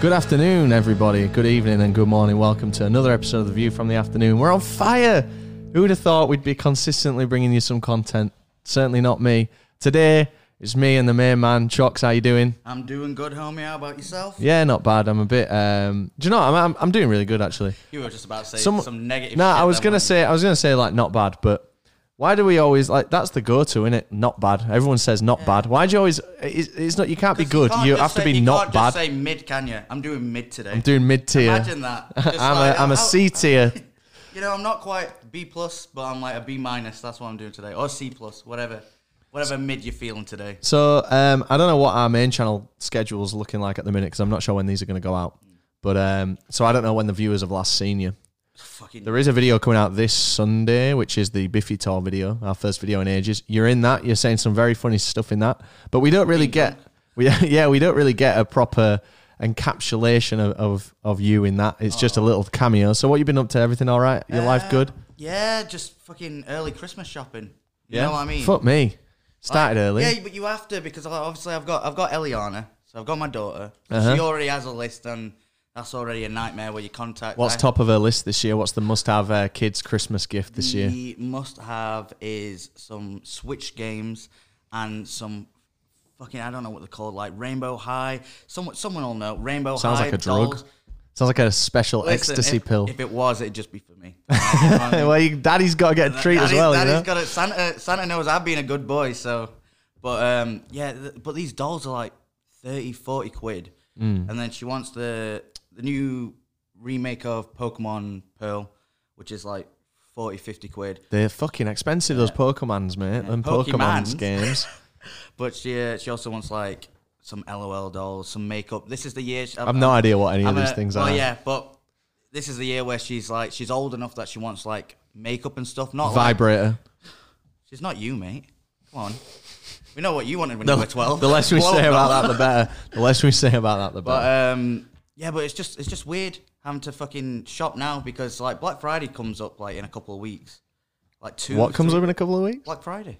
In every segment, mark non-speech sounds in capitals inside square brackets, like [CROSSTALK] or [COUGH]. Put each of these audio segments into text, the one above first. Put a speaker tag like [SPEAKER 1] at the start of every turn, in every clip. [SPEAKER 1] Good afternoon, everybody. Good evening and good morning. Welcome to another episode of The View from the Afternoon. We're on fire. Who would have thought we'd be consistently bringing you some content? Certainly not me. Today, it's me and the main man, Chocks. How you doing?
[SPEAKER 2] I'm doing good, homie. How about yourself?
[SPEAKER 1] Yeah, not bad. I'm a bit. Um, do you know? what? I'm, I'm I'm doing really good actually.
[SPEAKER 2] You were just about to say
[SPEAKER 1] Some-
[SPEAKER 2] some, negative.
[SPEAKER 1] No,
[SPEAKER 2] shit
[SPEAKER 1] I was
[SPEAKER 2] then,
[SPEAKER 1] gonna
[SPEAKER 2] weren't
[SPEAKER 1] say I was gonna say like not bad, but why do we always like that's the go-to, is it? Not bad. Everyone says not bad. Why do you always? It's, it's not. You can't be
[SPEAKER 2] you?
[SPEAKER 1] good.
[SPEAKER 2] can't
[SPEAKER 1] You
[SPEAKER 2] just
[SPEAKER 1] have to
[SPEAKER 2] say-
[SPEAKER 1] be
[SPEAKER 2] you
[SPEAKER 1] not
[SPEAKER 2] can't just
[SPEAKER 1] bad.
[SPEAKER 2] say mid, can you? I'm doing mid today.
[SPEAKER 1] I'm doing mid-tier. [LAUGHS]
[SPEAKER 2] Imagine that. Just
[SPEAKER 1] I'm
[SPEAKER 2] like,
[SPEAKER 1] a I'm a
[SPEAKER 2] I'll-
[SPEAKER 1] C tier.
[SPEAKER 2] You know, I'm not quite B plus, but I'm like a B minus. That's what I'm doing today, or C plus, whatever, whatever mid you're feeling today.
[SPEAKER 1] So um, I don't know what our main channel schedule's looking like at the minute because I'm not sure when these are going to go out. But um, so I don't know when the viewers have last seen you.
[SPEAKER 2] Fucking
[SPEAKER 1] There is a video coming out this Sunday, which is the Biffy Tour video, our first video in ages. You're in that. You're saying some very funny stuff in that, but we don't really get we [LAUGHS] yeah we don't really get a proper encapsulation of of, of you in that. It's
[SPEAKER 2] Oh.
[SPEAKER 1] just a little cameo. So what you been up to? Everything all right? Your
[SPEAKER 2] Uh,
[SPEAKER 1] life good?
[SPEAKER 2] yeah, just fucking early Christmas shopping. You
[SPEAKER 1] yeah.
[SPEAKER 2] know what I mean?
[SPEAKER 1] Fuck me. Started early.
[SPEAKER 2] Yeah, but you have to because like, obviously I've got I've got Eliana, so I've got my daughter. So
[SPEAKER 1] Uh-huh.
[SPEAKER 2] She already has a list, and that's already a nightmare where you contact.
[SPEAKER 1] What's
[SPEAKER 2] her.
[SPEAKER 1] top of her list this year? What's the must-have uh, kids Christmas gift this year?
[SPEAKER 2] The must have is some Switch games and some fucking I don't know what they're called, like Rainbow High. Someone someone will know. Rainbow
[SPEAKER 1] Sounds
[SPEAKER 2] High.
[SPEAKER 1] like a drug.
[SPEAKER 2] dolls.
[SPEAKER 1] Sounds like a special
[SPEAKER 2] Listen,
[SPEAKER 1] ecstasy [LAUGHS]
[SPEAKER 2] if,
[SPEAKER 1] pill.
[SPEAKER 2] If it was, it'd just be for me. You know what I mean?
[SPEAKER 1] well, you, daddy's got to get a [LAUGHS] treat as
[SPEAKER 2] Daddy-
[SPEAKER 1] well. You
[SPEAKER 2] Daddy's
[SPEAKER 1] know?
[SPEAKER 2] got it. Santa uh, Santa knows I've been a good boy, so but um yeah, th- but these dolls are like 30, 40 quid.
[SPEAKER 1] Mm.
[SPEAKER 2] And then she wants the the new remake of Pokemon Pearl, which is like 40, 50 quid.
[SPEAKER 1] They're fucking expensive. Those Pokemans, mate. Them Pokemans
[SPEAKER 2] Pokemans. [LAUGHS]
[SPEAKER 1] games.
[SPEAKER 2] But she uh, she also wants like some LOL dolls, some makeup. This is the year. She,
[SPEAKER 1] I've no idea what any of
[SPEAKER 2] I'm
[SPEAKER 1] these
[SPEAKER 2] a-
[SPEAKER 1] things
[SPEAKER 2] well,
[SPEAKER 1] are.
[SPEAKER 2] yeah, but this is the year where she's like she's old enough that she wants like makeup and stuff. Not like,
[SPEAKER 1] Vibrator.
[SPEAKER 2] she's not you, mate. Come on. We know what you wanted when
[SPEAKER 1] The,
[SPEAKER 2] you were
[SPEAKER 1] [LAUGHS]
[SPEAKER 2] twelve.
[SPEAKER 1] the less we
[SPEAKER 2] Blow
[SPEAKER 1] say
[SPEAKER 2] up
[SPEAKER 1] about
[SPEAKER 2] doll.
[SPEAKER 1] that, the better. The less we say about that, the better.
[SPEAKER 2] [LAUGHS] But um, yeah, but it's just it's just weird having to fucking shop now because like Black Friday comes up like in a couple of weeks, like two.
[SPEAKER 1] what comes
[SPEAKER 2] three-
[SPEAKER 1] up in a couple of weeks?
[SPEAKER 2] Black Friday.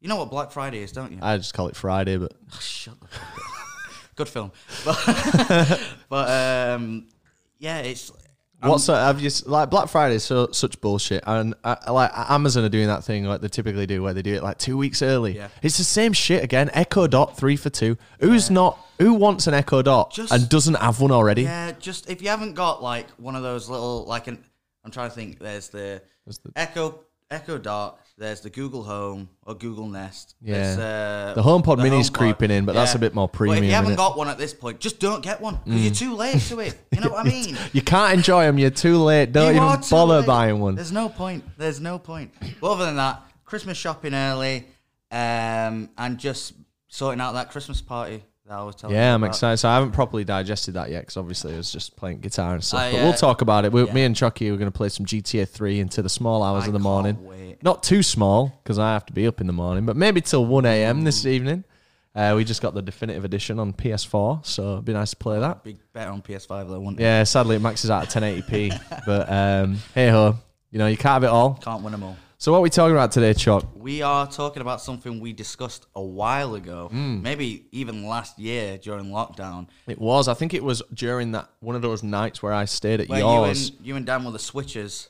[SPEAKER 2] You know what Black Friday is, don't you?
[SPEAKER 1] I just call it Friday, but
[SPEAKER 2] Shut the fuck up. [LAUGHS] Good film. But, [LAUGHS] but um, yeah, it's.
[SPEAKER 1] What's that? Have you s- like Black Friday? Is so such bullshit, and uh, like Amazon are doing that thing like they typically do, where they do it like two weeks early.
[SPEAKER 2] Yeah.
[SPEAKER 1] It's the same shit again. Echo Dot three for two. Who's not? Who wants an Echo Dot
[SPEAKER 2] Just-
[SPEAKER 1] and doesn't have one already?
[SPEAKER 2] Yeah, just if you haven't got like one of those little like an I'm trying to think. There's the, Echo Echo Dot. There's the Google Home or Google Nest.
[SPEAKER 1] Yeah.
[SPEAKER 2] There's, uh,
[SPEAKER 1] The HomePod Mini's creeping in, but that's a bit more
[SPEAKER 2] But if
[SPEAKER 1] premium, Mm.
[SPEAKER 2] you haven't
[SPEAKER 1] innit?
[SPEAKER 2] got one at this point, just don't get one 'cause you're too late to it. You know
[SPEAKER 1] [LAUGHS]
[SPEAKER 2] what I mean?
[SPEAKER 1] You can't enjoy them. You're too late. Don't even
[SPEAKER 2] You are too
[SPEAKER 1] bother
[SPEAKER 2] late.
[SPEAKER 1] buying one.
[SPEAKER 2] There's no point. There's no point. But other than that, Christmas shopping early, um, and just sorting out that Christmas party that I was telling. you
[SPEAKER 1] Yeah, I'm
[SPEAKER 2] about.
[SPEAKER 1] excited. So I haven't properly digested that yet because obviously I was just playing guitar and stuff.
[SPEAKER 2] I,
[SPEAKER 1] but we'll
[SPEAKER 2] uh,
[SPEAKER 1] talk about it. We, Me and Chucky are going to play some GTA 3 into the small hours
[SPEAKER 2] I
[SPEAKER 1] of the
[SPEAKER 2] can't
[SPEAKER 1] morning.
[SPEAKER 2] wait.
[SPEAKER 1] Not too small because I have to be up in the morning, but maybe till 1 a.m. this evening. Uh, we just got the definitive edition on PS4, so it'd be nice to play that.
[SPEAKER 2] Big bet on PS5 though, wouldn't it?
[SPEAKER 1] Yeah, sadly it maxes out at
[SPEAKER 2] [LAUGHS]
[SPEAKER 1] 1080p, but um, hey ho, you know you can't have it all.
[SPEAKER 2] Can't win them all.
[SPEAKER 1] So what are we talking about today, Chuck?
[SPEAKER 2] We are talking about something we discussed a while ago,
[SPEAKER 1] Mm.
[SPEAKER 2] maybe even last year during lockdown.
[SPEAKER 1] It was, I think it was during that one of those nights where I stayed at
[SPEAKER 2] Where
[SPEAKER 1] yours.
[SPEAKER 2] you and you and Dan were the switchers.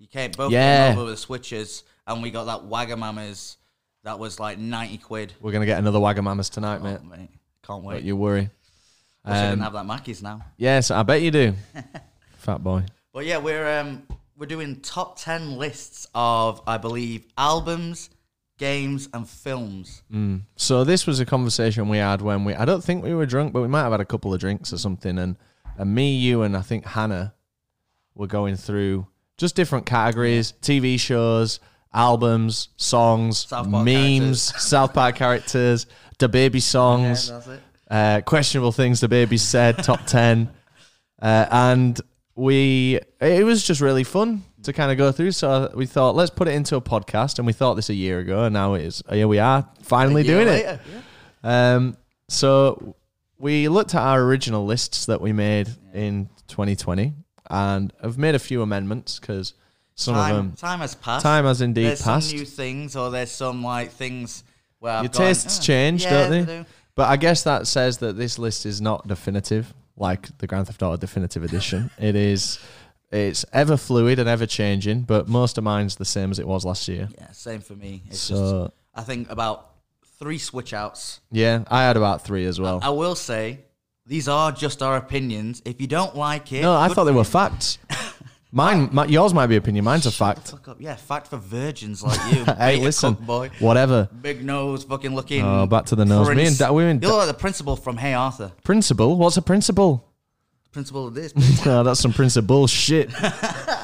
[SPEAKER 2] You came both
[SPEAKER 1] Yeah.
[SPEAKER 2] came over with the switchers, and we got that Wagamama's that was like ninety quid.
[SPEAKER 1] We're gonna get another Wagamamas tonight, mate.
[SPEAKER 2] Oh, mate, can't wait.
[SPEAKER 1] Don't you worry.
[SPEAKER 2] Wish
[SPEAKER 1] um,
[SPEAKER 2] I didn't have that Mackey's now.
[SPEAKER 1] Yes, I bet you
[SPEAKER 2] [LAUGHS]
[SPEAKER 1] do. Fat boy.
[SPEAKER 2] But yeah, we're um we're doing top ten lists of I believe albums, games, and films.
[SPEAKER 1] Mm. So this was a conversation we had when we I don't think we were drunk, but we might have had a couple of drinks or something and and me, you and I think Hannah were going through just different categories, TV shows, albums, songs,
[SPEAKER 2] South Park
[SPEAKER 1] memes, South Park characters, the baby songs.
[SPEAKER 2] That's it.
[SPEAKER 1] uh, questionable things the baby said,
[SPEAKER 2] [LAUGHS]
[SPEAKER 1] top 10. Uh, and we, it was just really fun to kind of go through. So we thought, let's put it into a podcast. And we thought this a year ago, and now it is. uh, Here we are, finally doing it. Um, so we looked at our original lists that we made in 2020 and have made a few amendments because some
[SPEAKER 2] Time,
[SPEAKER 1] of them,
[SPEAKER 2] time has passed.
[SPEAKER 1] time has indeed
[SPEAKER 2] there's
[SPEAKER 1] passed.
[SPEAKER 2] some new things, or there's some like things where
[SPEAKER 1] Your
[SPEAKER 2] I've gone,
[SPEAKER 1] tastes
[SPEAKER 2] "Oh,
[SPEAKER 1] change,
[SPEAKER 2] yeah,
[SPEAKER 1] don't they?
[SPEAKER 2] do."
[SPEAKER 1] But I guess that says that this list is not definitive. like the Grand Theft Auto Definitive
[SPEAKER 2] [LAUGHS]
[SPEAKER 1] Edition. it is it's ever fluid and ever changing, but most of mine's the same as it was last year.
[SPEAKER 2] Yeah, same for me. It's just
[SPEAKER 1] So
[SPEAKER 2] I think about three switch outs.
[SPEAKER 1] yeah, I had about three as well.
[SPEAKER 2] I will say these are just our opinions. If you don't like it,
[SPEAKER 1] no, I
[SPEAKER 2] good
[SPEAKER 1] thought they
[SPEAKER 2] for
[SPEAKER 1] were
[SPEAKER 2] you. [LAUGHS]
[SPEAKER 1] facts. Mine, my, yours might be opinion. Mine's a
[SPEAKER 2] Shut the
[SPEAKER 1] fact.
[SPEAKER 2] Fuck up. Yeah, fact for virgins like
[SPEAKER 1] [LAUGHS]
[SPEAKER 2] you.
[SPEAKER 1] Hey,
[SPEAKER 2] beta
[SPEAKER 1] listen,
[SPEAKER 2] cuck boy.
[SPEAKER 1] whatever.
[SPEAKER 2] Big nose, fucking looking.
[SPEAKER 1] Oh, back to the nose. Me and Da- we were in
[SPEAKER 2] You look like the principal from Hey Arthur.
[SPEAKER 1] Principle? What's a principle?
[SPEAKER 2] Principal
[SPEAKER 1] [LAUGHS]
[SPEAKER 2] of this.
[SPEAKER 1] oh, that's some principle shit.
[SPEAKER 2] [LAUGHS]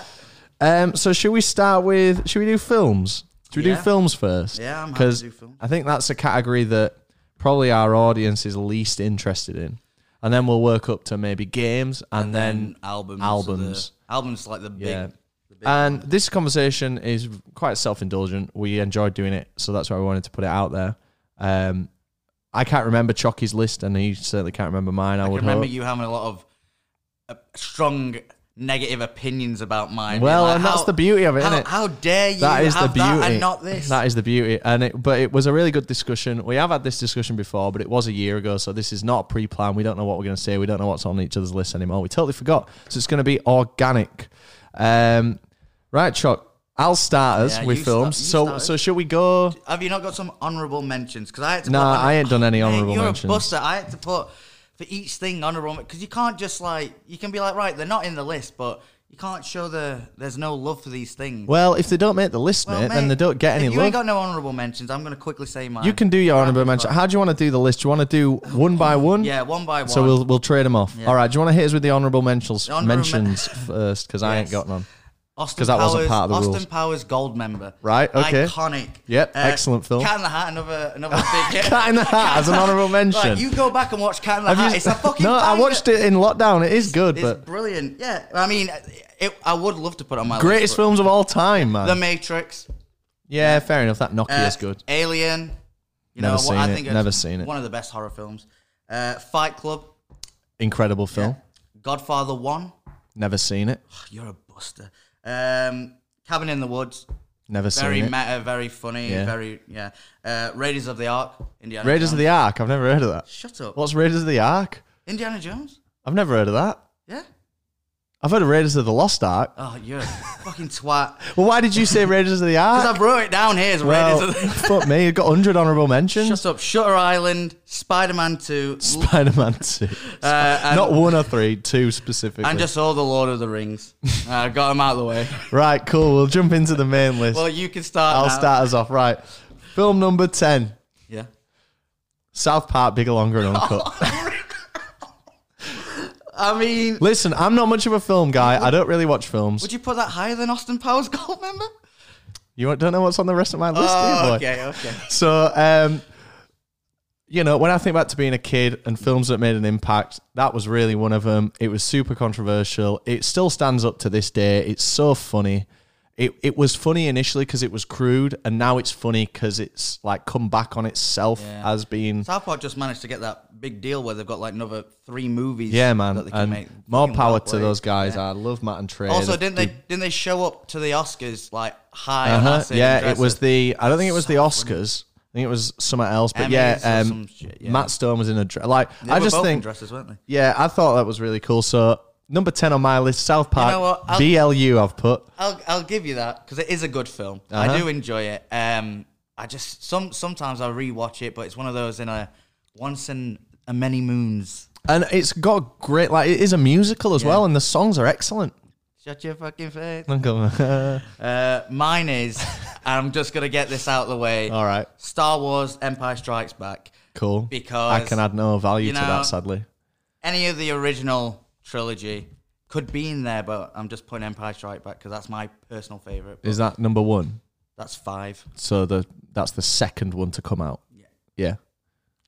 [SPEAKER 1] um, so should we start with? Should we do films? Should we
[SPEAKER 2] Yeah.
[SPEAKER 1] do films first?
[SPEAKER 2] Yeah, I'm happy to do films.
[SPEAKER 1] I think that's a category that probably our audience is least interested in, and then we'll work up to maybe games and, then
[SPEAKER 2] and albums. are the-
[SPEAKER 1] albums.
[SPEAKER 2] albums like the big.
[SPEAKER 1] Yeah.
[SPEAKER 2] The big
[SPEAKER 1] And this conversation is quite self indulgent. We enjoyed doing it, so that's why we wanted to put it out there. Um, I can't remember Chucky's list, and he certainly can't remember mine. I,
[SPEAKER 2] I
[SPEAKER 1] would
[SPEAKER 2] remember
[SPEAKER 1] hope.
[SPEAKER 2] you having a lot of uh, strong negative opinions about mine.
[SPEAKER 1] Well,
[SPEAKER 2] Like,
[SPEAKER 1] and that's
[SPEAKER 2] how-
[SPEAKER 1] the beauty of it,
[SPEAKER 2] how,
[SPEAKER 1] isn't it?
[SPEAKER 2] How dare you
[SPEAKER 1] That is the
[SPEAKER 2] have
[SPEAKER 1] beauty.
[SPEAKER 2] that and not this?
[SPEAKER 1] That is the beauty. And it, but it was a really good discussion. We have had this discussion before, but it was a year ago, so this is not pre-planned. We don't know what we're going to say. We don't know what's on each other's list anymore. We totally forgot. So it's going to be organic. Um, right, Chuck. I'll start us
[SPEAKER 2] Yeah,
[SPEAKER 1] with
[SPEAKER 2] you start-
[SPEAKER 1] films.
[SPEAKER 2] you
[SPEAKER 1] so
[SPEAKER 2] started.
[SPEAKER 1] so should we go?
[SPEAKER 2] Have you not got some honourable mentions? Because I had to.
[SPEAKER 1] Nah,
[SPEAKER 2] put honor-
[SPEAKER 1] I ain't done any
[SPEAKER 2] Mate,
[SPEAKER 1] honourable
[SPEAKER 2] you're
[SPEAKER 1] mentions.
[SPEAKER 2] a buster. I had to put for each thing honourable because you can't just like you can be like right, they're not in the list, but you can't show the there's no love for these things.
[SPEAKER 1] Well, if they don't make the list,
[SPEAKER 2] Well,
[SPEAKER 1] mate, then
[SPEAKER 2] mate,
[SPEAKER 1] they don't get
[SPEAKER 2] if
[SPEAKER 1] any
[SPEAKER 2] You ain't
[SPEAKER 1] love.
[SPEAKER 2] got no honourable mentions. I'm going to quickly say mine.
[SPEAKER 1] you can do your honorable mention. How do you want to do the list? Do you want to do one by one?
[SPEAKER 2] Yeah, one by one.
[SPEAKER 1] So we'll we'll trade them off. All right. Do you want to hit us with the honorable mentions
[SPEAKER 2] Honourable men-
[SPEAKER 1] mentions first? Because I ain't
[SPEAKER 2] Yes.
[SPEAKER 1] got none.
[SPEAKER 2] Austin
[SPEAKER 1] 'Cause that
[SPEAKER 2] Powers,
[SPEAKER 1] wasn't part of the
[SPEAKER 2] Austin
[SPEAKER 1] rules.
[SPEAKER 2] Powers Gold member.
[SPEAKER 1] Right, okay.
[SPEAKER 2] Iconic. Uh,
[SPEAKER 1] Yep, excellent film.
[SPEAKER 2] Cat in the Hat, another
[SPEAKER 1] [LAUGHS]
[SPEAKER 2] another big hit.
[SPEAKER 1] Cat in the Hat as an honourable mention.
[SPEAKER 2] Like, you go back and watch Cat in the
[SPEAKER 1] Have
[SPEAKER 2] Hat.
[SPEAKER 1] you-
[SPEAKER 2] it's a fucking.
[SPEAKER 1] no. I
[SPEAKER 2] banger.
[SPEAKER 1] watched it in lockdown. It is good,
[SPEAKER 2] It's
[SPEAKER 1] but
[SPEAKER 2] brilliant. Yeah, I mean, it, I would love to put it on my
[SPEAKER 1] greatest
[SPEAKER 2] list,
[SPEAKER 1] films of all time, man.
[SPEAKER 2] but The Matrix.
[SPEAKER 1] yeah, fair enough. That Nokia
[SPEAKER 2] uh,
[SPEAKER 1] is good.
[SPEAKER 2] Alien. You
[SPEAKER 1] Never
[SPEAKER 2] know,
[SPEAKER 1] seen
[SPEAKER 2] I
[SPEAKER 1] it,
[SPEAKER 2] think it's
[SPEAKER 1] never seen it.
[SPEAKER 2] One of the best horror films. Uh, Fight Club.
[SPEAKER 1] Incredible film.
[SPEAKER 2] Godfather One. [SIGHS]
[SPEAKER 1] Never seen it.
[SPEAKER 2] You're a buster. Um, Cabin in the Woods.
[SPEAKER 1] Never
[SPEAKER 2] Very
[SPEAKER 1] seen it.
[SPEAKER 2] meta, very funny,
[SPEAKER 1] Yeah.
[SPEAKER 2] very yeah. Uh, Raiders of the Ark, Indiana.
[SPEAKER 1] Raiders of the Ark. I've never heard of that.
[SPEAKER 2] Shut up.
[SPEAKER 1] What's Raiders of the Ark?
[SPEAKER 2] Indiana Jones?
[SPEAKER 1] I've never heard of that.
[SPEAKER 2] Yeah.
[SPEAKER 1] I've heard of Raiders of the Lost Ark.
[SPEAKER 2] Oh, you're a [LAUGHS] fucking twat.
[SPEAKER 1] Well, why did you say Raiders of the
[SPEAKER 2] Because
[SPEAKER 1] Ark?
[SPEAKER 2] I wrote it down here as
[SPEAKER 1] Well,
[SPEAKER 2] Raiders of the
[SPEAKER 1] [LAUGHS]
[SPEAKER 2] [LAUGHS]
[SPEAKER 1] fuck me, you've got 100 honourable mentions.
[SPEAKER 2] Shut up. Shutter Island, Spider Man
[SPEAKER 1] [LAUGHS]
[SPEAKER 2] 2,
[SPEAKER 1] Spider Man 2.
[SPEAKER 2] uh, and,
[SPEAKER 1] Not one or three, two specifically.
[SPEAKER 2] and just all the Lord of
[SPEAKER 1] [LAUGHS]
[SPEAKER 2] the Rings. I got them out of the way.
[SPEAKER 1] right, cool. We'll jump into the main list.
[SPEAKER 2] Well, you can start.
[SPEAKER 1] I'll
[SPEAKER 2] now.
[SPEAKER 1] start us off. Right. Film number 10
[SPEAKER 2] Yeah.
[SPEAKER 1] South Park, Bigger, Longer, and
[SPEAKER 2] [LAUGHS]
[SPEAKER 1] Uncut.
[SPEAKER 2] I mean,
[SPEAKER 1] Listen, I'm not much of a film guy. I don't really watch films.
[SPEAKER 2] would you put that higher than Austin Powers [LAUGHS] Gold member? Oh,
[SPEAKER 1] You don't know what's on the rest of my list, do you, boy?
[SPEAKER 2] okay, okay.
[SPEAKER 1] So, um, you know, when I think back to being a kid and films that made an impact, that was really one of them. It was super controversial. It still stands up to this day. It's so funny. It, it was funny initially because it was crude, and now it's funny because it's like come back on itself
[SPEAKER 2] Yeah.
[SPEAKER 1] as being.
[SPEAKER 2] South Park just managed to get that big deal where they've got like another three movies.
[SPEAKER 1] Yeah, man.
[SPEAKER 2] That they can
[SPEAKER 1] and
[SPEAKER 2] make.
[SPEAKER 1] more
[SPEAKER 2] Fucking
[SPEAKER 1] power
[SPEAKER 2] well
[SPEAKER 1] to
[SPEAKER 2] played.
[SPEAKER 1] those guys. I love Matt and Trey. Uh-huh.
[SPEAKER 2] Also,
[SPEAKER 1] They've
[SPEAKER 2] didn't they didn't they show up to the Oscars like high? on
[SPEAKER 1] Uh-huh.
[SPEAKER 2] acid and
[SPEAKER 1] Yeah, it
[SPEAKER 2] dresses?
[SPEAKER 1] was the. I don't think it was the Oscars. I think it was somewhere else. But
[SPEAKER 2] Emmys
[SPEAKER 1] yeah,
[SPEAKER 2] or
[SPEAKER 1] um,
[SPEAKER 2] some shit, yeah.
[SPEAKER 1] Matt Stone was in a dress. Like
[SPEAKER 2] They
[SPEAKER 1] I
[SPEAKER 2] were
[SPEAKER 1] just
[SPEAKER 2] both in
[SPEAKER 1] think,
[SPEAKER 2] dresses, weren't they?
[SPEAKER 1] yeah, I thought that was really cool. So number ten on my list, South Park,
[SPEAKER 2] know what? I'll-
[SPEAKER 1] BLU. I've put.
[SPEAKER 2] I'll I'll give you that because it is a good film.
[SPEAKER 1] Uh-huh.
[SPEAKER 2] I do enjoy it. Um, I just some sometimes I rewatch it, but it's one of those in a once in a many moons.
[SPEAKER 1] And it's got great, like it is a musical as
[SPEAKER 2] Yeah.
[SPEAKER 1] well, and the songs are excellent. [LAUGHS]
[SPEAKER 2] Shut your fucking face.
[SPEAKER 1] I'm going,
[SPEAKER 2] Uh,
[SPEAKER 1] [LAUGHS]
[SPEAKER 2] mine is. I'm just gonna get this out of the way.
[SPEAKER 1] all right,
[SPEAKER 2] Star Wars: Empire Strikes Back.
[SPEAKER 1] cool.
[SPEAKER 2] Because,
[SPEAKER 1] I can add no value
[SPEAKER 2] you
[SPEAKER 1] to
[SPEAKER 2] know-
[SPEAKER 1] that, sadly.
[SPEAKER 2] any of the original trilogy could be in there, but I'm just putting Empire Strike Back because that's my personal favorite.
[SPEAKER 1] Is that number one?
[SPEAKER 2] That's five.
[SPEAKER 1] So the that's the second one to come out.
[SPEAKER 2] Yeah.
[SPEAKER 1] Yeah.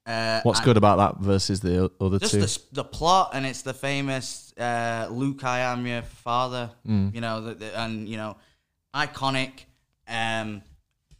[SPEAKER 2] Uh,
[SPEAKER 1] What's
[SPEAKER 2] and
[SPEAKER 1] good about that versus the o- other
[SPEAKER 2] Just
[SPEAKER 1] two?
[SPEAKER 2] the, s- the plot, and it's the famous uh, "Luke, I am your father."
[SPEAKER 1] Mm.
[SPEAKER 2] You know, the, the, and you know, iconic. Um,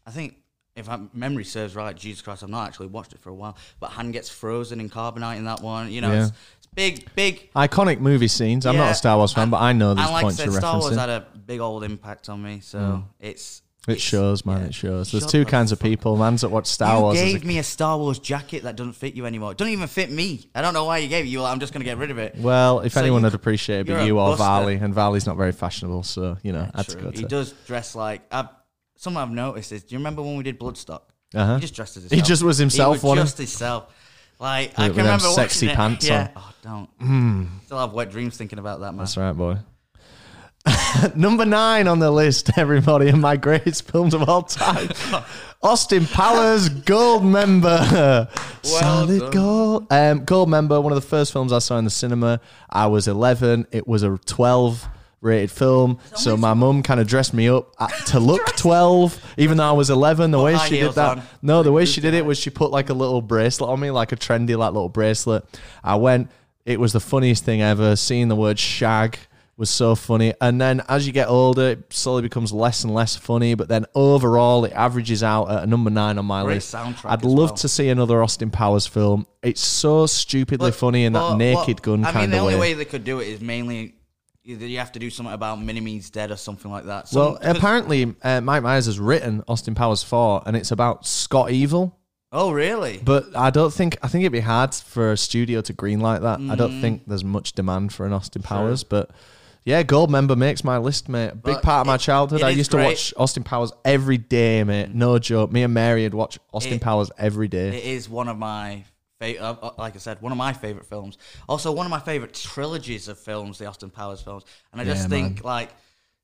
[SPEAKER 2] I think if I, memory serves right, Jesus Christ, I've not actually watched it for a while, but Han gets frozen in carbonite in that one. You know,
[SPEAKER 1] Yeah.
[SPEAKER 2] it's, it's big, big.
[SPEAKER 1] Iconic movie scenes. I'm not
[SPEAKER 2] Yeah,
[SPEAKER 1] a Star Wars fan,
[SPEAKER 2] and-
[SPEAKER 1] but I know
[SPEAKER 2] And
[SPEAKER 1] these
[SPEAKER 2] like I
[SPEAKER 1] points
[SPEAKER 2] said,
[SPEAKER 1] you're
[SPEAKER 2] Star Wars
[SPEAKER 1] referencing.
[SPEAKER 2] had a big old impact on me, so it's
[SPEAKER 1] It shows, man. It shows. There's
[SPEAKER 2] Shut
[SPEAKER 1] two
[SPEAKER 2] the
[SPEAKER 1] kinds of people. Man's that watch Star
[SPEAKER 2] you
[SPEAKER 1] Wars. as a
[SPEAKER 2] gave me a Star Wars jacket that doesn't fit you anymore. It doesn't even fit me. I don't know why you gave it. You were like, I'm just going to get rid of it.
[SPEAKER 1] Well, if
[SPEAKER 2] So
[SPEAKER 1] anyone
[SPEAKER 2] you-
[SPEAKER 1] had appreciated, it,
[SPEAKER 2] you're
[SPEAKER 1] but
[SPEAKER 2] a
[SPEAKER 1] you or
[SPEAKER 2] buster.
[SPEAKER 1] Valley, and Valley's not very fashionable, so you know, I had to
[SPEAKER 2] True.
[SPEAKER 1] go
[SPEAKER 2] He
[SPEAKER 1] to.
[SPEAKER 2] does dress like. I, something I've noticed is, do you remember when we did Bloodstock?
[SPEAKER 1] Uh-huh.
[SPEAKER 2] He just dressed as
[SPEAKER 1] He
[SPEAKER 2] himself.
[SPEAKER 1] just was himself,
[SPEAKER 2] He was
[SPEAKER 1] wasn't
[SPEAKER 2] just himself. Like
[SPEAKER 1] With
[SPEAKER 2] I can
[SPEAKER 1] them
[SPEAKER 2] remember watching
[SPEAKER 1] sexy
[SPEAKER 2] it.
[SPEAKER 1] pants
[SPEAKER 2] Yeah.
[SPEAKER 1] on. Hmm.
[SPEAKER 2] Oh, don't. Still have wet dreams thinking about that man.
[SPEAKER 1] That's right, boy. [LAUGHS] Number nine on the list, [LAUGHS] everybody, and my greatest films of all time. Austin Powers, Gold Member. Solid
[SPEAKER 2] done.
[SPEAKER 1] Gold. Um, Gold Member, one of the first films I saw in the cinema. I was 11. It was a 12 rated film. So my mum kind of dressed me up uh, to look 12, even though I was 11. The way
[SPEAKER 2] high
[SPEAKER 1] she did
[SPEAKER 2] heels
[SPEAKER 1] that.
[SPEAKER 2] on.
[SPEAKER 1] No, the way she did it was she put like a little bracelet on me, like a trendy like little bracelet. I went. It was the funniest thing ever. Seeing the word shag was so funny. And then as you get older, it slowly becomes less and less funny. But then overall, it averages out at a number nine on my
[SPEAKER 2] Great
[SPEAKER 1] list.
[SPEAKER 2] soundtrack
[SPEAKER 1] I'd
[SPEAKER 2] as
[SPEAKER 1] love
[SPEAKER 2] well.
[SPEAKER 1] to see another Austin Powers film. It's so stupidly funny in that
[SPEAKER 2] But
[SPEAKER 1] naked
[SPEAKER 2] what-
[SPEAKER 1] gun
[SPEAKER 2] I mean,
[SPEAKER 1] kind
[SPEAKER 2] the
[SPEAKER 1] of
[SPEAKER 2] only
[SPEAKER 1] way.
[SPEAKER 2] way they could do it is mainly either you have to do something about Minime's dead or something like that. Some-
[SPEAKER 1] well, apparently, uh, Mike Myers has written Austin Powers 4, and it's about Scott Evil.
[SPEAKER 2] oh really?
[SPEAKER 1] But I don't think I think it'd be hard for a studio to greenlight that. I
[SPEAKER 2] Mm.
[SPEAKER 1] don't think there's much demand for an Austin Powers, but yeah, Gold Member makes my list, mate. A big
[SPEAKER 2] But
[SPEAKER 1] part of my
[SPEAKER 2] it-
[SPEAKER 1] childhood.
[SPEAKER 2] it
[SPEAKER 1] I
[SPEAKER 2] is
[SPEAKER 1] used to
[SPEAKER 2] great. Mm.
[SPEAKER 1] watch Austin Powers every day, mate. No joke. Me and Mary would watch Austin
[SPEAKER 2] It-
[SPEAKER 1] Powers every day.
[SPEAKER 2] It is one of my favorite, like I said, one of my favorite films. Also, one of my favorite trilogies of films, the Austin Powers films. And I just
[SPEAKER 1] Yeah,
[SPEAKER 2] think like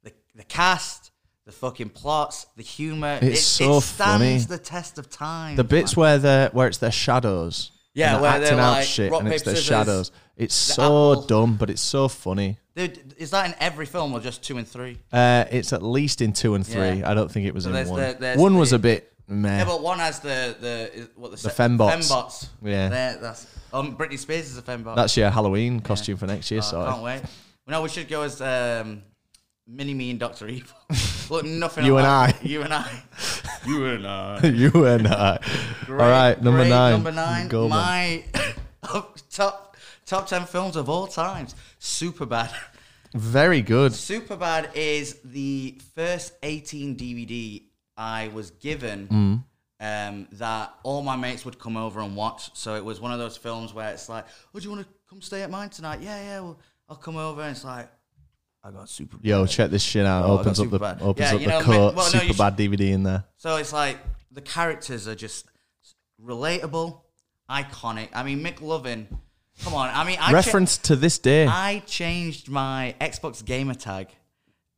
[SPEAKER 2] the the cast, the fucking plots, the humor.
[SPEAKER 1] It's
[SPEAKER 2] it,
[SPEAKER 1] so
[SPEAKER 2] it stands
[SPEAKER 1] funny.
[SPEAKER 2] the test of time.
[SPEAKER 1] the bits where the where it's their shadows.
[SPEAKER 2] Yeah,
[SPEAKER 1] and they're
[SPEAKER 2] where
[SPEAKER 1] acting
[SPEAKER 2] they're
[SPEAKER 1] out
[SPEAKER 2] like
[SPEAKER 1] shit
[SPEAKER 2] rock,
[SPEAKER 1] and it's
[SPEAKER 2] paper,
[SPEAKER 1] their
[SPEAKER 2] scissors,
[SPEAKER 1] shadows. It's so
[SPEAKER 2] apple.
[SPEAKER 1] dumb, but it's so funny.
[SPEAKER 2] Dude, is that in every film or just two and three?
[SPEAKER 1] Uh, it's at least in two and three.
[SPEAKER 2] Yeah.
[SPEAKER 1] I don't think it was in
[SPEAKER 2] there's
[SPEAKER 1] one.
[SPEAKER 2] the- there's
[SPEAKER 1] one was
[SPEAKER 2] the-
[SPEAKER 1] a bit meh.
[SPEAKER 2] Yeah, but one has the the is- what the, the
[SPEAKER 1] fembots.
[SPEAKER 2] Fembots.
[SPEAKER 1] Yeah.
[SPEAKER 2] There, that's um, Britney Spears is a fembot.
[SPEAKER 1] That's your Halloween costume for next year.
[SPEAKER 2] I
[SPEAKER 1] sorry.
[SPEAKER 2] can't wait. No, we should go as um, Mini Me and Doctor Evil.
[SPEAKER 1] [LAUGHS]
[SPEAKER 2] Look, nothing.
[SPEAKER 1] You
[SPEAKER 2] like
[SPEAKER 1] and
[SPEAKER 2] that. You and I. [LAUGHS] you and
[SPEAKER 1] [LAUGHS]
[SPEAKER 2] I.
[SPEAKER 1] you and I. All right, number nine.
[SPEAKER 2] Number nine.
[SPEAKER 1] Goldman.
[SPEAKER 2] my [LAUGHS] top top ten films of all times. Superbad.
[SPEAKER 1] Very good.
[SPEAKER 2] Superbad is the first eighteen DVD I was given. Um, that all my mates would come over and watch. So it was one of those films where it's like, "Oh, do you want to come stay at mine tonight?" Yeah, yeah. Well, I'll come over, and it's like, I got Superbad.
[SPEAKER 1] Yo, check this shit out.
[SPEAKER 2] Oh, I
[SPEAKER 1] opens
[SPEAKER 2] got
[SPEAKER 1] up the
[SPEAKER 2] Superbad.
[SPEAKER 1] opens
[SPEAKER 2] Yeah,
[SPEAKER 1] up
[SPEAKER 2] you
[SPEAKER 1] the
[SPEAKER 2] know,
[SPEAKER 1] coat.
[SPEAKER 2] well, no,
[SPEAKER 1] Super
[SPEAKER 2] you
[SPEAKER 1] bad DVD in there.
[SPEAKER 2] So it's like the characters are just relatable, iconic. I mean, Mick Lovin, come on. I mean, I, cha-
[SPEAKER 1] Reference to this day.
[SPEAKER 2] [LAUGHS] I changed my Xbox gamer tag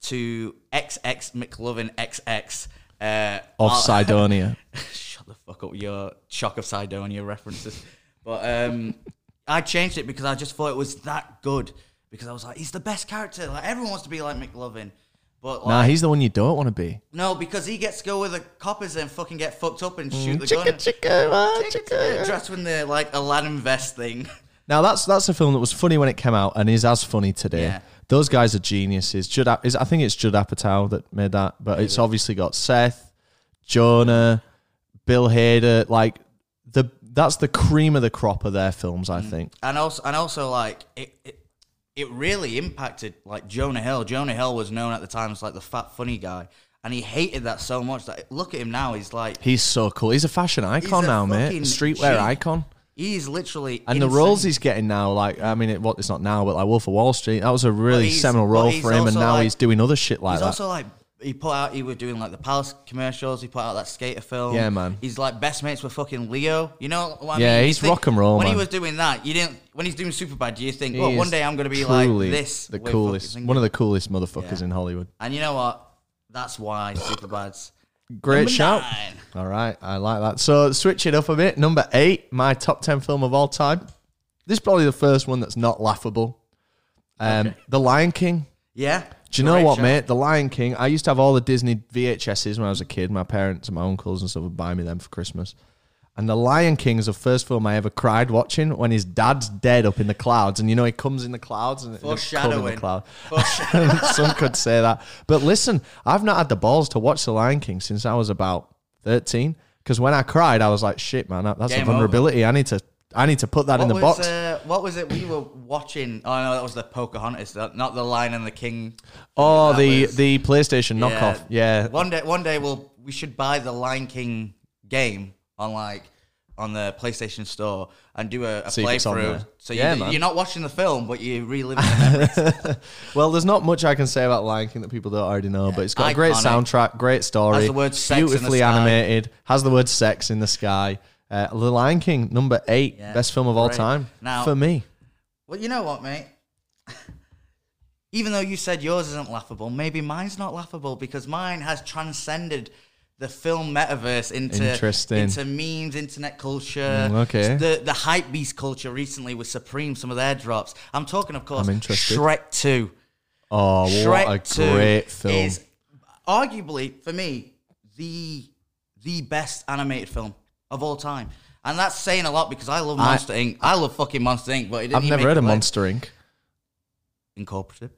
[SPEAKER 2] to XX McLovin XX. Uh,
[SPEAKER 1] of
[SPEAKER 2] while-
[SPEAKER 1] Sidonia.
[SPEAKER 2] [LAUGHS] Shut the fuck up with your shock of Sidonia references. But um, I changed it because I just thought it was that good. Because I was like, he's the best character. Like everyone wants to be like McLovin, but like,
[SPEAKER 1] nah, he's the one you don't want to be.
[SPEAKER 2] no, because he gets to go with the coppers and fucking get fucked up and shoot the gun.
[SPEAKER 1] Chicka, chicka, ah, chicka.
[SPEAKER 2] Dressed in the like Aladdin vest thing. [LAUGHS]
[SPEAKER 1] Now that's that's a film that was funny when it came out and is as funny today.
[SPEAKER 2] Yeah.
[SPEAKER 1] Those guys are geniuses. Judd, Ap- is I think it's Judd Apatow that made that, but it's obviously got Seth, Jonah, Bill Hader. Like the that's the cream of the crop of their films. I think.
[SPEAKER 2] and also and also like it, it it really impacted like Jonah Hill. Jonah Hill was known at the time as like the fat funny guy, and he hated that so much that look at him now. He's like
[SPEAKER 1] He's so cool. He's a fashion icon
[SPEAKER 2] a
[SPEAKER 1] now, mate.
[SPEAKER 2] fucking
[SPEAKER 1] Streetwear
[SPEAKER 2] G.
[SPEAKER 1] icon.
[SPEAKER 2] he's literally
[SPEAKER 1] And the
[SPEAKER 2] insane.
[SPEAKER 1] roles he's getting now, like I mean, it, what it's not now, but like Wolf of Wall Street, that was a really
[SPEAKER 2] he's-
[SPEAKER 1] seminal
[SPEAKER 2] but
[SPEAKER 1] role
[SPEAKER 2] he's
[SPEAKER 1] for him, and
[SPEAKER 2] also,
[SPEAKER 1] now
[SPEAKER 2] like-
[SPEAKER 1] he's doing other shit like
[SPEAKER 2] He's
[SPEAKER 1] that.
[SPEAKER 2] also like he put out he was doing like the Palace commercials. He put out that skater film.
[SPEAKER 1] Yeah, man.
[SPEAKER 2] He's like best mates with fucking Leo. You know what I
[SPEAKER 1] Yeah,
[SPEAKER 2] mean? You
[SPEAKER 1] he's rock and roll,
[SPEAKER 2] When
[SPEAKER 1] man.
[SPEAKER 2] he was doing that, you didn't. When he's doing Superbad, you think,
[SPEAKER 1] He
[SPEAKER 2] well, one
[SPEAKER 1] is
[SPEAKER 2] day I'm gonna be
[SPEAKER 1] truly
[SPEAKER 2] like this.
[SPEAKER 1] the
[SPEAKER 2] with fucking
[SPEAKER 1] coolest,
[SPEAKER 2] thing."
[SPEAKER 1] one of the coolest motherfuckers
[SPEAKER 2] Yeah.
[SPEAKER 1] in Hollywood.
[SPEAKER 2] and you know what? That's why Superbad's
[SPEAKER 1] Great
[SPEAKER 2] Number
[SPEAKER 1] shout.
[SPEAKER 2] nine.
[SPEAKER 1] All right, I like that. So switch it up a bit. Number eight, my top ten film of all time. This is probably the first one that's not laughable. Um, The Lion King.
[SPEAKER 2] Yeah.
[SPEAKER 1] Do you know
[SPEAKER 2] Great
[SPEAKER 1] what,
[SPEAKER 2] shout.
[SPEAKER 1] mate? The Lion King. I used to have all the Disney VHSs when I was a kid. My parents and my uncles and stuff would buy me them for Christmas. And The Lion King is the first film I ever cried watching when his dad's dead up in the clouds. And you know, he comes in the clouds and it's covered in the
[SPEAKER 2] Foreshadowing.
[SPEAKER 1] cloud.
[SPEAKER 2] Foreshadowing.
[SPEAKER 1] [LAUGHS] Some could say that. But listen, I've not had the balls to watch The Lion King since I was about 13. Because when I cried, I was like, shit, man, that- that's
[SPEAKER 2] Game
[SPEAKER 1] a vulnerability. I need to I need to put that in the
[SPEAKER 2] was,
[SPEAKER 1] box.
[SPEAKER 2] Uh, what was it we were watching? Oh no, that was the Pocahontas, that- not the Lion and the King.
[SPEAKER 1] oh,
[SPEAKER 2] that
[SPEAKER 1] the
[SPEAKER 2] was-
[SPEAKER 1] the PlayStation knockoff. Yeah.
[SPEAKER 2] One day, one day, we'll we should buy the Lion King game on like on the PlayStation Store and do a, a
[SPEAKER 1] See if it's on
[SPEAKER 2] playthrough.
[SPEAKER 1] there.
[SPEAKER 2] So
[SPEAKER 1] Yeah,
[SPEAKER 2] you,
[SPEAKER 1] man.
[SPEAKER 2] you're not watching the film, but
[SPEAKER 1] [LAUGHS]
[SPEAKER 2] you're reliving. The
[SPEAKER 1] Well, there's not much I can say about Lion King that people don't already know, but it's got a great
[SPEAKER 2] iconic.
[SPEAKER 1] soundtrack, great story,
[SPEAKER 2] Has the word sex in the
[SPEAKER 1] beautifully
[SPEAKER 2] sky.
[SPEAKER 1] animated, has the word sex in the sky. Uh, the Lion King, number eight,
[SPEAKER 2] Yeah,
[SPEAKER 1] best film of all
[SPEAKER 2] great.
[SPEAKER 1] time
[SPEAKER 2] Now-
[SPEAKER 1] for me.
[SPEAKER 2] well, you know what, mate. [LAUGHS] Even though you said yours isn't laughable, maybe mine's not laughable because mine has transcended the film metaverse into
[SPEAKER 1] Interesting.
[SPEAKER 2] into memes, internet culture.
[SPEAKER 1] Mm, okay.
[SPEAKER 2] The the hype beast culture recently with Supreme, some of their drops. I'm talking, of course,
[SPEAKER 1] I'm interested.
[SPEAKER 2] Shrek Two.
[SPEAKER 1] Oh,
[SPEAKER 2] Shrek
[SPEAKER 1] what
[SPEAKER 2] 2
[SPEAKER 1] a great film!
[SPEAKER 2] is arguably for me the the best animated film of all time. And that's saying a lot because I love
[SPEAKER 1] I-
[SPEAKER 2] Monster Inc. I love fucking Monster Inc. But it didn't
[SPEAKER 1] I've
[SPEAKER 2] even
[SPEAKER 1] never
[SPEAKER 2] make
[SPEAKER 1] heard
[SPEAKER 2] it
[SPEAKER 1] of
[SPEAKER 2] like
[SPEAKER 1] Monster Inc.
[SPEAKER 2] Incorporated.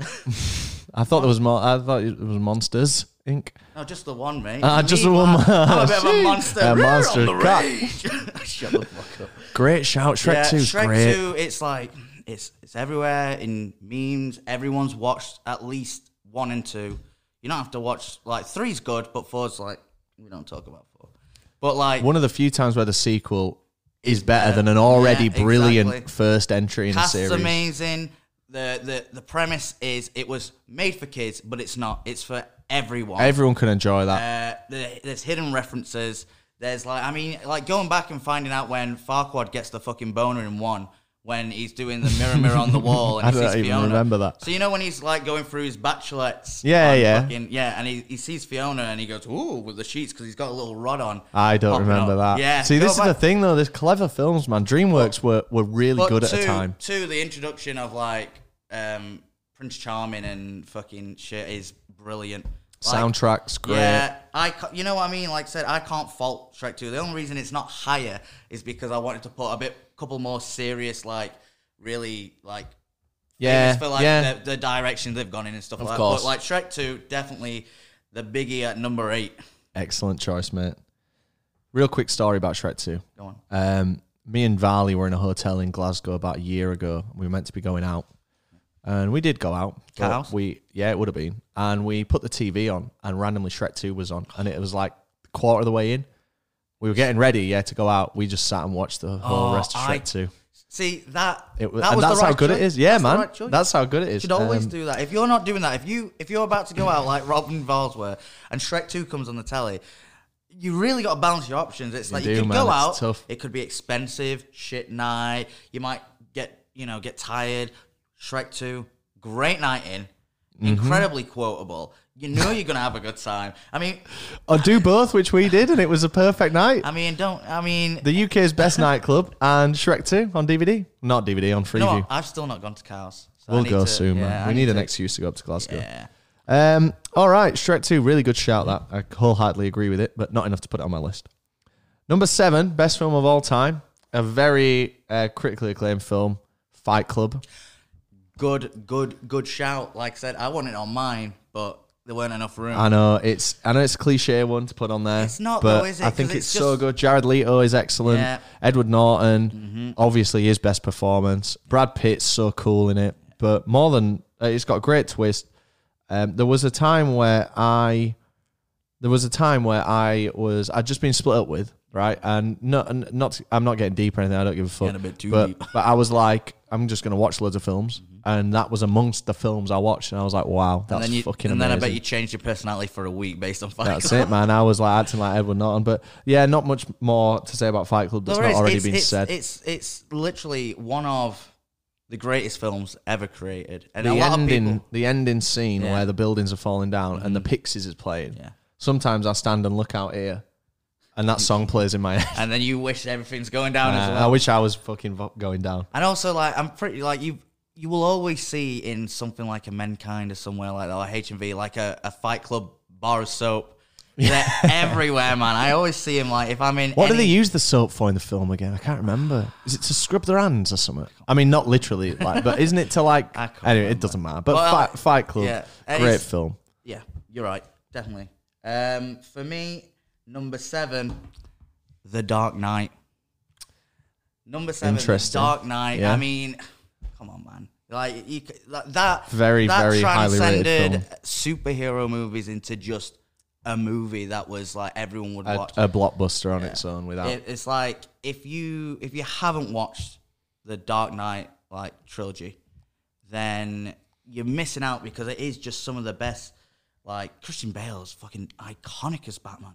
[SPEAKER 1] I thought there was mo- I thought it was Monsters Inc.
[SPEAKER 2] no, just the one, mate.
[SPEAKER 1] Ah,
[SPEAKER 2] Me,
[SPEAKER 1] just the one.
[SPEAKER 2] man. I'm a bit of
[SPEAKER 1] Shit.
[SPEAKER 2] a monster.
[SPEAKER 1] A
[SPEAKER 2] Roar
[SPEAKER 1] monster
[SPEAKER 2] on the
[SPEAKER 1] cat.
[SPEAKER 2] rage. [LAUGHS] Shut the fuck up.
[SPEAKER 1] Great shout, Shrek
[SPEAKER 2] Yeah,
[SPEAKER 1] 2 's
[SPEAKER 2] Shrek
[SPEAKER 1] great.
[SPEAKER 2] Two. It's like it's it's everywhere in memes. Everyone's watched at least one and two. You don't have to watch like three's good, but four's like we don't talk about four. But like
[SPEAKER 1] One of the few times where the sequel is better than an already
[SPEAKER 2] yeah,
[SPEAKER 1] brilliant
[SPEAKER 2] exactly.
[SPEAKER 1] first entry in a
[SPEAKER 2] cast's
[SPEAKER 1] series.
[SPEAKER 2] amazing. The, the the premise is it was made for kids, but it's not. It's for everyone.
[SPEAKER 1] Everyone can enjoy that.
[SPEAKER 2] Uh, there- there's hidden references. There's like, I mean, like going back and finding out when Farquad gets the fucking boner in one when he's doing the mirror
[SPEAKER 1] [LAUGHS]
[SPEAKER 2] mirror on the wall. And
[SPEAKER 1] I
[SPEAKER 2] he
[SPEAKER 1] don't
[SPEAKER 2] sees
[SPEAKER 1] even
[SPEAKER 2] Fiona.
[SPEAKER 1] remember that.
[SPEAKER 2] So you know when he's like going through his bachelorettes.
[SPEAKER 1] Yeah,
[SPEAKER 2] on
[SPEAKER 1] yeah.
[SPEAKER 2] fucking- yeah, and he, he sees Fiona and he goes, "Ooh, with the sheets," because he's got a little rod on.
[SPEAKER 1] I don't
[SPEAKER 2] popping
[SPEAKER 1] remember
[SPEAKER 2] up.
[SPEAKER 1] that.
[SPEAKER 2] Yeah.
[SPEAKER 1] See,
[SPEAKER 2] go
[SPEAKER 1] this is the
[SPEAKER 2] back-
[SPEAKER 1] thing though. This clever films, man. DreamWorks were were really good at
[SPEAKER 2] to,
[SPEAKER 1] a time.
[SPEAKER 2] To the introduction of like um, Prince Charming and fucking shit is brilliant. Like,
[SPEAKER 1] Soundtracks great.
[SPEAKER 2] Yeah, I ca- you know what I mean. Like I said, I can't fault Shrek Two. The only reason it's not higher is because I wanted to put a bit, couple more serious, like really like
[SPEAKER 1] yeah,
[SPEAKER 2] famous for like
[SPEAKER 1] yeah.
[SPEAKER 2] the, the direction they've gone in and stuff like
[SPEAKER 1] course.
[SPEAKER 2] that. But like Shrek Two, definitely the biggie at number eight.
[SPEAKER 1] Excellent choice, mate. Real quick story about Shrek Two.
[SPEAKER 2] Go on.
[SPEAKER 1] Um, me and Vali were in a hotel in Glasgow about a year ago. We were meant to be going out, and we did go out. but
[SPEAKER 2] Cat house?
[SPEAKER 1] We yeah, it would have been. And we put the TV on, and randomly Shrek Two was on, and it was like quarter of the way in. We were getting ready, yeah, to go out. We just sat and watched the whole
[SPEAKER 2] Oh,
[SPEAKER 1] rest of Shrek
[SPEAKER 2] I-
[SPEAKER 1] Two.
[SPEAKER 2] See that?
[SPEAKER 1] It was,
[SPEAKER 2] that
[SPEAKER 1] and
[SPEAKER 2] was the
[SPEAKER 1] that's how
[SPEAKER 2] right
[SPEAKER 1] good it
[SPEAKER 2] choice.
[SPEAKER 1] is. Yeah,
[SPEAKER 2] That's the
[SPEAKER 1] man.
[SPEAKER 2] right choice.
[SPEAKER 1] that's how good it is.
[SPEAKER 2] should always
[SPEAKER 1] Um,
[SPEAKER 2] do that. If you're not doing that, if you if you're about to go out like Robin Valls were and Shrek Two comes on the telly, you really got to balance your options. It's like you
[SPEAKER 1] do,
[SPEAKER 2] could
[SPEAKER 1] man.
[SPEAKER 2] go
[SPEAKER 1] It's
[SPEAKER 2] out.
[SPEAKER 1] tough.
[SPEAKER 2] It could be expensive, shit night. You might get you know get tired. Shrek Two, great night in,
[SPEAKER 1] Mm-hmm.
[SPEAKER 2] incredibly quotable. You know you're gonna have a good time. I mean,
[SPEAKER 1] Or do both, which we did, and it was a perfect night.
[SPEAKER 2] I mean, don't. I mean,
[SPEAKER 1] The UK's best nightclub and Shrek 2 on DVD. Not DVD, on
[SPEAKER 2] you know
[SPEAKER 1] Freeview.
[SPEAKER 2] what? I've still not gone to Cows. So I
[SPEAKER 1] we'll
[SPEAKER 2] need
[SPEAKER 1] go
[SPEAKER 2] to-
[SPEAKER 1] soon,
[SPEAKER 2] yeah,
[SPEAKER 1] man.
[SPEAKER 2] I
[SPEAKER 1] We need
[SPEAKER 2] to-
[SPEAKER 1] an excuse to go up to Glasgow.
[SPEAKER 2] Yeah.
[SPEAKER 1] Um, all right, Shrek 2, really good shout that. I wholeheartedly agree with it, but not enough to put it on my list. Number seven, best film of all time. A very uh, critically acclaimed film, Fight Club.
[SPEAKER 2] Good, good, good shout. Like I said, I want it on mine, but there weren't enough room.
[SPEAKER 1] I know it's I know it's a cliche one to put on there.
[SPEAKER 2] It's not
[SPEAKER 1] but
[SPEAKER 2] though, is it?
[SPEAKER 1] I think
[SPEAKER 2] 'Cause
[SPEAKER 1] it's,
[SPEAKER 2] it's
[SPEAKER 1] so
[SPEAKER 2] just-
[SPEAKER 1] good. Jared Leto is excellent.
[SPEAKER 2] Yeah. Mm-hmm.
[SPEAKER 1] Edward Norton, obviously his best performance. Brad Pitt's so cool in it. But more than uh, it's got a great twist. Um, there was a time where I there was a time where I was I'd just been split up with right and not and not I'm not getting deep or anything I don't give a fuck
[SPEAKER 2] Getting a bit too
[SPEAKER 1] but,
[SPEAKER 2] deep. Mm-hmm.
[SPEAKER 1] but I was like I'm just gonna watch loads of films and that was amongst the films I watched and I was like wow that's
[SPEAKER 2] and then you,
[SPEAKER 1] fucking
[SPEAKER 2] and
[SPEAKER 1] amazing
[SPEAKER 2] then I bet you changed your personality for a week based on Fight
[SPEAKER 1] that's
[SPEAKER 2] Club.
[SPEAKER 1] it, man. I was like acting like Edward Norton, but yeah, not much more to say about Fight Club that's
[SPEAKER 2] There
[SPEAKER 1] not
[SPEAKER 2] is.
[SPEAKER 1] already
[SPEAKER 2] it's,
[SPEAKER 1] been
[SPEAKER 2] it's,
[SPEAKER 1] said.
[SPEAKER 2] It's it's literally one of the greatest films ever created, and
[SPEAKER 1] the
[SPEAKER 2] a lot
[SPEAKER 1] ending,
[SPEAKER 2] of people.
[SPEAKER 1] the ending scene
[SPEAKER 2] Yeah.
[SPEAKER 1] where the buildings are falling down and the Pixies is playing.
[SPEAKER 2] Yeah.
[SPEAKER 1] Sometimes I stand and look out here, and that song plays in my [LAUGHS] head.
[SPEAKER 2] And then you wish everything's going down as
[SPEAKER 1] Uh,
[SPEAKER 2] well.
[SPEAKER 1] I wish I was fucking vo- going down.
[SPEAKER 2] And also, like, I'm pretty like you. You will always see in something like a Mankind or somewhere like that, or HMV, like a, a Fight Club bar of soap.
[SPEAKER 1] [LAUGHS]
[SPEAKER 2] They're everywhere, man. I always see him. Like, if I'm in,
[SPEAKER 1] What
[SPEAKER 2] any,
[SPEAKER 1] do they use the soap for in the film again? I can't remember. Is it to scrub their hands or something? I mean, not literally, like, [LAUGHS] but isn't it to like?
[SPEAKER 2] I can't
[SPEAKER 1] Anyway, it doesn't matter. But
[SPEAKER 2] Well,
[SPEAKER 1] Fight, Fight Club,
[SPEAKER 2] yeah, it
[SPEAKER 1] great
[SPEAKER 2] is-
[SPEAKER 1] film.
[SPEAKER 2] Yeah, you're right. Definitely. Um, for me, number seven, The Dark Knight. Number seven, The
[SPEAKER 1] Interesting.
[SPEAKER 2] Dark Knight.
[SPEAKER 1] Yeah.
[SPEAKER 2] I mean, come on, man. Like you, c- that, that
[SPEAKER 1] Very,
[SPEAKER 2] that
[SPEAKER 1] very highly rated
[SPEAKER 2] transcended superhero movies into just a movie that was like everyone would
[SPEAKER 1] A,
[SPEAKER 2] watch.
[SPEAKER 1] a blockbuster on its own without.
[SPEAKER 2] It- it's like if you if you haven't watched the Dark Knight like trilogy, then you're missing out because it is just some of the best. Like Christian Bale is fucking iconic as Batman.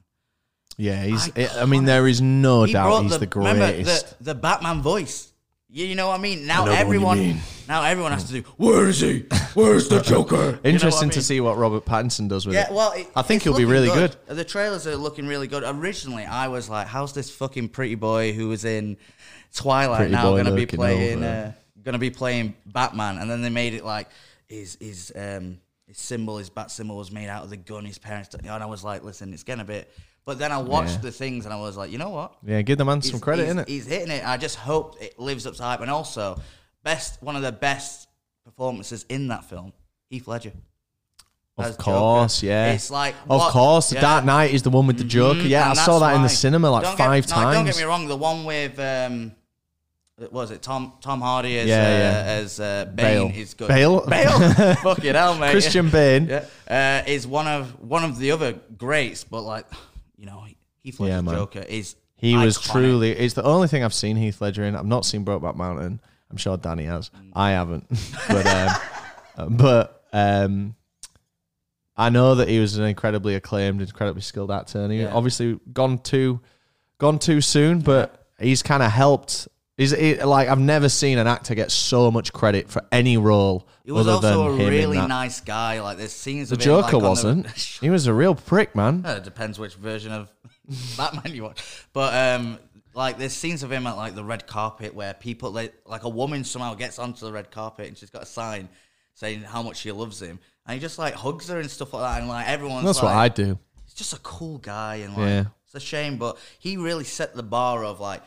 [SPEAKER 1] yeah, he's. I mean, there is no doubt he's the,
[SPEAKER 2] remember
[SPEAKER 1] greatest.
[SPEAKER 2] the, the Batman voice. You, you know what I mean? Now
[SPEAKER 1] know the one you
[SPEAKER 2] everyone
[SPEAKER 1] mean.
[SPEAKER 2] now everyone has to do where is he? Where's the Joker?
[SPEAKER 1] Interesting
[SPEAKER 2] I
[SPEAKER 1] to
[SPEAKER 2] mean?
[SPEAKER 1] see what Robert Pattinson does with
[SPEAKER 2] Yeah,
[SPEAKER 1] it.
[SPEAKER 2] well, it-
[SPEAKER 1] I think
[SPEAKER 2] it's
[SPEAKER 1] he'll be
[SPEAKER 2] looking
[SPEAKER 1] really good.
[SPEAKER 2] The trailers are looking really good. Originally, I was like, "How's this fucking pretty boy who was in Twilight
[SPEAKER 1] Pretty
[SPEAKER 2] now
[SPEAKER 1] boy
[SPEAKER 2] going to be
[SPEAKER 1] looking
[SPEAKER 2] playing uh,
[SPEAKER 1] over.
[SPEAKER 2] going to be playing Batman?" And then they made it like his his um his symbol, his bat symbol was made out of the gun his parents. took. And I was like, "Listen, it's getting a bit." But then I watched
[SPEAKER 1] Yeah.
[SPEAKER 2] the things and I was like, "You know what?
[SPEAKER 1] Yeah, give the man
[SPEAKER 2] He's-
[SPEAKER 1] some credit
[SPEAKER 2] he's,
[SPEAKER 1] in it.
[SPEAKER 2] He's hitting it. I just hope it lives up to hype. And also, best one of the best performances in that film, Heath Ledger. as
[SPEAKER 1] Of
[SPEAKER 2] Joker.
[SPEAKER 1] course, yeah.
[SPEAKER 2] It's like
[SPEAKER 1] of
[SPEAKER 2] what-
[SPEAKER 1] course, the
[SPEAKER 2] yeah. Mm-hmm. Mm,
[SPEAKER 1] Dark Knight is the one with the Joker. Yeah, I
[SPEAKER 2] And
[SPEAKER 1] saw
[SPEAKER 2] that's
[SPEAKER 1] that in the
[SPEAKER 2] why-
[SPEAKER 1] cinema like
[SPEAKER 2] Don't get-
[SPEAKER 1] five
[SPEAKER 2] no,
[SPEAKER 1] times.
[SPEAKER 2] Don't get me wrong. The one with um, what was it Tom Tom Hardy as
[SPEAKER 1] Yeah,
[SPEAKER 2] uh,
[SPEAKER 1] yeah.
[SPEAKER 2] as uh, Bane
[SPEAKER 1] Bale.
[SPEAKER 2] is good.
[SPEAKER 1] Bale?
[SPEAKER 2] [LAUGHS]
[SPEAKER 1] [LAUGHS]
[SPEAKER 2] Bale. Fucking hell, mate.
[SPEAKER 1] Christian Bane.
[SPEAKER 2] [LAUGHS] Yeah. Uh, is one of one of the other greats, but like [SIGHS] you know, Heath
[SPEAKER 1] Yeah,
[SPEAKER 2] Ledger
[SPEAKER 1] man.
[SPEAKER 2] Joker is
[SPEAKER 1] He was
[SPEAKER 2] iconic.
[SPEAKER 1] truly. It's the only thing I've seen Heath Ledger in. I've not seen Brokeback Mountain. I'm sure Danny has.
[SPEAKER 2] Mm.
[SPEAKER 1] I haven't. [LAUGHS] but um, but um, I know that he was an incredibly acclaimed, incredibly skilled actor. And he
[SPEAKER 2] Yeah.
[SPEAKER 1] obviously gone too gone too soon, but he's kind of helped. He's he, like I've never seen an actor get so much credit for any role.
[SPEAKER 2] He was
[SPEAKER 1] other
[SPEAKER 2] also a
[SPEAKER 1] than him in
[SPEAKER 2] really
[SPEAKER 1] that.
[SPEAKER 2] nice guy. Like there's scenes.
[SPEAKER 1] The Joker wasn't. he was a real prick, man.
[SPEAKER 2] [LAUGHS] Uh, It depends which version of [LAUGHS] Batman you watch. But um, like there's scenes of him at like the red carpet where people like, like a woman somehow gets onto the red carpet and she's got a sign saying how much she loves him, and he just like hugs her and stuff like that, and like everyone's
[SPEAKER 1] That's
[SPEAKER 2] like,
[SPEAKER 1] what I do.
[SPEAKER 2] he's just a cool guy and like
[SPEAKER 1] Yeah.
[SPEAKER 2] it's a shame, but he really set the bar of like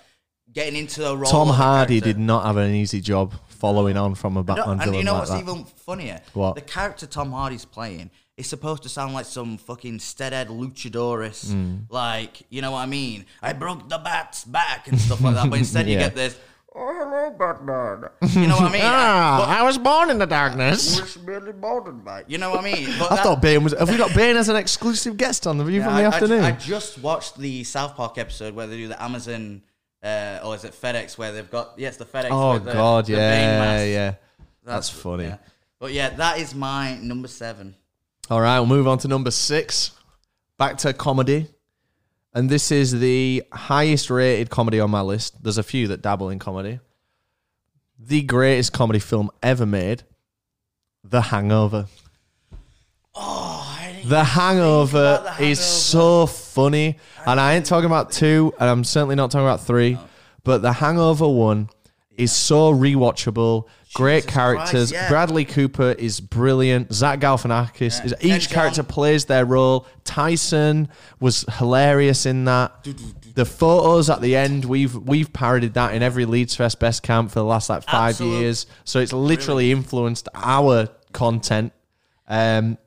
[SPEAKER 2] getting into a role.
[SPEAKER 1] Tom
[SPEAKER 2] of a
[SPEAKER 1] Hardy
[SPEAKER 2] character.
[SPEAKER 1] did not have an easy job following on from a
[SPEAKER 2] No,
[SPEAKER 1] Batman
[SPEAKER 2] and
[SPEAKER 1] villain
[SPEAKER 2] you know
[SPEAKER 1] like
[SPEAKER 2] what's
[SPEAKER 1] that.
[SPEAKER 2] even funnier?
[SPEAKER 1] What?
[SPEAKER 2] The character Tom Hardy's playing is supposed to sound like some fucking steadhead luchadorus.
[SPEAKER 1] Hmm.
[SPEAKER 2] Like, you know what I mean? I broke the bat's back and stuff like that. But instead,
[SPEAKER 1] [LAUGHS]
[SPEAKER 2] you
[SPEAKER 1] Yeah.
[SPEAKER 2] get this, oh, hello, Batman. You know
[SPEAKER 1] [LAUGHS]
[SPEAKER 2] what I mean? Uh,
[SPEAKER 1] Ah, I was born in the darkness.
[SPEAKER 2] but it's merely modern, mate. You know what I mean? But
[SPEAKER 1] I
[SPEAKER 2] that-
[SPEAKER 1] thought Bane was. Have we got Bane as an exclusive guest on the View
[SPEAKER 2] yeah,
[SPEAKER 1] from the
[SPEAKER 2] I- I ju-
[SPEAKER 1] Afternoon?
[SPEAKER 2] I, just watched the South Park episode where they do the Amazon. Uh, or is it FedEx where they've got yes the FedEx?
[SPEAKER 1] oh
[SPEAKER 2] with the-
[SPEAKER 1] God,
[SPEAKER 2] the Bane
[SPEAKER 1] yeah,
[SPEAKER 2] mask.
[SPEAKER 1] yeah. That's funny.
[SPEAKER 2] yeah. But yeah, that is my number seven.
[SPEAKER 1] All right, we'll move on to number six. Back to comedy. And this is the highest rated comedy on my list. There's a few that dabble in comedy. The greatest comedy film ever made The Hangover.
[SPEAKER 2] Oh, I didn't
[SPEAKER 1] The hangover,
[SPEAKER 2] about The
[SPEAKER 1] is
[SPEAKER 2] Hangover.
[SPEAKER 1] so funny. And I ain't talking about two, and I'm certainly not talking about three, but the hangover one is so rewatchable. Great
[SPEAKER 2] Jesus
[SPEAKER 1] characters.
[SPEAKER 2] Christ, yeah.
[SPEAKER 1] Bradley Cooper is brilliant. Zach Galifianakis is
[SPEAKER 2] Ken
[SPEAKER 1] each character
[SPEAKER 2] Jeong.
[SPEAKER 1] plays their role. Tyson was hilarious in that. The photos at the end, we've we've parodied that in every Leeds Fest Best Camp for the last like five
[SPEAKER 2] Absolute-
[SPEAKER 1] years. So it's literally influenced our content. Um,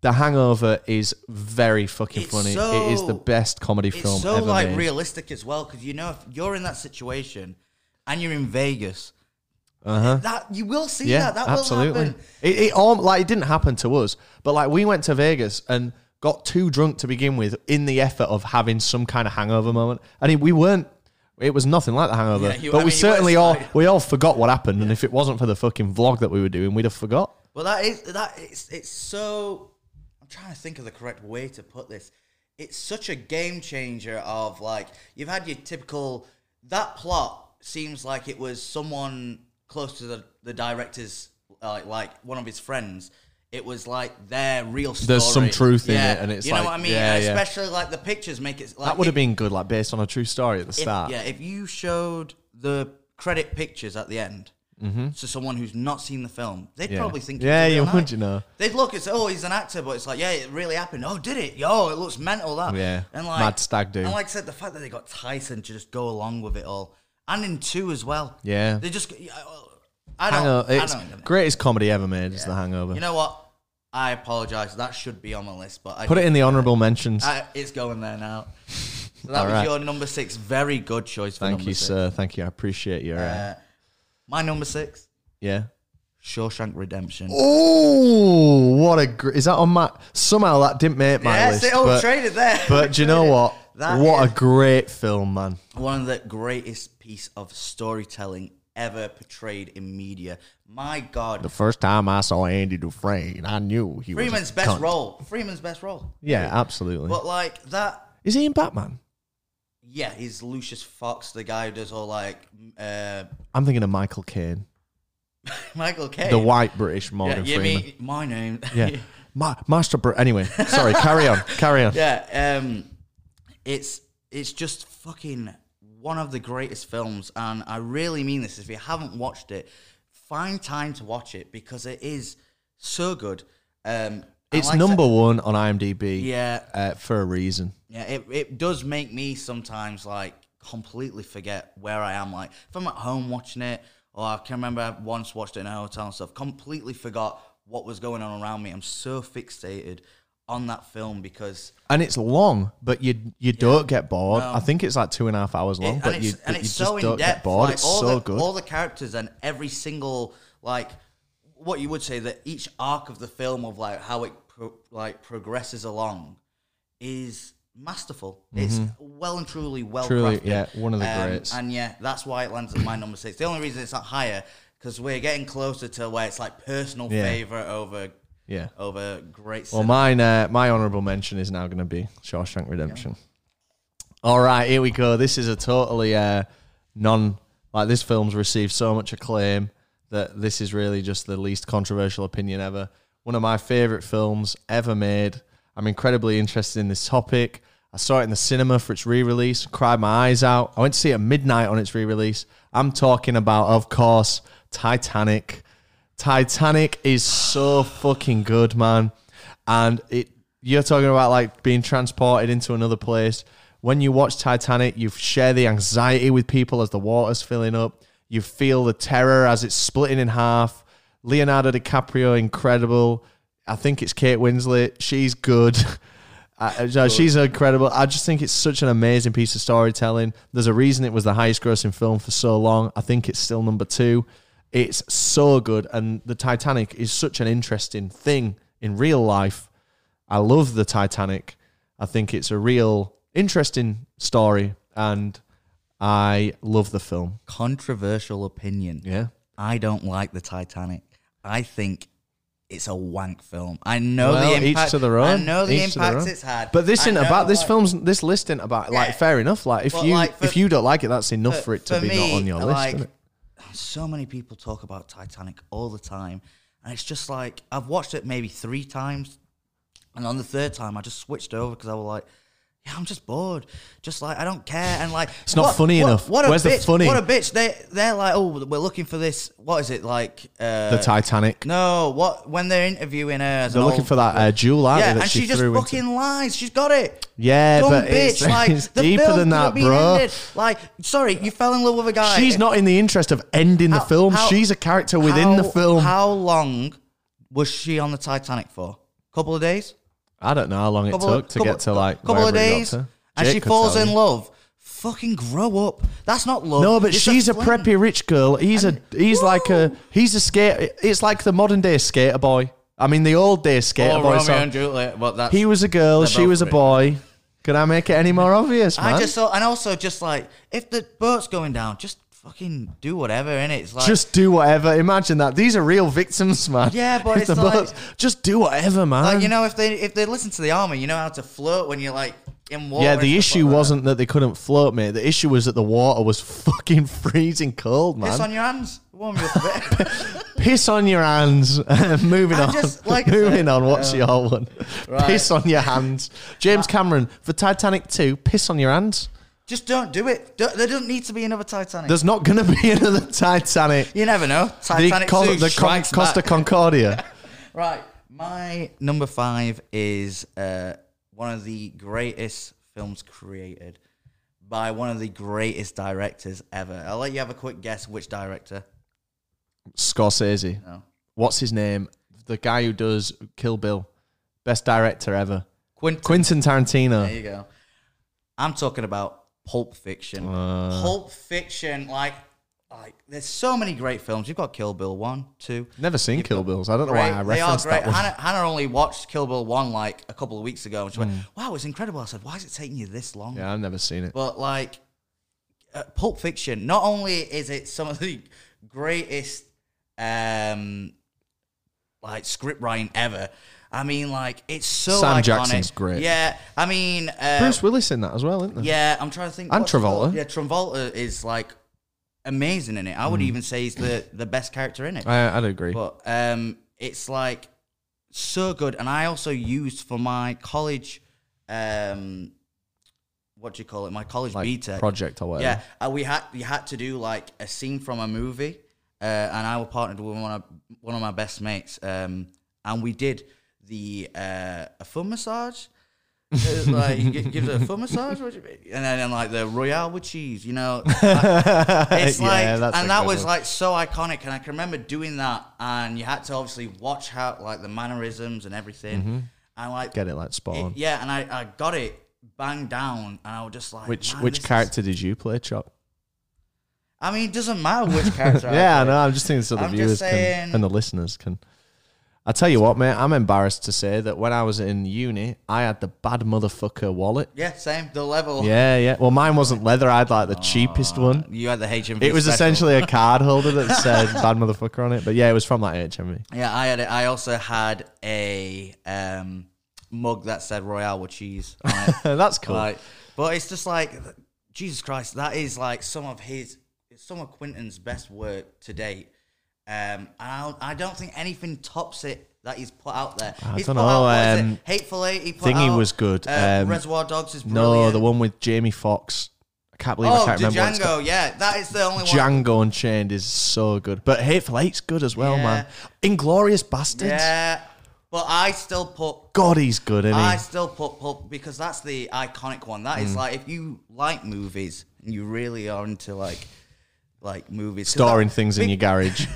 [SPEAKER 1] the Hangover is very fucking
[SPEAKER 2] It's
[SPEAKER 1] funny.
[SPEAKER 2] so-
[SPEAKER 1] it is the best comedy film
[SPEAKER 2] it's so
[SPEAKER 1] ever
[SPEAKER 2] like
[SPEAKER 1] made.
[SPEAKER 2] realistic as well because you know if you're in that situation and you're in Vegas, that you will see
[SPEAKER 1] Uh-huh. yeah,
[SPEAKER 2] that. That
[SPEAKER 1] absolutely.
[SPEAKER 2] will happen.
[SPEAKER 1] It, it all like it didn't happen to us, but like we went to Vegas and got too drunk to begin with in the effort of having some kind of hangover moment, and it, we weren't. It was nothing like the hangover,
[SPEAKER 2] Yeah, you-
[SPEAKER 1] but
[SPEAKER 2] I
[SPEAKER 1] we
[SPEAKER 2] mean, you
[SPEAKER 1] certainly
[SPEAKER 2] weren't
[SPEAKER 1] all
[SPEAKER 2] like-
[SPEAKER 1] we all forgot what happened, and if it wasn't for the fucking vlog that we were doing, we'd have forgot.
[SPEAKER 2] Well, that is that it's it's so. I'm trying to think of the correct way to put this. It's such a game changer of like you've had your typical that plot seems like it was someone close to the the director's uh, like like one of his friends. It was like their real story.
[SPEAKER 1] There's some truth in it, and it's
[SPEAKER 2] you know
[SPEAKER 1] like,
[SPEAKER 2] what I mean.
[SPEAKER 1] yeah, yeah.
[SPEAKER 2] Especially like the pictures make it like
[SPEAKER 1] That would
[SPEAKER 2] it-
[SPEAKER 1] have been good, like based on a true story at the
[SPEAKER 2] if-
[SPEAKER 1] start.
[SPEAKER 2] yeah, if you showed the credit pictures at the end to someone who's not seen the film, they'd probably think, it was
[SPEAKER 1] Mm-hmm. Yeah,
[SPEAKER 2] a real
[SPEAKER 1] you would,
[SPEAKER 2] night.
[SPEAKER 1] you know.
[SPEAKER 2] They'd look, it's oh, he's an actor, but it's like, yeah, it really happened. Oh, did it? Yo, it looks mental that.
[SPEAKER 1] Yeah,
[SPEAKER 2] and like
[SPEAKER 1] mad stag do.
[SPEAKER 2] And like I said, the fact that they got Tyson to just go along with it all, and in two as well.
[SPEAKER 1] Yeah.
[SPEAKER 2] they just. I don't.
[SPEAKER 1] Hangover,
[SPEAKER 2] I
[SPEAKER 1] it's
[SPEAKER 2] don't. get it.
[SPEAKER 1] greatest comedy ever made is The Hangover.
[SPEAKER 2] You know what? I apologize. That should be on my list, but I
[SPEAKER 1] Put it in the honorable mentions. [LAUGHS]
[SPEAKER 2] I, it's going there now. So that
[SPEAKER 1] All
[SPEAKER 2] was
[SPEAKER 1] right.
[SPEAKER 2] your number six. Very good choice. For
[SPEAKER 1] Thank
[SPEAKER 2] number
[SPEAKER 1] you,
[SPEAKER 2] six.
[SPEAKER 1] sir. Thank you. I appreciate your. Uh,
[SPEAKER 2] Uh, my number six,
[SPEAKER 1] yeah.
[SPEAKER 2] Shawshank Redemption.
[SPEAKER 1] Oh, what a gr- is that on my? Somehow that didn't make my
[SPEAKER 2] yes,
[SPEAKER 1] list.
[SPEAKER 2] it all
[SPEAKER 1] but,
[SPEAKER 2] traded there.
[SPEAKER 1] but do you know what?
[SPEAKER 2] [LAUGHS] That
[SPEAKER 1] what
[SPEAKER 2] is-
[SPEAKER 1] a great film, man.
[SPEAKER 2] One of the greatest piece of storytelling ever portrayed in media. My God,
[SPEAKER 1] first time I saw Andy Dufresne, I knew he
[SPEAKER 2] Freeman's best role. Freeman's best role.
[SPEAKER 1] Yeah, absolutely.
[SPEAKER 2] But like that,
[SPEAKER 1] is he in Batman?
[SPEAKER 2] yeah, he's Lucius Fox, the guy who does all like uh, [LAUGHS]
[SPEAKER 1] I'm thinking of Michael Caine,
[SPEAKER 2] Michael Caine.
[SPEAKER 1] the white British
[SPEAKER 2] yeah,
[SPEAKER 1] Morgan
[SPEAKER 2] you
[SPEAKER 1] Freeman.
[SPEAKER 2] [LAUGHS] mean my name?
[SPEAKER 1] yeah, Ma- Master. Br- anyway, sorry.
[SPEAKER 2] [LAUGHS]
[SPEAKER 1] Carry on. Carry on.
[SPEAKER 2] yeah. Um, it's it's just fucking one of the greatest films, and I really mean this. If you haven't watched it, find time to watch it because it is so good. Um, I
[SPEAKER 1] It's
[SPEAKER 2] like to-
[SPEAKER 1] number one on IMDb.
[SPEAKER 2] yeah,
[SPEAKER 1] uh, for a reason.
[SPEAKER 2] yeah. It it does make me sometimes like completely forget where I am. Like if I'm at home watching it, or I can remember I once watched it in a hotel and stuff. Completely forgot what was going on around me. I'm so fixated on that film because
[SPEAKER 1] and it's long, but you you don't get bored. I think it's like two and a half hours long,
[SPEAKER 2] It-
[SPEAKER 1] Oh, but
[SPEAKER 2] and
[SPEAKER 1] you,
[SPEAKER 2] it's, and
[SPEAKER 1] you
[SPEAKER 2] it's
[SPEAKER 1] just
[SPEAKER 2] so in
[SPEAKER 1] don't
[SPEAKER 2] depth.
[SPEAKER 1] get bored.
[SPEAKER 2] like,
[SPEAKER 1] it's
[SPEAKER 2] all
[SPEAKER 1] so
[SPEAKER 2] the,
[SPEAKER 1] good.
[SPEAKER 2] All the characters and every single like what you would say that each arc of the film of like how it pro- like progresses along is masterful. It's well and truly well
[SPEAKER 1] Mm-hmm. Truly,
[SPEAKER 2] crafted. Um,
[SPEAKER 1] yeah, one of the greats.
[SPEAKER 2] And yeah, that's why it lands at my number six. The only reason it's not higher because we're getting closer to where it's like personal
[SPEAKER 1] Yeah.
[SPEAKER 2] favorite over
[SPEAKER 1] yeah.
[SPEAKER 2] over great.
[SPEAKER 1] Well,
[SPEAKER 2] cinema.
[SPEAKER 1] mine uh, my honourable mention is now going to be Shawshank Redemption. All right, here we go. This is a totally uh, non like this film's received so much acclaim that this is really just the least controversial opinion ever. One of my favourite films ever made. I'm incredibly interested in this topic. I saw it in the cinema for its re-release, cried my eyes out. I went to see it at midnight on its re-release. I'm talking about, of course, Titanic. Titanic is so fucking good, man. And it you're talking about like being transported into another place. When you watch Titanic, you share the anxiety with people as the water's filling up. You feel the terror as it's splitting in half. Leonardo DiCaprio, incredible. I think it's Kate Winslet. She's good. [LAUGHS] I, I- Uh, she's incredible. I just think it's such an amazing piece of storytelling. There's a reason it was the highest grossing film for so long. I think it's still number two. It's so good. And the Titanic is such an interesting thing in real life. I love the Titanic. I think it's a real interesting story. And I love the film.
[SPEAKER 2] controversial opinion.
[SPEAKER 1] Yeah.
[SPEAKER 2] I don't like the Titanic. I think it's a wank film. I know
[SPEAKER 1] Well,
[SPEAKER 2] the impact.
[SPEAKER 1] each to their own.
[SPEAKER 2] I know the
[SPEAKER 1] Each to their
[SPEAKER 2] impact
[SPEAKER 1] own.
[SPEAKER 2] it's had.
[SPEAKER 1] But this
[SPEAKER 2] I
[SPEAKER 1] isn't
[SPEAKER 2] know,
[SPEAKER 1] about this
[SPEAKER 2] like,
[SPEAKER 1] film's this list isn't about like
[SPEAKER 2] Yeah.
[SPEAKER 1] fair enough. Like if
[SPEAKER 2] But,
[SPEAKER 1] you
[SPEAKER 2] like, for-
[SPEAKER 1] if you don't like it, that's enough
[SPEAKER 2] for-
[SPEAKER 1] for it to
[SPEAKER 2] for
[SPEAKER 1] be
[SPEAKER 2] me,
[SPEAKER 1] not on your list.
[SPEAKER 2] like,
[SPEAKER 1] isn't it?
[SPEAKER 2] So many people talk about Titanic all the time, and it's just like I've watched it maybe three times, and on the third time I just switched over because I was like. Yeah, I'm just bored. Just like I don't care, and like it's
[SPEAKER 1] not funny enough.
[SPEAKER 2] What a
[SPEAKER 1] Where's the
[SPEAKER 2] bitch,
[SPEAKER 1] funny?
[SPEAKER 2] What a bitch! They they're like, oh, we're looking for this. What is it like? Uh,
[SPEAKER 1] the Titanic.
[SPEAKER 2] No, what when they're interviewing her? as
[SPEAKER 1] They're
[SPEAKER 2] an
[SPEAKER 1] looking
[SPEAKER 2] old-
[SPEAKER 1] for that uh, jewel, aren't
[SPEAKER 2] Yeah,
[SPEAKER 1] they? That
[SPEAKER 2] and she, just
[SPEAKER 1] threw into-
[SPEAKER 2] fucking lies. She's got it.
[SPEAKER 1] Yeah,
[SPEAKER 2] Dumb
[SPEAKER 1] but
[SPEAKER 2] bitch.
[SPEAKER 1] it's-
[SPEAKER 2] like
[SPEAKER 1] it's [LAUGHS]
[SPEAKER 2] the
[SPEAKER 1] deeper
[SPEAKER 2] film
[SPEAKER 1] than
[SPEAKER 2] could have
[SPEAKER 1] that,
[SPEAKER 2] been
[SPEAKER 1] bro.
[SPEAKER 2] ended. Like, sorry, you fell in love with a guy.
[SPEAKER 1] She's not in the interest of ending the
[SPEAKER 2] How-
[SPEAKER 1] film.
[SPEAKER 2] how-
[SPEAKER 1] She's a character within the
[SPEAKER 2] How-
[SPEAKER 1] film.
[SPEAKER 2] How long was she on the Titanic for? Couple of days.
[SPEAKER 1] I don't know how long it
[SPEAKER 2] Couple
[SPEAKER 1] took
[SPEAKER 2] of,
[SPEAKER 1] to
[SPEAKER 2] couple,
[SPEAKER 1] get to like
[SPEAKER 2] couple of
[SPEAKER 1] wherever it got
[SPEAKER 2] days,
[SPEAKER 1] to.
[SPEAKER 2] and
[SPEAKER 1] Jake
[SPEAKER 2] she
[SPEAKER 1] could
[SPEAKER 2] falls
[SPEAKER 1] tell
[SPEAKER 2] in
[SPEAKER 1] you.
[SPEAKER 2] love. Fucking grow up. That's not love.
[SPEAKER 1] No, but
[SPEAKER 2] It's
[SPEAKER 1] she's a,
[SPEAKER 2] fling.
[SPEAKER 1] preppy rich girl. He's a he's like a he's a skater. It's like the modern day skater boy. I mean, the old day
[SPEAKER 2] Or
[SPEAKER 1] skater boy.
[SPEAKER 2] Oh, Romeo
[SPEAKER 1] song.
[SPEAKER 2] and Juliet, but that's
[SPEAKER 1] He was a girl. She
[SPEAKER 2] both
[SPEAKER 1] was a
[SPEAKER 2] rich.
[SPEAKER 1] boy. Could I make it any more obvious, man?
[SPEAKER 2] I just saw, and also just like if the boat's going down, just fucking do whatever. And it's like
[SPEAKER 1] just do whatever. Imagine that. These are real victims, man.
[SPEAKER 2] Yeah, but
[SPEAKER 1] If
[SPEAKER 2] it's
[SPEAKER 1] the
[SPEAKER 2] like-
[SPEAKER 1] boats- just do whatever, man.
[SPEAKER 2] Like you know, if they if they listen to the army, you know how to float when you're like in water.
[SPEAKER 1] yeah,
[SPEAKER 2] and
[SPEAKER 1] the
[SPEAKER 2] stuff
[SPEAKER 1] issue
[SPEAKER 2] like that.
[SPEAKER 1] wasn't that they couldn't float, mate. The issue was that the water was fucking [LAUGHS] freezing cold, man.
[SPEAKER 2] Piss on your hands, warm you up a bit.
[SPEAKER 1] [LAUGHS] your hands. [LAUGHS] Moving
[SPEAKER 2] I
[SPEAKER 1] on.
[SPEAKER 2] just- like I said,
[SPEAKER 1] Moving on. What's your one? Piss on your hands.
[SPEAKER 2] Uh,
[SPEAKER 1] James Cameron for Titanic 2, piss on your hands.
[SPEAKER 2] Just don't do it. Don't, there doesn't need to be another Titanic.
[SPEAKER 1] There's not going to be [LAUGHS] another Titanic.
[SPEAKER 2] you never know.
[SPEAKER 1] The,
[SPEAKER 2] Titanic
[SPEAKER 1] Co-
[SPEAKER 2] two
[SPEAKER 1] the Con-
[SPEAKER 2] strikes
[SPEAKER 1] Costa
[SPEAKER 2] back. [LAUGHS]
[SPEAKER 1] Concordia.
[SPEAKER 2] Right, my number five is uh, one of the greatest films created by one of the greatest directors ever. I'll let you have a quick guess which director.
[SPEAKER 1] Scorsese.
[SPEAKER 2] No.
[SPEAKER 1] What's his name? The guy who does Kill Bill. Best director ever.
[SPEAKER 2] Quint.
[SPEAKER 1] Quentin Tarantino.
[SPEAKER 2] There you go. I'm talking about Pulp Fiction.
[SPEAKER 1] Uh.
[SPEAKER 2] Pulp Fiction, like, like there's so many great films. You've got Kill Bill one, two.
[SPEAKER 1] Never seen Kill Bills. I don't know why I
[SPEAKER 2] Great. They are
[SPEAKER 1] referenced
[SPEAKER 2] great.
[SPEAKER 1] that one.
[SPEAKER 2] Hannah, Hannah only watched Kill Bill one like a couple of weeks ago, and she went, "Wow, it's incredible." I said, "Why is it taking you this long?"
[SPEAKER 1] Mm. Yeah, I've never seen it.
[SPEAKER 2] But like, uh, Pulp Fiction, not only is it some of the greatest, um, like script writing ever. I mean, like it's so
[SPEAKER 1] Sam
[SPEAKER 2] iconic.
[SPEAKER 1] Jackson's great.
[SPEAKER 2] Yeah, I mean, uh,
[SPEAKER 1] Bruce Willis in that as well, isn't there?
[SPEAKER 2] yeah, I'm trying to think.
[SPEAKER 1] And
[SPEAKER 2] what's it called?
[SPEAKER 1] Travolta.
[SPEAKER 2] Yeah, Travolta is like amazing in it. I would
[SPEAKER 1] Mm.
[SPEAKER 2] even say he's the the best character in it.
[SPEAKER 1] I, I'd agree.
[SPEAKER 2] But um, it's like so good, and I also used for my college, um, what do you call it? My college
[SPEAKER 1] like
[SPEAKER 2] B tech
[SPEAKER 1] project or whatever.
[SPEAKER 2] yeah, uh, we had we had to do like a scene from a movie, uh, and I was partnered with one of one of my best mates, um, and we did the uh, a foot massage. It was like you gi- give it a foot massage, what do you mean? and then and like the royale with cheese, you know.
[SPEAKER 1] [LAUGHS]
[SPEAKER 2] It's
[SPEAKER 1] Yeah,
[SPEAKER 2] like,
[SPEAKER 1] that's a
[SPEAKER 2] and that
[SPEAKER 1] good
[SPEAKER 2] was
[SPEAKER 1] one.
[SPEAKER 2] like so iconic, and I can remember doing that, and you had to obviously watch how like the mannerisms and everything, and like
[SPEAKER 1] Mm-hmm. Get it like spot
[SPEAKER 2] it-
[SPEAKER 1] on.
[SPEAKER 2] yeah, and I, I got it banged down, and I was just like,
[SPEAKER 1] Which
[SPEAKER 2] "Man,
[SPEAKER 1] which
[SPEAKER 2] this is-
[SPEAKER 1] character did you play, Chop?
[SPEAKER 2] I mean, it doesn't matter which
[SPEAKER 1] [LAUGHS]
[SPEAKER 2] character.
[SPEAKER 1] Yeah, I
[SPEAKER 2] I play.
[SPEAKER 1] know. I'm just thinking so the
[SPEAKER 2] I'm just
[SPEAKER 1] viewers can,
[SPEAKER 2] saying-
[SPEAKER 1] and the listeners can. I tell you what, mate, I'm embarrassed to say that when I was in uni, I had the bad motherfucker wallet.
[SPEAKER 2] Yeah, same. The [LAUGHS] level.
[SPEAKER 1] Yeah, yeah. Well, mine wasn't leather. I had like the cheapest one.
[SPEAKER 2] You had Oh, the HMV.
[SPEAKER 1] It was
[SPEAKER 2] special.
[SPEAKER 1] essentially a card holder
[SPEAKER 2] [LAUGHS]
[SPEAKER 1] that said bad motherfucker on it. But yeah, it was from like HMV.
[SPEAKER 2] Yeah, I had it. I also had a um, mug that said Royale with cheese. On it.
[SPEAKER 1] That's [LAUGHS] cool.
[SPEAKER 2] like, but it's just like Jesus Christ. That is like some of his, some of Quentin's best work to date. Um, and I don't, I don't think anything tops it that he's put out there.
[SPEAKER 1] I
[SPEAKER 2] he's
[SPEAKER 1] don't
[SPEAKER 2] put
[SPEAKER 1] know,
[SPEAKER 2] Out, what is
[SPEAKER 1] um,
[SPEAKER 2] it? Hateful Eight. He put
[SPEAKER 1] Thingy
[SPEAKER 2] out,
[SPEAKER 1] was good,
[SPEAKER 2] Uh,
[SPEAKER 1] um,
[SPEAKER 2] Reservoir Dogs is brilliant.
[SPEAKER 1] no, the one with Jamie Foxx. I can't believe I
[SPEAKER 2] Oh,
[SPEAKER 1] can't remember what it's called.
[SPEAKER 2] Django. Yeah, that is the only one.
[SPEAKER 1] Django Unchained is so good. But Hateful Eight's good as well,
[SPEAKER 2] Yeah.
[SPEAKER 1] man. Inglorious Bastards.
[SPEAKER 2] Yeah, but I still put
[SPEAKER 1] God, he's good, isn't he?
[SPEAKER 2] I still put Pulp because that's the iconic one. That is
[SPEAKER 1] Mm.
[SPEAKER 2] like if you like movies and you really are into like like movies 'cause that-
[SPEAKER 1] Storing things in your
[SPEAKER 2] [LAUGHS]
[SPEAKER 1] garage.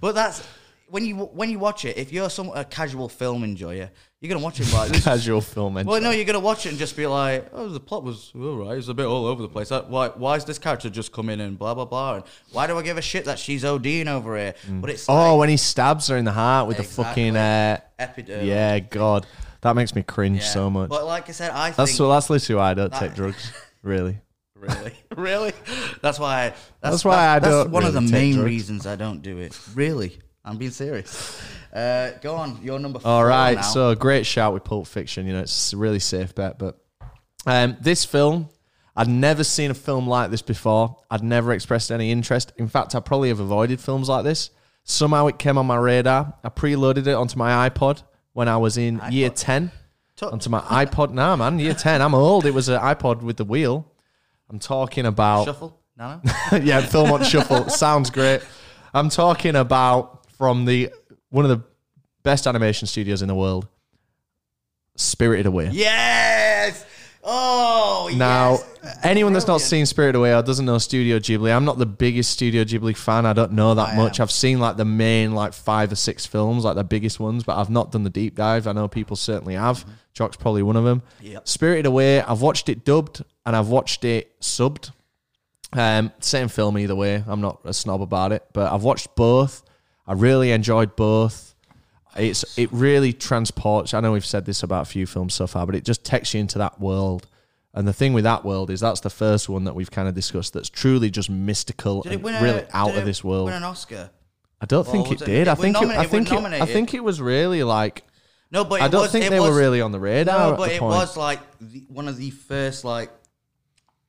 [SPEAKER 2] But that's when you when you watch it. If you're some a casual film enjoyer, you're gonna watch
[SPEAKER 1] [LAUGHS]
[SPEAKER 2] it like this.
[SPEAKER 1] Casual film. and
[SPEAKER 2] Well, no, you're gonna watch it and just be like, "Oh, the plot was all right. It was a bit all over the place. That- Why? Why is this character just come in and blah blah blah? And why do I give a shit that she's ODing over here? But it's
[SPEAKER 1] Oh,
[SPEAKER 2] like,
[SPEAKER 1] when he stabs her in the heart with
[SPEAKER 2] Exactly.
[SPEAKER 1] the fucking. Uh,
[SPEAKER 2] epiderm.
[SPEAKER 1] yeah, God. That makes me cringe
[SPEAKER 2] Yeah.
[SPEAKER 1] so much.
[SPEAKER 2] But like I said, I
[SPEAKER 1] that's
[SPEAKER 2] think
[SPEAKER 1] so, that's literally why I don't take
[SPEAKER 2] [LAUGHS]
[SPEAKER 1] drugs, really.
[SPEAKER 2] Really? [LAUGHS] really? That's why. I, that's,
[SPEAKER 1] That's why I don't
[SPEAKER 2] That's one of the
[SPEAKER 1] really take
[SPEAKER 2] main
[SPEAKER 1] drugs.
[SPEAKER 2] reasons I don't do it. Really? I'm being serious. Uh, go on. You're number four.
[SPEAKER 1] All right,
[SPEAKER 2] Now.
[SPEAKER 1] so great shout with Pulp Fiction. You know, it's a really safe bet. But um, this film, I'd never seen a film like this before. I'd never expressed any interest. In fact, I probably have avoided films like this. Somehow it came on my radar. I preloaded it onto my iPod when I was in year 10.
[SPEAKER 2] To-
[SPEAKER 1] onto my iPod now, man. Year 10. I'm old. It was an iPod with the wheel. I'm talking about.
[SPEAKER 2] shuffle. No,
[SPEAKER 1] [LAUGHS] yeah, film on shuffle sounds great. I'm talking about from the one of the best animation studios in the world, Spirited Away.
[SPEAKER 2] [LAUGHS] yes. Oh,
[SPEAKER 1] Now,
[SPEAKER 2] yes.
[SPEAKER 1] anyone that's not
[SPEAKER 2] Brilliant.
[SPEAKER 1] seen Spirited Away or doesn't know Studio Ghibli, I'm not the biggest Studio Ghibli fan. I don't know that much. I've seen like the main like five or six films, like the biggest ones, but I've not done the deep dive. I know people certainly have. Jock's probably one of them.
[SPEAKER 2] Mm-hmm. Yep.
[SPEAKER 1] Spirited Away, I've watched it dubbed and I've watched it subbed. Um, same film either way. I'm not a snob about it, but I've watched both. I really enjoyed both. It's it really transports. I know we've said this about a few films so far, but it just takes you into that world. And the thing with that world is that's the first one that we've kind of discussed that's truly just mystical
[SPEAKER 2] Did it
[SPEAKER 1] and
[SPEAKER 2] win a-
[SPEAKER 1] really out
[SPEAKER 2] did
[SPEAKER 1] of
[SPEAKER 2] it
[SPEAKER 1] this world.
[SPEAKER 2] Win an Oscar.
[SPEAKER 1] I don't
[SPEAKER 2] Or
[SPEAKER 1] think it
[SPEAKER 2] was it-
[SPEAKER 1] did. I
[SPEAKER 2] it were
[SPEAKER 1] think it,
[SPEAKER 2] nomin-
[SPEAKER 1] I
[SPEAKER 2] it were
[SPEAKER 1] think it, I
[SPEAKER 2] nominated.
[SPEAKER 1] think it was really like
[SPEAKER 2] No, but it
[SPEAKER 1] I don't
[SPEAKER 2] was,
[SPEAKER 1] think
[SPEAKER 2] it
[SPEAKER 1] they
[SPEAKER 2] was,
[SPEAKER 1] were really on the radar.
[SPEAKER 2] No,
[SPEAKER 1] at
[SPEAKER 2] but
[SPEAKER 1] the
[SPEAKER 2] it
[SPEAKER 1] point.
[SPEAKER 2] was like the, one of the first like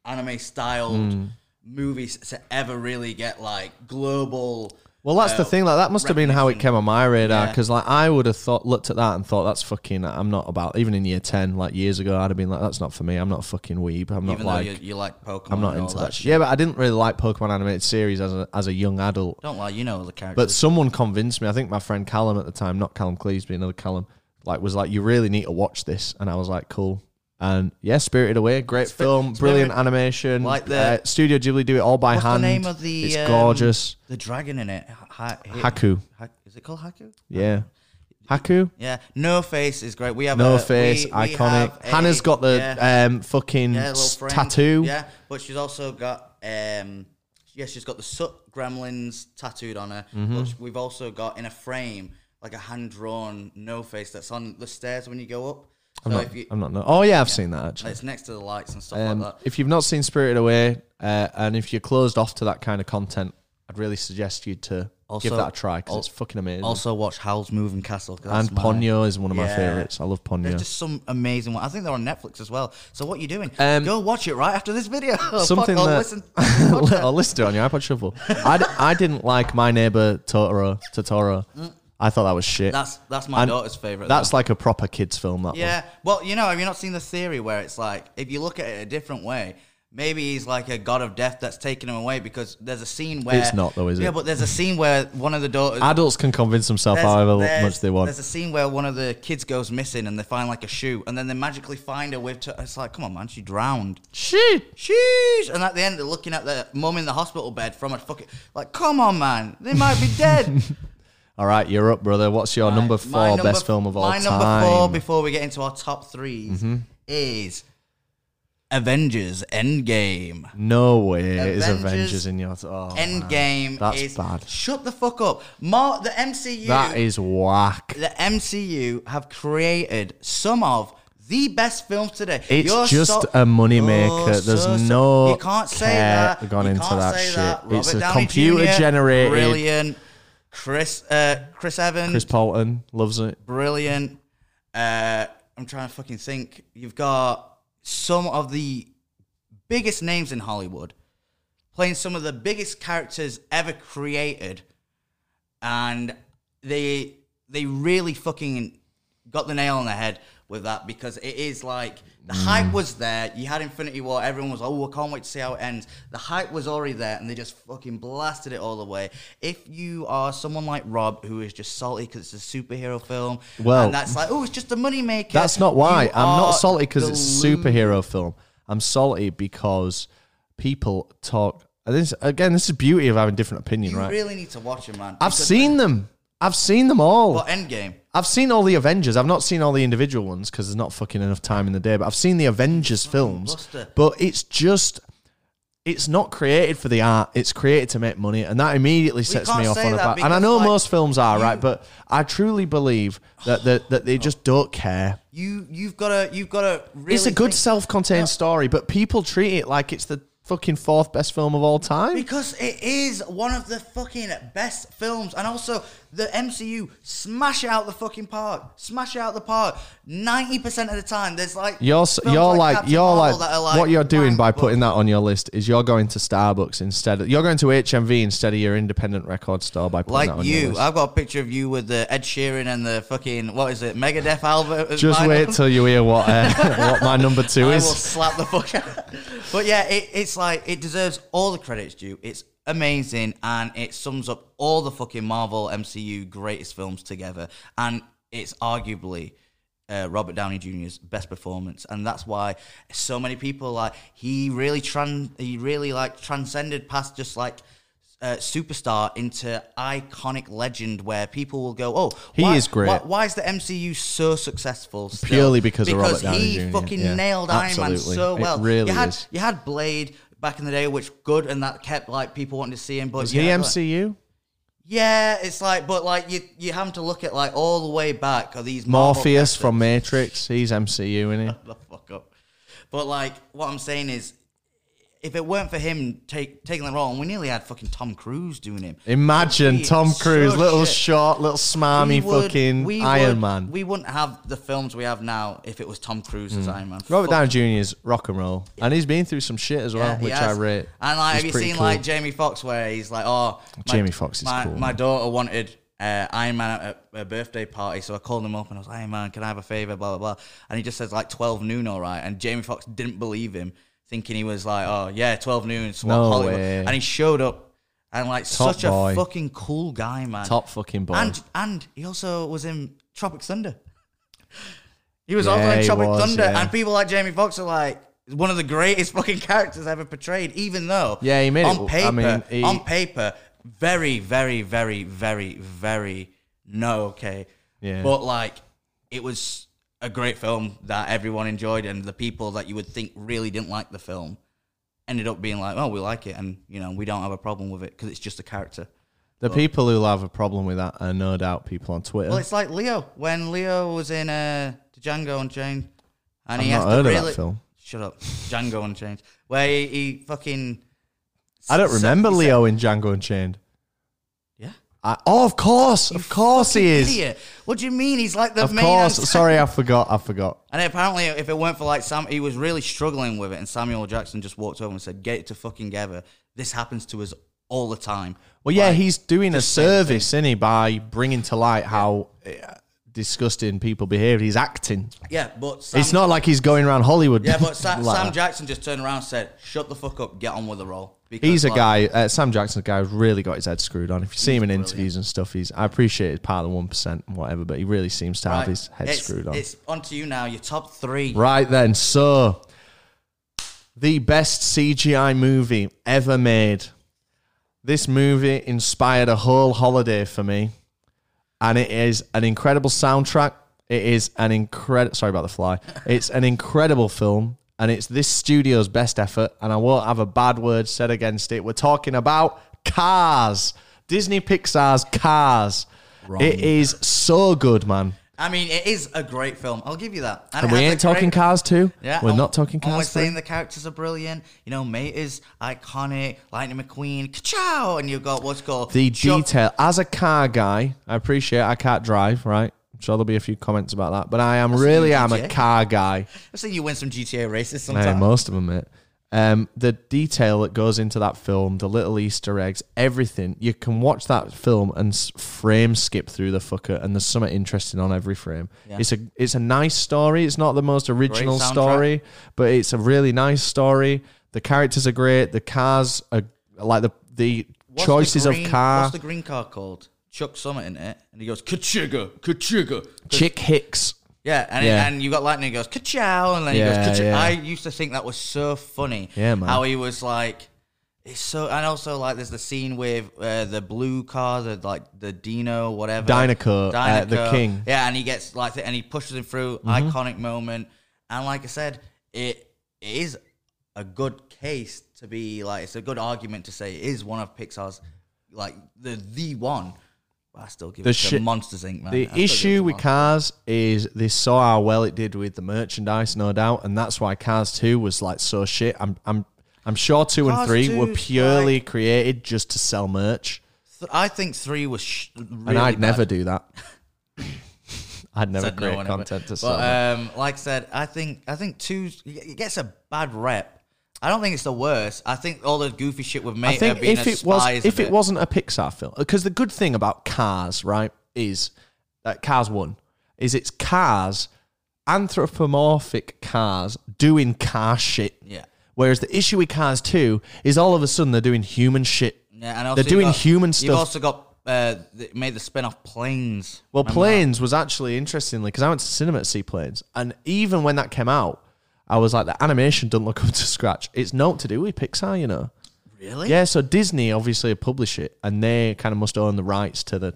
[SPEAKER 2] anime styled
[SPEAKER 1] Hmm.
[SPEAKER 2] movies to ever really get like global.
[SPEAKER 1] Well, that's the
[SPEAKER 2] uh,
[SPEAKER 1] thing. Like that must have been how it
[SPEAKER 2] recognition.
[SPEAKER 1] came on my radar
[SPEAKER 2] Yeah.
[SPEAKER 1] because, like, I would have thought, looked at that and thought, "That's fucking." I'm not about even in year ten, like years ago, I'd have been like, "That's not for me. I'm not a fucking weeb. I'm not
[SPEAKER 2] Even
[SPEAKER 1] like,
[SPEAKER 2] though you, you like Pokemon,
[SPEAKER 1] I'm not
[SPEAKER 2] and all
[SPEAKER 1] into that shit."
[SPEAKER 2] shit.
[SPEAKER 1] Yeah, but I didn't really like Pokemon animated series as a as a young adult.
[SPEAKER 2] Don't lie, you know the characters.
[SPEAKER 1] But someone convinced me. I think my friend Callum at the time, not Callum Cleesby, another Callum, like was like, "You really need to watch this," and I was like, "Cool." And yeah, Spirited Away, great film, brilliant animation.
[SPEAKER 2] Like the-
[SPEAKER 1] uh, Studio Ghibli do it all by
[SPEAKER 2] What's
[SPEAKER 1] hand.
[SPEAKER 2] the name of the?
[SPEAKER 1] It's
[SPEAKER 2] um,
[SPEAKER 1] gorgeous.
[SPEAKER 2] The dragon in it. Ha- ha-
[SPEAKER 1] Haku.
[SPEAKER 2] Ha- is it called Haku?
[SPEAKER 1] Yeah. Haku.
[SPEAKER 2] Yeah, No Face is great. We have
[SPEAKER 1] No
[SPEAKER 2] a,
[SPEAKER 1] face,
[SPEAKER 2] Uh, we- we
[SPEAKER 1] iconic.
[SPEAKER 2] have a-
[SPEAKER 1] Hannah's got the
[SPEAKER 2] yeah.
[SPEAKER 1] um, fucking
[SPEAKER 2] Yeah, little
[SPEAKER 1] s-
[SPEAKER 2] friend.
[SPEAKER 1] tattoo.
[SPEAKER 2] Yeah, but she's also got um, yeah, she's got the Sut Gremlins tattooed on her.
[SPEAKER 1] Mm-hmm.
[SPEAKER 2] But we've also got in a frame like a hand drawn no face that's on the stairs when you go up. So if you,
[SPEAKER 1] I'm not. No- oh yeah, I've seen that actually.
[SPEAKER 2] it's next to the lights and stuff
[SPEAKER 1] Um,
[SPEAKER 2] like that.
[SPEAKER 1] if you've not seen Spirited Away, uh, and if you're closed off to that kind of content, I'd really suggest you to
[SPEAKER 2] Also-
[SPEAKER 1] give that a try because it's fucking amazing.
[SPEAKER 2] Also watch Howl's Moving Castle 'cause
[SPEAKER 1] and
[SPEAKER 2] that's my-
[SPEAKER 1] Ponyo is one of my
[SPEAKER 2] Yeah.
[SPEAKER 1] favorites. I love Ponyo. [LAUGHS]
[SPEAKER 2] There's just [LAUGHS] some amazing ones. I think they're on Netflix as well. So what are you doing?
[SPEAKER 1] Um,
[SPEAKER 2] Go watch it right after this video. [LAUGHS] Or
[SPEAKER 1] Something
[SPEAKER 2] fuck- or
[SPEAKER 1] that
[SPEAKER 2] listen. [LAUGHS]
[SPEAKER 1] I'll listen to it on your iPod Shuffle. I, d- I didn't like My Neighbor Totoro. Totoro. I thought that was shit.
[SPEAKER 2] Mm. That's that's my
[SPEAKER 1] And
[SPEAKER 2] daughter's favorite.
[SPEAKER 1] That's like a proper kids film. That one.
[SPEAKER 2] Yeah. Well, you know, have you not seen the theory where it's like, if you look at it a different way, maybe he's like a god of death that's taken him away because there's a scene where.
[SPEAKER 1] It's not though, is it?
[SPEAKER 2] Yeah, but there's a scene where one of the daughters.
[SPEAKER 1] Adults can convince themselves however much they want.
[SPEAKER 2] There's a scene where one of the kids goes missing and they find like a shoe and then they magically find her with. T- it's like, come on, man, she drowned.
[SPEAKER 1] Shit.
[SPEAKER 2] Sheesh! And at the end, they're looking at the mum in the hospital bed from a fucking. Like, come on, man, they might be dead.
[SPEAKER 1] All right, you're up, brother. What's your [LAUGHS] number
[SPEAKER 2] Right,
[SPEAKER 1] four
[SPEAKER 2] my number-
[SPEAKER 1] best film of all
[SPEAKER 2] my
[SPEAKER 1] time? Mm-hmm.
[SPEAKER 2] number four, before we get into our top 3s is Avengers Endgame.
[SPEAKER 1] No way Avengers,
[SPEAKER 2] Avengers-
[SPEAKER 1] Avengers in your oh, man.
[SPEAKER 2] Endgame
[SPEAKER 1] That's
[SPEAKER 2] is
[SPEAKER 1] bad.
[SPEAKER 2] Shut the fuck up. Mark the MCU.
[SPEAKER 1] That is whack.
[SPEAKER 2] the MCU have created some of the best films today.
[SPEAKER 1] It's just a moneymaker. There's no
[SPEAKER 2] you can't say
[SPEAKER 1] care
[SPEAKER 2] that.
[SPEAKER 1] gone
[SPEAKER 2] you
[SPEAKER 1] into
[SPEAKER 2] can't
[SPEAKER 1] that
[SPEAKER 2] say
[SPEAKER 1] shit.
[SPEAKER 2] That.
[SPEAKER 1] It's
[SPEAKER 2] Robert
[SPEAKER 1] a
[SPEAKER 2] Downey
[SPEAKER 1] computer
[SPEAKER 2] Jr.,
[SPEAKER 1] generated-
[SPEAKER 2] Brilliant. Chris uh, Chris Evans.
[SPEAKER 1] Chris Paulton loves it.
[SPEAKER 2] brilliant. Uh, I'm trying to fucking think. You've got some of the biggest names in Hollywood playing some of the biggest characters ever created, and they they really fucking got the nail on the head with that because it is like the
[SPEAKER 1] Mm.
[SPEAKER 2] hype was there. You had Infinity War. Everyone was oh, I can't wait to see how it ends. The hype was already there, and they just fucking blasted it all the way. If you are someone like Rob, who is just salty because it's a superhero film,
[SPEAKER 1] Well-
[SPEAKER 2] and that's like oh, it's just a moneymaker.
[SPEAKER 1] That's not why.
[SPEAKER 2] you
[SPEAKER 1] I'm not
[SPEAKER 2] are
[SPEAKER 1] salty because it's a
[SPEAKER 2] delu-
[SPEAKER 1] superhero film. I'm salty because people talk. and This again. This is beauty of having different opinion,
[SPEAKER 2] You
[SPEAKER 1] right?
[SPEAKER 2] really need to watch it, man.
[SPEAKER 1] I've seen them. I've seen them all.
[SPEAKER 2] But Endgame.
[SPEAKER 1] I've seen all the Avengers. I've not seen all the individual ones because there's not fucking enough time in the day. But I've seen the Avengers films.
[SPEAKER 2] Buster.
[SPEAKER 1] But it's just, it's not created for the art. It's created to make money, and that immediately sets me
[SPEAKER 2] can't
[SPEAKER 1] off
[SPEAKER 2] say
[SPEAKER 1] on a
[SPEAKER 2] that
[SPEAKER 1] bad. And I
[SPEAKER 2] because,
[SPEAKER 1] know
[SPEAKER 2] like,
[SPEAKER 1] most films are right, but I truly believe that that, that they just don't care.
[SPEAKER 2] You you've got to you've got to. Really
[SPEAKER 1] it's a good
[SPEAKER 2] think-
[SPEAKER 1] self-contained story, but people treat it like it's the fucking fourth best film of all time.
[SPEAKER 2] Because it is one of the fucking best films, and also the MCU smash it out the fucking park, smash it out the park. Ninety percent of the time, there's like
[SPEAKER 1] You're s-
[SPEAKER 2] films
[SPEAKER 1] you're like,
[SPEAKER 2] Captain
[SPEAKER 1] you're
[SPEAKER 2] Marvel
[SPEAKER 1] like,
[SPEAKER 2] that are
[SPEAKER 1] what you're doing
[SPEAKER 2] bang,
[SPEAKER 1] by
[SPEAKER 2] but-
[SPEAKER 1] putting that on your list is you're going to Starbucks instead of you're going to HMV instead of your independent record store by putting that
[SPEAKER 2] like
[SPEAKER 1] on your
[SPEAKER 2] you.
[SPEAKER 1] list.
[SPEAKER 2] I've got a picture of you with the Ed Sheeran and the fucking what is it, Megadeth album.
[SPEAKER 1] Just
[SPEAKER 2] vinyl.
[SPEAKER 1] wait till you hear what
[SPEAKER 2] [LAUGHS]
[SPEAKER 1] uh, what my number two
[SPEAKER 2] I will
[SPEAKER 1] is.
[SPEAKER 2] slap the fuck out. But yeah, it, it's like it deserves all the credits due. It's amazing and it sums up all the fucking Marvel MCU greatest films together. And it's arguably uh, Robert Downey Jr.'s best performance, and that's why so many people like he really tran he really like transcended past just like. Uh, superstar into iconic legend where people will go, Oh,
[SPEAKER 1] He
[SPEAKER 2] why-
[SPEAKER 1] is great.
[SPEAKER 2] Why, why is the MCU so successful? still?"
[SPEAKER 1] Purely because of Robert Downey
[SPEAKER 2] he
[SPEAKER 1] Jr.,
[SPEAKER 2] fucking
[SPEAKER 1] yeah.
[SPEAKER 2] nailed Iron Man
[SPEAKER 1] Absolutely.
[SPEAKER 2] so
[SPEAKER 1] It
[SPEAKER 2] well.
[SPEAKER 1] really
[SPEAKER 2] you had
[SPEAKER 1] is.
[SPEAKER 2] you had Blade back in the day, which good, and that kept like people wanting to see him. But
[SPEAKER 1] Is
[SPEAKER 2] yeah,
[SPEAKER 1] he
[SPEAKER 2] like-
[SPEAKER 1] MCU?
[SPEAKER 2] yeah, it's like, but like you you have to look at like all the way back. Are these Marvel
[SPEAKER 1] Morpheus
[SPEAKER 2] characters-
[SPEAKER 1] from Matrix. He's MCU, isn't he?
[SPEAKER 2] the fuck up? But like, what I'm saying is, if it weren't for him take, taking the role, and we nearly had fucking Tom Cruise doing him. [LAUGHS]
[SPEAKER 1] Imagine
[SPEAKER 2] He is
[SPEAKER 1] Tom Cruise,
[SPEAKER 2] so
[SPEAKER 1] little
[SPEAKER 2] shit.
[SPEAKER 1] short, little smarmy fucking
[SPEAKER 2] we
[SPEAKER 1] Iron
[SPEAKER 2] would-
[SPEAKER 1] Man. Hmm.
[SPEAKER 2] We wouldn't have the films we have now if it was Tom Cruise as Iron Man.
[SPEAKER 1] Robert
[SPEAKER 2] Fuck
[SPEAKER 1] Downey Jr. is rock and roll, and he's been through some shit as well,
[SPEAKER 2] Yeah, he
[SPEAKER 1] which I
[SPEAKER 2] has.
[SPEAKER 1] rate.
[SPEAKER 2] And like,
[SPEAKER 1] He's
[SPEAKER 2] have you
[SPEAKER 1] pretty
[SPEAKER 2] seen
[SPEAKER 1] cool.
[SPEAKER 2] like Jamie Foxx where he's like, "Oh,
[SPEAKER 1] Jamie Foxx is
[SPEAKER 2] my,
[SPEAKER 1] cool,
[SPEAKER 2] My
[SPEAKER 1] man.
[SPEAKER 2] daughter wanted uh, Iron Man at a, a birthday party, so I called him up and I was like, Iron Man, can I have a favor? Blah blah blah. And he just says like twelve noon, all right. And Jamie Foxx didn't believe him, thinking he was like, "Oh yeah, twelve noon, swap
[SPEAKER 1] No
[SPEAKER 2] Hollywood."
[SPEAKER 1] way.
[SPEAKER 2] And he showed up and like
[SPEAKER 1] Top
[SPEAKER 2] such
[SPEAKER 1] boy.
[SPEAKER 2] a fucking cool guy, man.
[SPEAKER 1] top fucking boy?
[SPEAKER 2] And and he also was in Tropic Thunder. he was
[SPEAKER 1] Yeah,
[SPEAKER 2] also in
[SPEAKER 1] he
[SPEAKER 2] Tropic
[SPEAKER 1] was,
[SPEAKER 2] Thunder,
[SPEAKER 1] yeah.
[SPEAKER 2] and people like Jamie Foxx are like one of the greatest [LAUGHS] fucking characters ever portrayed. Even though,
[SPEAKER 1] Yeah, he made
[SPEAKER 2] on
[SPEAKER 1] it-
[SPEAKER 2] paper.
[SPEAKER 1] I mean, he-
[SPEAKER 2] on paper, very, very, very, very, very no. Okay,
[SPEAKER 1] Yeah.
[SPEAKER 2] But like, it was a great film that everyone enjoyed, and the people that you would think really didn't like the film ended up being like, "Oh, we like it," and you know, we don't have a problem with it because it's just a character.
[SPEAKER 1] The people who'll have a problem with that are no doubt people on Twitter.
[SPEAKER 2] Well, it's like Leo when Leo was in uh, Django Unchained,
[SPEAKER 1] I've
[SPEAKER 2] and he
[SPEAKER 1] not
[SPEAKER 2] has
[SPEAKER 1] heard
[SPEAKER 2] to
[SPEAKER 1] of that
[SPEAKER 2] really
[SPEAKER 1] film.
[SPEAKER 2] shut up Django Unchained, where he, he fucking.
[SPEAKER 1] I don't
[SPEAKER 2] said-
[SPEAKER 1] remember
[SPEAKER 2] he said-
[SPEAKER 1] Leo in Django Unchained.
[SPEAKER 2] yeah.
[SPEAKER 1] I, oh, of course, of course he is.
[SPEAKER 2] Idiot. What do you mean? He's like the
[SPEAKER 1] Of
[SPEAKER 2] main.
[SPEAKER 1] course.
[SPEAKER 2] antagonist.
[SPEAKER 1] Sorry, I forgot. I forgot.
[SPEAKER 2] And apparently, if it weren't for like Sam, he was really struggling with it, and Samuel Jackson just walked over and said, "Get it to fucking together. This happens to us all the time."
[SPEAKER 1] Well, yeah,
[SPEAKER 2] Like,
[SPEAKER 1] he's doing a
[SPEAKER 2] just same thing.
[SPEAKER 1] service, isn't he, by bringing to light how uh, disgusting people behave. He's acting.
[SPEAKER 2] yeah, but Sam,
[SPEAKER 1] it's not like he's going around Hollywood.
[SPEAKER 2] Yeah,
[SPEAKER 1] [LAUGHS]
[SPEAKER 2] but Sa-
[SPEAKER 1] like
[SPEAKER 2] Sam
[SPEAKER 1] that.
[SPEAKER 2] Jackson just turned around and said, "Shut the fuck up. Get on with the role." Because,
[SPEAKER 1] He's a
[SPEAKER 2] like,
[SPEAKER 1] guy. Uh, Sam Jackson's a guy who's really got his head screwed on. If you see him in interviews and stuff, he's I appreciate he's part of the one percent, and whatever. But he really seems to have
[SPEAKER 2] right,
[SPEAKER 1] his head
[SPEAKER 2] it's-
[SPEAKER 1] screwed on.
[SPEAKER 2] It's on to you now. Your top three.
[SPEAKER 1] Right then, so the best CGI movie ever made. This movie inspired a whole holiday for me, and it is an incredible soundtrack. It is an incredible. Sorry about the fly. It's an incredible film, and it's this studio's best effort. And I won't have a bad word said against it. We're talking about Cars, Disney Pixar's Cars. It is so good, man.
[SPEAKER 2] I mean, it is a great film. I'll give you that. And
[SPEAKER 1] And
[SPEAKER 2] it
[SPEAKER 1] we
[SPEAKER 2] has
[SPEAKER 1] ain't
[SPEAKER 2] a great-
[SPEAKER 1] talking Cars too.
[SPEAKER 2] Yeah,
[SPEAKER 1] we're
[SPEAKER 2] and-
[SPEAKER 1] not talking
[SPEAKER 2] And we're
[SPEAKER 1] Cars. 3.
[SPEAKER 2] saying the characters are brilliant. You know, mate is iconic. Lightning McQueen, ka and you've got what's called
[SPEAKER 1] the
[SPEAKER 2] Chuck-
[SPEAKER 1] detail as a car guy i appreciate i can't drive right i'm sure there'll be a few comments about that but i am really am a
[SPEAKER 2] GTA.
[SPEAKER 1] car guy
[SPEAKER 2] I see you win some GTA races
[SPEAKER 1] Hey,
[SPEAKER 2] sometimes.
[SPEAKER 1] most of them mate um, the detail that goes into that film the little easter eggs everything you can watch that film and s- frame skip through the fucker and there's something interesting on every frame it's a it's a nice story it's not the most original
[SPEAKER 2] soundtrack.
[SPEAKER 1] story but it's a really nice story. The characters are great. The cars are like the the
[SPEAKER 2] What's the
[SPEAKER 1] choices
[SPEAKER 2] green-
[SPEAKER 1] of car.
[SPEAKER 2] What's the green car called? Chuck Summit in it, and he goes Kachiga, Kachiga.
[SPEAKER 1] Chick Hicks.
[SPEAKER 2] Yeah, and
[SPEAKER 1] Yeah.
[SPEAKER 2] and you got lightning. He goes ka-chow, and then
[SPEAKER 1] Yeah,
[SPEAKER 2] he goes. ka
[SPEAKER 1] yeah.
[SPEAKER 2] I used to think that was so funny.
[SPEAKER 1] Yeah, man.
[SPEAKER 2] How he was like, it's so, and also like there's the scene with uh, the blue car, the like the Dino, whatever,
[SPEAKER 1] Dynaco, uh, the
[SPEAKER 2] Dynaco.
[SPEAKER 1] king. Mm-hmm.
[SPEAKER 2] Yeah, and he gets like, and he pushes him through. Iconic moment, and like I said, it it is a good case to be like, it's a good argument to say it is one of Pixar's like the the one. But I still give
[SPEAKER 1] The
[SPEAKER 2] it
[SPEAKER 1] shi-
[SPEAKER 2] to Monsters Inc. Man. I
[SPEAKER 1] The
[SPEAKER 2] still give it to
[SPEAKER 1] issue with
[SPEAKER 2] Monsters.
[SPEAKER 1] Cars is they saw how well it did with the merchandise, no doubt, and that's why Cars Two was like so shit. I'm I'm I'm sure two and
[SPEAKER 2] Cars
[SPEAKER 1] three
[SPEAKER 2] 2
[SPEAKER 1] were
[SPEAKER 2] 's
[SPEAKER 1] purely created just to sell merch,
[SPEAKER 2] Th- I think three was sh- really
[SPEAKER 1] and I'd
[SPEAKER 2] bad.
[SPEAKER 1] never do
[SPEAKER 2] [LAUGHS]
[SPEAKER 1] that. I'd never
[SPEAKER 2] Said no
[SPEAKER 1] create
[SPEAKER 2] one ever.
[SPEAKER 1] content to sell.
[SPEAKER 2] But
[SPEAKER 1] merch.
[SPEAKER 2] um, like I said, I think I think two it gets a bad rep. I don't think it's the worst. I think all the goofy shit with
[SPEAKER 1] I
[SPEAKER 2] mate
[SPEAKER 1] think
[SPEAKER 2] being
[SPEAKER 1] if
[SPEAKER 2] a
[SPEAKER 1] it
[SPEAKER 2] spy
[SPEAKER 1] was
[SPEAKER 2] is a
[SPEAKER 1] if it
[SPEAKER 2] bit-
[SPEAKER 1] wasn't a Pixar film, because the good thing about Cars, right, is that Cars One is it's cars, anthropomorphic cars doing car shit.
[SPEAKER 2] Yeah.
[SPEAKER 1] Whereas the issue with Cars Two is all of a sudden they're doing human shit.
[SPEAKER 2] yeah, and also
[SPEAKER 1] they're
[SPEAKER 2] you
[SPEAKER 1] doing
[SPEAKER 2] got-
[SPEAKER 1] human
[SPEAKER 2] You've
[SPEAKER 1] stuff.
[SPEAKER 2] also got uh, th- made the spin off planes.
[SPEAKER 1] Well,
[SPEAKER 2] Remember
[SPEAKER 1] Planes was actually interestingly because I went to cinema to see Planes, and even when that came out, I was like, the animation doesn't look up to scratch. It's not to do with Pixar, you know.
[SPEAKER 2] that? Really?
[SPEAKER 1] Yeah, so Disney obviously publish it, and they kind of must own the rights to the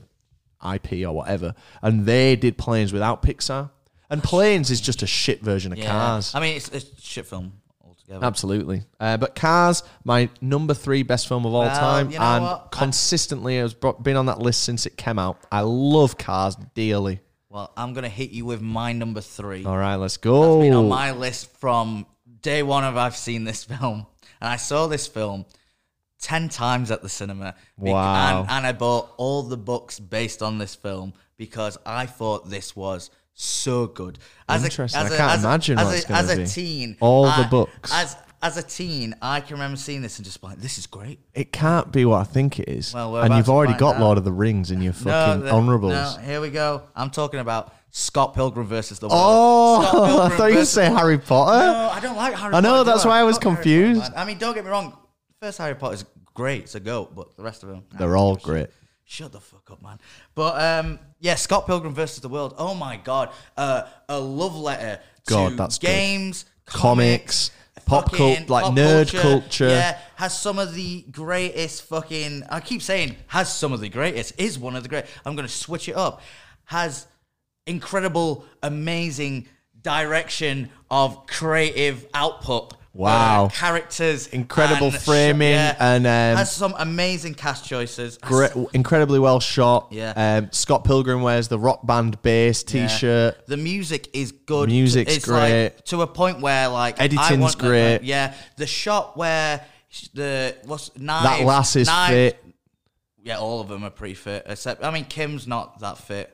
[SPEAKER 1] IP or whatever. And they did Planes without Pixar, and Planes is just a shit version of
[SPEAKER 2] Yeah.
[SPEAKER 1] Cars.
[SPEAKER 2] I mean, it's, it's a shit film altogether.
[SPEAKER 1] Absolutely, uh, but Cars, my number three best film of all
[SPEAKER 2] Well,
[SPEAKER 1] time,
[SPEAKER 2] you know
[SPEAKER 1] and
[SPEAKER 2] what?
[SPEAKER 1] consistently has bro- been on that list since it came out. I love Cars dearly.
[SPEAKER 2] Well, I'm gonna hit you with my number three.
[SPEAKER 1] All right, let's
[SPEAKER 2] been on
[SPEAKER 1] go.
[SPEAKER 2] my list from day one of I've seen this [LAUGHS] film, and I saw this film ten times at the cinema. Bec-
[SPEAKER 1] Wow.
[SPEAKER 2] And, and I bought all the books based on this film because I thought this was so good. As
[SPEAKER 1] Interesting. I can't imagine
[SPEAKER 2] as
[SPEAKER 1] what
[SPEAKER 2] a,
[SPEAKER 1] it's gonna
[SPEAKER 2] as a
[SPEAKER 1] be.
[SPEAKER 2] teen,
[SPEAKER 1] All the
[SPEAKER 2] I-
[SPEAKER 1] books.
[SPEAKER 2] As as a teen, I can remember seeing this and just be like, this is great.
[SPEAKER 1] It can't be what I think it is.
[SPEAKER 2] Well, we're
[SPEAKER 1] and
[SPEAKER 2] about
[SPEAKER 1] you've
[SPEAKER 2] to
[SPEAKER 1] already
[SPEAKER 2] find
[SPEAKER 1] got
[SPEAKER 2] out.
[SPEAKER 1] Lord of the Rings in your fucking
[SPEAKER 2] the-
[SPEAKER 1] honorables.
[SPEAKER 2] no, here we go. I'm talking about Scott Pilgrim versus the World. Scott
[SPEAKER 1] Oh, [LAUGHS] [LAUGHS] I
[SPEAKER 2] Pilgrim
[SPEAKER 1] thought you would
[SPEAKER 2] versus
[SPEAKER 1] say Harry Potter.
[SPEAKER 2] No, I don't like Harry
[SPEAKER 1] I know,
[SPEAKER 2] Potter, do
[SPEAKER 1] that's why I was
[SPEAKER 2] Fuck Harry
[SPEAKER 1] confused.
[SPEAKER 2] Potter, man. I mean, don't get me wrong. First Harry Potter's great. It's a goat, but the rest of them. nah,
[SPEAKER 1] They're all great.
[SPEAKER 2] Shut the fuck up, man. But um, yeah, Scott Pilgrim versus the World. Oh my god, uh, a love letter.
[SPEAKER 1] God,
[SPEAKER 2] to
[SPEAKER 1] that's good.
[SPEAKER 2] games,
[SPEAKER 1] Comics,
[SPEAKER 2] comics,
[SPEAKER 1] pop
[SPEAKER 2] fucking
[SPEAKER 1] cult- like nerd culture.
[SPEAKER 2] Yeah, has some of the greatest fucking. I keep saying has some of the greatest. Is one of the great. I'm gonna switch it up. Has incredible, amazing direction of creative output.
[SPEAKER 1] Wow.
[SPEAKER 2] uh, characters,
[SPEAKER 1] Incredible
[SPEAKER 2] and sh-
[SPEAKER 1] framing and, um,
[SPEAKER 2] has some amazing cast choices. Has
[SPEAKER 1] Great, incredibly well shot.
[SPEAKER 2] Yeah.
[SPEAKER 1] Um, Scott Pilgrim wears the rock band bass
[SPEAKER 2] Yeah.
[SPEAKER 1] T-shirt.
[SPEAKER 2] The music is good.
[SPEAKER 1] Music's
[SPEAKER 2] it's like
[SPEAKER 1] great.
[SPEAKER 2] to a point where like I
[SPEAKER 1] Editing's
[SPEAKER 2] want the-
[SPEAKER 1] great.
[SPEAKER 2] yeah, the shot where sh- the what's knives,
[SPEAKER 1] That lass is
[SPEAKER 2] knives-
[SPEAKER 1] fit.
[SPEAKER 2] Yeah, all of them are pretty fit. Except I mean, Kim's not that fit.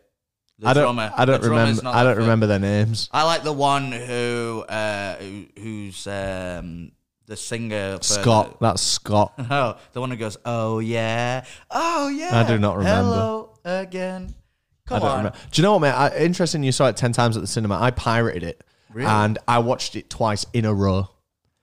[SPEAKER 2] The
[SPEAKER 1] I don't.
[SPEAKER 2] drummer-
[SPEAKER 1] I don't
[SPEAKER 2] the drummer's
[SPEAKER 1] remember.
[SPEAKER 2] not
[SPEAKER 1] I
[SPEAKER 2] that
[SPEAKER 1] don't
[SPEAKER 2] fit.
[SPEAKER 1] remember their names.
[SPEAKER 2] I like the one who, uh, who who's um, the singer for
[SPEAKER 1] Scott. That's Scott.
[SPEAKER 2] The, [LAUGHS] oh, the one who goes, oh yeah, oh yeah.
[SPEAKER 1] I do not remember.
[SPEAKER 2] Hello again. Come
[SPEAKER 1] I don't
[SPEAKER 2] on.
[SPEAKER 1] remember. Do you know what, mate? I, interesting. You saw it ten times at the cinema. I pirated it, and I watched it twice in a row.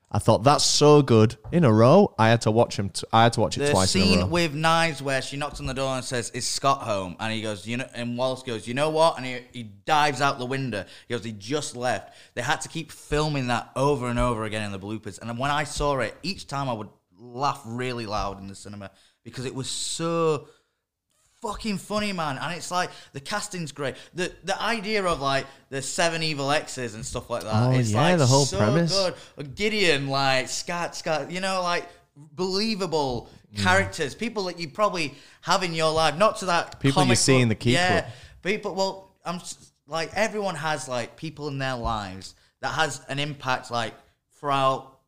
[SPEAKER 1] I thought that's so good in a row. I had to watch him. T- I had to watch it
[SPEAKER 2] The
[SPEAKER 1] twice in a row.
[SPEAKER 2] scene with knives where she knocks on the door and says, "Is Scott home?" And he goes, "You know." And Wallace goes, "You know what?" And he, he dives out the window. He goes, "He just left." They had to keep filming that over and over again in the bloopers. And when I saw it, each time I would laugh really loud in the cinema because it was so fucking funny, man. And it's like the casting's great. The the idea of like the seven evil exes and stuff like that.
[SPEAKER 1] Oh,
[SPEAKER 2] it's
[SPEAKER 1] yeah,
[SPEAKER 2] like
[SPEAKER 1] the whole
[SPEAKER 2] so
[SPEAKER 1] premise.
[SPEAKER 2] Good. Gideon, like Scott, Scott, you know, like believable
[SPEAKER 1] Mm.
[SPEAKER 2] characters, people that you probably have in your life. Not to that
[SPEAKER 1] People you
[SPEAKER 2] comic
[SPEAKER 1] see
[SPEAKER 2] book-
[SPEAKER 1] in the Keep
[SPEAKER 2] Yeah,
[SPEAKER 1] Club.
[SPEAKER 2] people. Well, I'm s- like everyone has like people in their lives that has an impact like throughout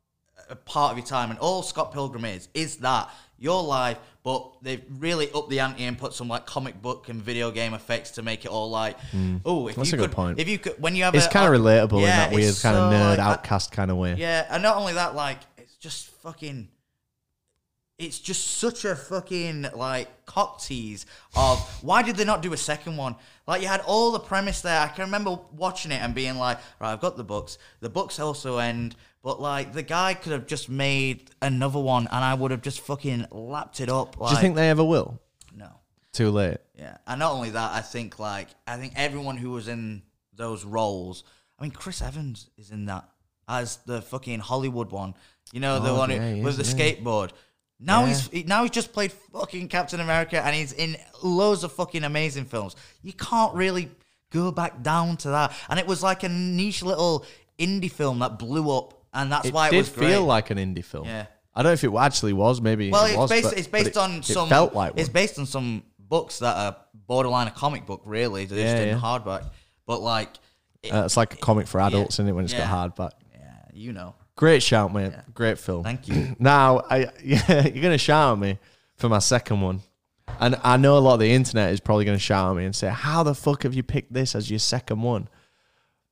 [SPEAKER 2] a part of your time, and all Scott Pilgrim is is that your life. But they've really upped the ante and put some like comic book and video game effects to make it all like, oh, if
[SPEAKER 1] Mm. That's
[SPEAKER 2] you
[SPEAKER 1] a good
[SPEAKER 2] could,
[SPEAKER 1] point.
[SPEAKER 2] if you could, when you have
[SPEAKER 1] It's
[SPEAKER 2] a-
[SPEAKER 1] kind of relatable
[SPEAKER 2] Yeah,
[SPEAKER 1] in that weird
[SPEAKER 2] it's
[SPEAKER 1] kind of
[SPEAKER 2] so,
[SPEAKER 1] nerd
[SPEAKER 2] like, I-
[SPEAKER 1] outcast kind of way.
[SPEAKER 2] yeah, and not only that, like it's just fucking. It's just such a fucking like cock tease of why did they not do a second one? Like you had all the premise there. I can remember watching it and being like, right, I've got the books. The books also end, but like the guy could have just made another one, and I would have just fucking lapped it up. Like,
[SPEAKER 1] Do you think they ever will?
[SPEAKER 2] no?
[SPEAKER 1] Too late.
[SPEAKER 2] Yeah, and not only that, I think like I think everyone who was in those roles. I mean, Chris Evans is in that as the fucking Hollywood one. You know, the
[SPEAKER 1] Oh,
[SPEAKER 2] one
[SPEAKER 1] yeah, he
[SPEAKER 2] who, with the
[SPEAKER 1] is,
[SPEAKER 2] skateboard. Now
[SPEAKER 1] Yeah.
[SPEAKER 2] he's he- now he's just played fucking Captain America, and he's in loads of fucking amazing films. You can't really go back down to that. And it was like a niche little indie film that blew up, and that's
[SPEAKER 1] it
[SPEAKER 2] why it
[SPEAKER 1] did
[SPEAKER 2] was great.
[SPEAKER 1] feel like an indie film.
[SPEAKER 2] Yeah.
[SPEAKER 1] I don't know if it actually was. Maybe
[SPEAKER 2] Well,
[SPEAKER 1] it
[SPEAKER 2] it's
[SPEAKER 1] was,
[SPEAKER 2] based.
[SPEAKER 1] but-
[SPEAKER 2] it's
[SPEAKER 1] but
[SPEAKER 2] based
[SPEAKER 1] it-
[SPEAKER 2] on
[SPEAKER 1] it
[SPEAKER 2] some.
[SPEAKER 1] felt like one.
[SPEAKER 2] it's based on some books that are borderline a comic book, really. They
[SPEAKER 1] Yeah,
[SPEAKER 2] just didn't
[SPEAKER 1] yeah.
[SPEAKER 2] hardback, but like, it,
[SPEAKER 1] Uh, it's like a comic for adults, isn't it? When it's
[SPEAKER 2] Yeah.
[SPEAKER 1] got hardback.
[SPEAKER 2] yeah, you know.
[SPEAKER 1] Great shout, mate. Great film.
[SPEAKER 2] Thank you.
[SPEAKER 1] [CLEARS THROAT] Now, I, [LAUGHS] yeah, you're going to shout at me for my second one. And I know a lot of the internet is probably going to shout at me and say, How the fuck have you picked this as your second one?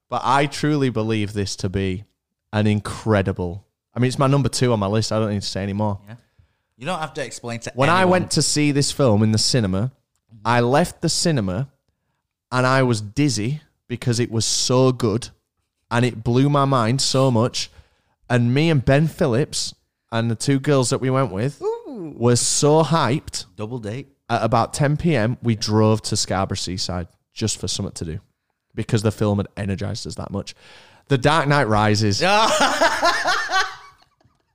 [SPEAKER 1] But I truly believe this to be an incredible. I mean, it's my number two on my list. I don't need to say any more.
[SPEAKER 2] You don't have to explain to
[SPEAKER 1] When I
[SPEAKER 2] anyone.
[SPEAKER 1] went to see this film in the cinema, I left the cinema and I was dizzy because it was so good and it blew my mind so much. And me and Ben Phillips and the two girls that we went with were so hyped.
[SPEAKER 2] double date.
[SPEAKER 1] At about 10 p.m., we drove to Scarborough Seaside just for something to do because the film had energized us that much. The Dark Knight
[SPEAKER 2] [LAUGHS]
[SPEAKER 1] Rises.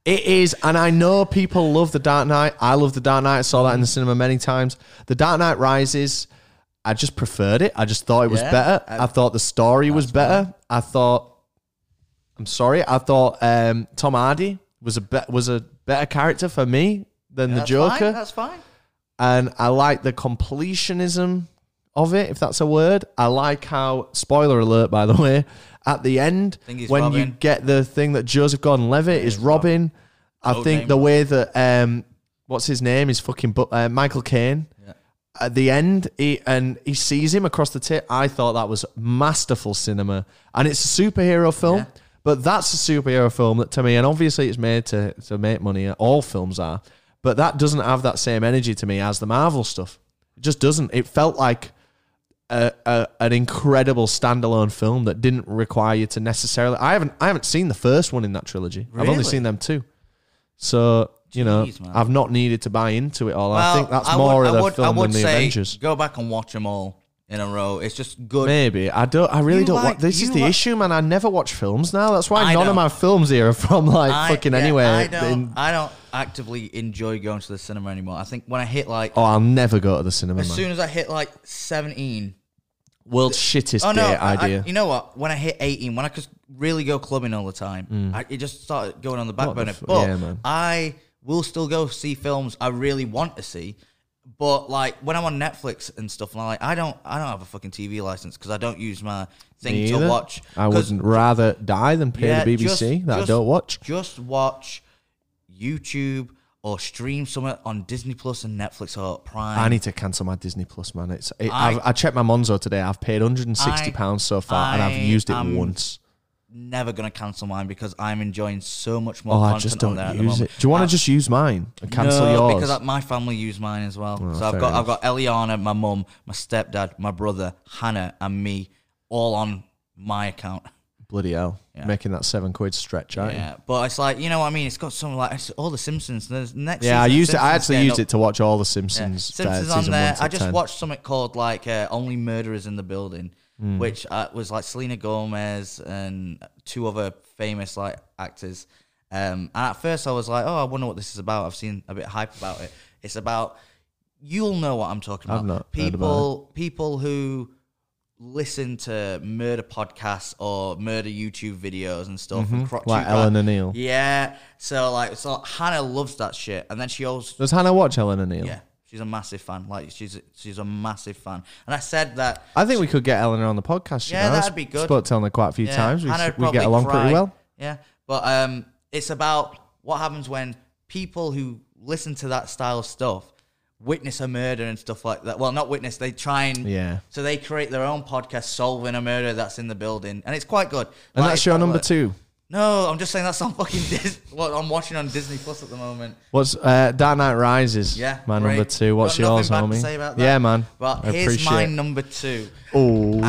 [SPEAKER 1] It is, and I know people love The Dark Knight. I love The Dark Knight. I saw that in the cinema many times. The Dark Knight Rises, I just preferred it. I just thought it was
[SPEAKER 2] Yeah,
[SPEAKER 1] better. I, thought the story was better. I thought, I'm sorry, I thought um, Tom Hardy was a be- was a better character for me than the
[SPEAKER 2] That's fine,
[SPEAKER 1] Joker
[SPEAKER 2] that's fine.
[SPEAKER 1] and I like the completionism of it, if that's a word. I like how spoiler alert, by the [LAUGHS] way, at the end
[SPEAKER 2] Think he's
[SPEAKER 1] when you
[SPEAKER 2] Robin.
[SPEAKER 1] get the thing that Joseph Gordon-Levitt is Robin, I
[SPEAKER 2] Code
[SPEAKER 1] think
[SPEAKER 2] name
[SPEAKER 1] the way that um, what's his name is fucking bu- uh, Michael Caine. At the end, he and he sees him across the tip. I thought that was masterful cinema, and it's a superhero film. But that's a superhero film that to me, and obviously it's made to, to make money. All films are, but that doesn't have that same energy to me as the Marvel stuff. It just doesn't. It felt like a, a an incredible standalone film that didn't require you to necessarily. I haven't I haven't seen the first one in that trilogy. I've only
[SPEAKER 2] Really?
[SPEAKER 1] seen them two, so you know
[SPEAKER 2] Jeez, man.
[SPEAKER 1] I've not needed to buy into it all. I
[SPEAKER 2] Well,
[SPEAKER 1] think that's more of the film than the
[SPEAKER 2] say
[SPEAKER 1] Avengers.
[SPEAKER 2] Go back and watch them all in a row. It's just good.
[SPEAKER 1] Maybe I don't. I really
[SPEAKER 2] You
[SPEAKER 1] don't.
[SPEAKER 2] like-
[SPEAKER 1] wa- this
[SPEAKER 2] you
[SPEAKER 1] is the
[SPEAKER 2] like-
[SPEAKER 1] issue, man. I never watch films now. That's why
[SPEAKER 2] I
[SPEAKER 1] none of
[SPEAKER 2] don't.
[SPEAKER 1] my films here are from like
[SPEAKER 2] I-
[SPEAKER 1] fucking
[SPEAKER 2] yeah,
[SPEAKER 1] anywhere.
[SPEAKER 2] I don't.
[SPEAKER 1] in-
[SPEAKER 2] I don't actively enjoy going to the cinema anymore. I think when I hit like
[SPEAKER 1] oh, I'll never go to the cinema.
[SPEAKER 2] As
[SPEAKER 1] man.
[SPEAKER 2] soon as I hit like 17,
[SPEAKER 1] World's shittest
[SPEAKER 2] Oh no!
[SPEAKER 1] date
[SPEAKER 2] I- I-
[SPEAKER 1] idea.
[SPEAKER 2] you know what? When I hit eighteen, when I could really go clubbing all the time, I, it just started going on the back
[SPEAKER 1] Mm. What the
[SPEAKER 2] burner.
[SPEAKER 1] fu-
[SPEAKER 2] but
[SPEAKER 1] yeah, man.
[SPEAKER 2] I will still go see films I really want to see. But like when I'm on Netflix and stuff, and I like I don't I don't have a fucking TV license because I don't use my thing
[SPEAKER 1] Me
[SPEAKER 2] to
[SPEAKER 1] either.
[SPEAKER 2] watch.
[SPEAKER 1] I
[SPEAKER 2] 'Cause
[SPEAKER 1] wouldn't rather die than pay
[SPEAKER 2] yeah,
[SPEAKER 1] the BBC
[SPEAKER 2] just-
[SPEAKER 1] that I
[SPEAKER 2] just-
[SPEAKER 1] don't watch.
[SPEAKER 2] Just watch YouTube or stream somewhere on Disney Plus and Netflix or Prime.
[SPEAKER 1] I need to cancel my Disney Plus, man. It's it,
[SPEAKER 2] I-
[SPEAKER 1] I, have I checked my Monzo today. I've paid 160
[SPEAKER 2] I-
[SPEAKER 1] pounds so far, and
[SPEAKER 2] I
[SPEAKER 1] I've used it
[SPEAKER 2] am
[SPEAKER 1] once.
[SPEAKER 2] Never gonna cancel mine because I'm enjoying so much more.
[SPEAKER 1] Oh,
[SPEAKER 2] content
[SPEAKER 1] I just
[SPEAKER 2] on
[SPEAKER 1] don't
[SPEAKER 2] there at the
[SPEAKER 1] use
[SPEAKER 2] moment.
[SPEAKER 1] it. Do you want
[SPEAKER 2] I-
[SPEAKER 1] to just use mine and cancel
[SPEAKER 2] no,
[SPEAKER 1] yours?
[SPEAKER 2] because uh, my family use mine as well. so I've
[SPEAKER 1] fair
[SPEAKER 2] got I've got Eliana, my mum, my stepdad, my brother, Hannah, and me, all on my account.
[SPEAKER 1] Bloody hell! Making that seven quid stretch out. Yeah,
[SPEAKER 2] Yeah, but it's like you know what I mean. It's got some like it's all the Simpsons. There's next.
[SPEAKER 1] I
[SPEAKER 2] season,
[SPEAKER 1] used it. I
[SPEAKER 2] Simpsons
[SPEAKER 1] actually
[SPEAKER 2] getting
[SPEAKER 1] used
[SPEAKER 2] up-
[SPEAKER 1] it to watch all the
[SPEAKER 2] yeah,
[SPEAKER 1] Simpsons. uh,
[SPEAKER 2] Simpsons on
[SPEAKER 1] season
[SPEAKER 2] there.
[SPEAKER 1] one to
[SPEAKER 2] I just
[SPEAKER 1] 10.
[SPEAKER 2] watched something called like uh, Only Murderers in the Building,
[SPEAKER 1] Hmm.
[SPEAKER 2] which uh, was like Selena Gomez and two other famous like actors. Um, and at first, I was like, "Oh, I wonder what this is about." I've seen a bit hype about it. It's about you'll know what I'm talking about.
[SPEAKER 1] I've not heard about
[SPEAKER 2] people people who listen to murder podcasts or murder YouTube videos and stuff. and crotch
[SPEAKER 1] Mm-hmm. Like
[SPEAKER 2] you back.
[SPEAKER 1] Ellen O'Neill.
[SPEAKER 2] Yeah. So like, so Hannah loves that shit, and then she also
[SPEAKER 1] Does Hannah watch Helen O'Neill?
[SPEAKER 2] yeah, she's a massive fan. Like she's she's a massive fan. And I said that.
[SPEAKER 1] I think we could get Eleanor on the podcast. you
[SPEAKER 2] Yeah,
[SPEAKER 1] know. I
[SPEAKER 2] that'd be good.
[SPEAKER 1] Spoke to Eleanor quite a few
[SPEAKER 2] Yeah,
[SPEAKER 1] times. We,
[SPEAKER 2] Hannah would
[SPEAKER 1] we
[SPEAKER 2] probably
[SPEAKER 1] get along
[SPEAKER 2] cry.
[SPEAKER 1] pretty well.
[SPEAKER 2] Yeah, but um, it's about what happens when people who listen to that style of stuff witness a murder and stuff like that. Well, not witness. They try and
[SPEAKER 1] Yeah.
[SPEAKER 2] So they create their own podcast solving a murder that's in the building, and it's quite good.
[SPEAKER 1] And
[SPEAKER 2] Like,
[SPEAKER 1] that's
[SPEAKER 2] it's
[SPEAKER 1] your
[SPEAKER 2] quite
[SPEAKER 1] number
[SPEAKER 2] work.
[SPEAKER 1] two.
[SPEAKER 2] No, I'm just saying that's on fucking [LAUGHS] Dis- what I'm watching on Disney Plus at the moment.
[SPEAKER 1] What's uh, Dark Knight Rises?
[SPEAKER 2] Yeah,
[SPEAKER 1] my
[SPEAKER 2] great.
[SPEAKER 1] number two. What's
[SPEAKER 2] Got nothing
[SPEAKER 1] yours,
[SPEAKER 2] bad to
[SPEAKER 1] homie?
[SPEAKER 2] say about that.
[SPEAKER 1] Yeah, man.
[SPEAKER 2] But
[SPEAKER 1] I
[SPEAKER 2] here's
[SPEAKER 1] appreciate.
[SPEAKER 2] my
[SPEAKER 1] it.
[SPEAKER 2] number two.
[SPEAKER 1] Oh,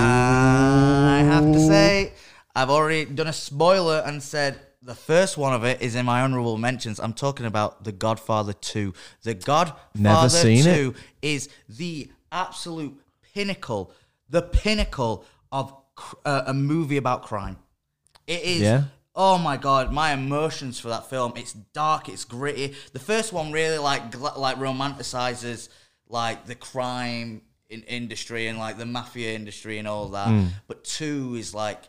[SPEAKER 2] I have to say, I've already done a spoiler and said the first one of it is in my honorable mentions. I'm talking about The Godfather 2. The Godfather
[SPEAKER 1] Never seen
[SPEAKER 2] 2 is the absolute pinnacle, the pinnacle of cr- uh, a movie about crime. It is.
[SPEAKER 1] Yeah.
[SPEAKER 2] Oh my god, my emotions for that film. It's dark, it's gritty. The first one really like gla- like romanticizes like the crime in industry and like the mafia industry and all that.
[SPEAKER 1] Hmm.
[SPEAKER 2] But two is like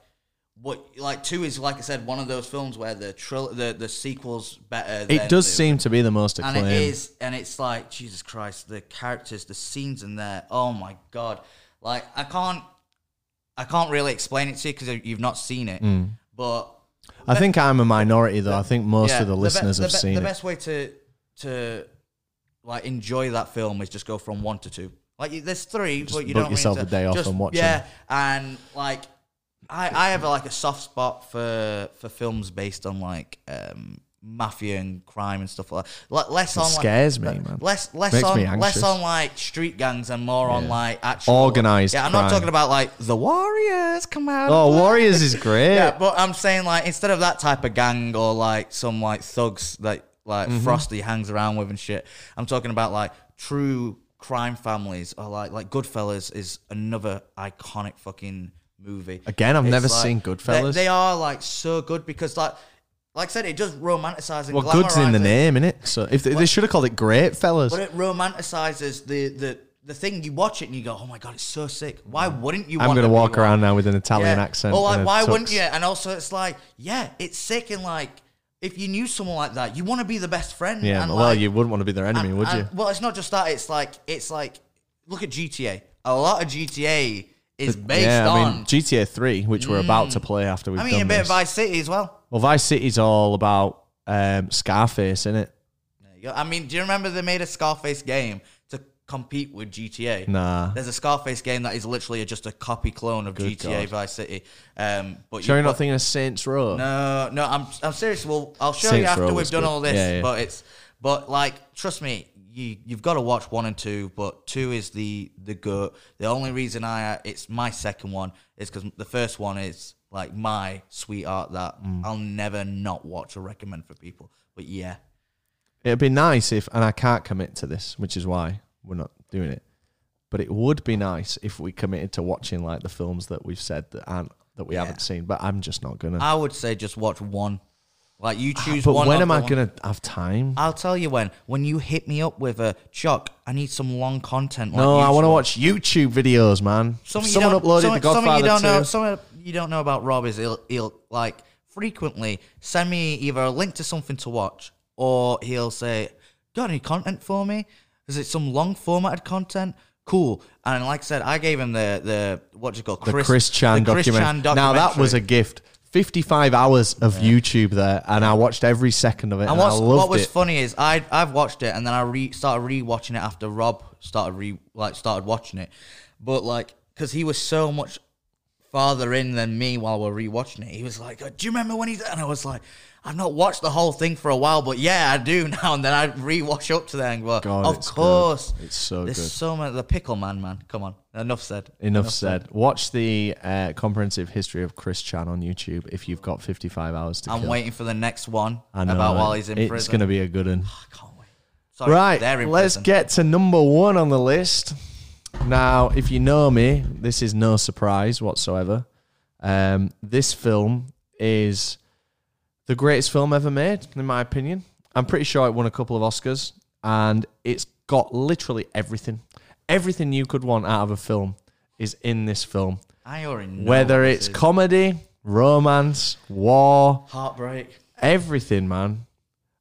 [SPEAKER 2] what like two is like I said one of those films where the tril- the the sequels better.
[SPEAKER 1] it
[SPEAKER 2] than
[SPEAKER 1] does
[SPEAKER 2] the-
[SPEAKER 1] seem to be the most
[SPEAKER 2] and
[SPEAKER 1] acclaimed.
[SPEAKER 2] it is and it's like jesus christ the characters the scenes in there oh my god like i can't i can't really explain it to you because you've not seen it but
[SPEAKER 1] I think I'm a minority though. I think most
[SPEAKER 2] yeah,
[SPEAKER 1] of the
[SPEAKER 2] be-
[SPEAKER 1] listeners
[SPEAKER 2] the
[SPEAKER 1] have
[SPEAKER 2] be-
[SPEAKER 1] seen
[SPEAKER 2] the
[SPEAKER 1] it.
[SPEAKER 2] best way to to like enjoy that film is just go from one to two like you- there's three but you
[SPEAKER 1] book
[SPEAKER 2] don't
[SPEAKER 1] yourself
[SPEAKER 2] really
[SPEAKER 1] a day off
[SPEAKER 2] just-
[SPEAKER 1] and watch
[SPEAKER 2] yeah and like I, I have like a soft spot for for films based on like um mafia and crime and stuff like that. Like, less on like,
[SPEAKER 1] scares me, man.
[SPEAKER 2] Less less
[SPEAKER 1] Makes
[SPEAKER 2] on
[SPEAKER 1] me
[SPEAKER 2] less
[SPEAKER 1] anxious.
[SPEAKER 2] on like street gangs and more on like actual
[SPEAKER 1] Organised
[SPEAKER 2] Yeah, I'm not
[SPEAKER 1] crime.
[SPEAKER 2] talking about like the warriors come out. [LAUGHS]
[SPEAKER 1] Oh,
[SPEAKER 2] and play.
[SPEAKER 1] Warriors is great.
[SPEAKER 2] Yeah, but I'm saying like instead of that type of gang or like some like thugs that like
[SPEAKER 1] Mm-hmm.
[SPEAKER 2] Frosty hangs around with and shit, I'm talking about like true crime families or like like Goodfellas is another iconic fucking movie.
[SPEAKER 1] Again, I've never seen
[SPEAKER 2] they-
[SPEAKER 1] Goodfellas.
[SPEAKER 2] They, are like so good because like like I said, it just romanticizes. And
[SPEAKER 1] well, good's in the
[SPEAKER 2] glamorises-
[SPEAKER 1] name, innit? So if they, they should have called it Great Fellas.
[SPEAKER 2] but it romanticizes the the the thing. You watch it and you go, "Oh my god, it's so sick." Why wouldn't you?
[SPEAKER 1] I'm
[SPEAKER 2] want
[SPEAKER 1] gonna
[SPEAKER 2] to be
[SPEAKER 1] walk
[SPEAKER 2] like-
[SPEAKER 1] around now with an Italian
[SPEAKER 2] yeah.
[SPEAKER 1] accent.
[SPEAKER 2] Or like,
[SPEAKER 1] and a
[SPEAKER 2] why
[SPEAKER 1] tux.
[SPEAKER 2] wouldn't you? And also, it's like, yeah, it's sick. And like, if you knew someone like that, you want to be the best friend.
[SPEAKER 1] Yeah,
[SPEAKER 2] and
[SPEAKER 1] well,
[SPEAKER 2] like,
[SPEAKER 1] you wouldn't want to be their enemy,
[SPEAKER 2] and-
[SPEAKER 1] would you?
[SPEAKER 2] and- well, it's not just that. It's like, it's like, look at GTA. A lot of GTA is based
[SPEAKER 1] yeah, I
[SPEAKER 2] on.
[SPEAKER 1] mean GTA Three, which we're about to play after we've
[SPEAKER 2] I mean,
[SPEAKER 1] done
[SPEAKER 2] a bit
[SPEAKER 1] this.
[SPEAKER 2] of Vice City as well.
[SPEAKER 1] well, Vice City's all about um, Scarface, innit?
[SPEAKER 2] There you go. I mean, do you remember they made a Scarface game to compete with GTA?
[SPEAKER 1] Nah.
[SPEAKER 2] There's a Scarface game that is literally just a copy clone of GTA
[SPEAKER 1] God.
[SPEAKER 2] Vice City. Um, but
[SPEAKER 1] Sure,
[SPEAKER 2] you
[SPEAKER 1] you're not thinking of Saints Row.
[SPEAKER 2] No, Uh, no, I'm I'm serious. Well, I'll show you
[SPEAKER 1] Saints
[SPEAKER 2] after
[SPEAKER 1] Row
[SPEAKER 2] we've
[SPEAKER 1] was
[SPEAKER 2] done
[SPEAKER 1] good.
[SPEAKER 2] all this.
[SPEAKER 1] Yeah, yeah.
[SPEAKER 2] But it's but like trust me, you you've got to watch one and two. But two is the the goat. The only reason I uh, it's my second one is because the first one is like my sweetheart that
[SPEAKER 1] Mm.
[SPEAKER 2] I'll never not watch or recommend for people. But yeah,
[SPEAKER 1] It'd be nice if, and I can't commit to this, which is why we're not doing it. But it would be nice if we committed to watching like the films that we've said that aren't that we haven't seen. But I'm just not gonna.
[SPEAKER 2] I would say just watch one. Like you
[SPEAKER 1] Ah,
[SPEAKER 2] choose
[SPEAKER 1] But
[SPEAKER 2] one.
[SPEAKER 1] when
[SPEAKER 2] of
[SPEAKER 1] am
[SPEAKER 2] the
[SPEAKER 1] I
[SPEAKER 2] one-
[SPEAKER 1] gonna have time?
[SPEAKER 2] I'll tell you when. When you hit me up with a chalk, I need some long content. Like
[SPEAKER 1] No, I
[SPEAKER 2] usual.
[SPEAKER 1] want to watch YouTube videos, man.
[SPEAKER 2] Something you
[SPEAKER 1] Someone
[SPEAKER 2] don't-
[SPEAKER 1] uploaded The
[SPEAKER 2] something-
[SPEAKER 1] Godfather
[SPEAKER 2] something you don't
[SPEAKER 1] 2.
[SPEAKER 2] know. Something you don't know about Rob is he'll, he'll like frequently send me either a link to something to watch or he'll say, "Got any content for me? Is it some long formatted content?" Cool. And like I said, I gave him the the what's it called?
[SPEAKER 1] the Chris Chan
[SPEAKER 2] the Chris
[SPEAKER 1] document.
[SPEAKER 2] Chan
[SPEAKER 1] Now that was
[SPEAKER 2] documentary.
[SPEAKER 1] a gift. Fifty-five hours of YouTube there, and I watched every second of it, and,
[SPEAKER 2] And what's,
[SPEAKER 1] I loved
[SPEAKER 2] what was
[SPEAKER 1] it.
[SPEAKER 2] funny is I I've watched it and then I re started rewatching it after Rob started re like started watching it, but like because he was so much farther in than me while we're rewatching it, he was like, "Oh, "Do you remember when he's?" And I was like, "I've not watched the whole thing for a while, but yeah, I do [LAUGHS] now." And then I rewatch up to there and go,
[SPEAKER 1] God,
[SPEAKER 2] "Of
[SPEAKER 1] it's good.
[SPEAKER 2] course,
[SPEAKER 1] It's so
[SPEAKER 2] There's
[SPEAKER 1] good.
[SPEAKER 2] so much. The pickle man, man. Come on, enough said.
[SPEAKER 1] Enough said. Watch the uh, comprehensive history of Chris Chan on YouTube if you've got fifty-five hours to
[SPEAKER 2] I'm
[SPEAKER 1] kill.
[SPEAKER 2] waiting for the next one
[SPEAKER 1] I know,
[SPEAKER 2] about
[SPEAKER 1] man.
[SPEAKER 2] while he's in
[SPEAKER 1] it's
[SPEAKER 2] prison.
[SPEAKER 1] gonna be a good one.
[SPEAKER 2] I can't wait. Sorry,
[SPEAKER 1] Right,
[SPEAKER 2] they're in
[SPEAKER 1] let's
[SPEAKER 2] prison.
[SPEAKER 1] get to number one on the list. Now, if you know me, this is no surprise whatsoever. Um, this film is the greatest film ever made, in my opinion. I'm pretty sure it won a couple of Oscars, and it's got literally everything. Everything you could want out of a film is in this film.
[SPEAKER 2] I already know
[SPEAKER 1] Whether
[SPEAKER 2] what this
[SPEAKER 1] it's
[SPEAKER 2] is.
[SPEAKER 1] comedy, romance, war,
[SPEAKER 2] Heartbreak.
[SPEAKER 1] everything, man.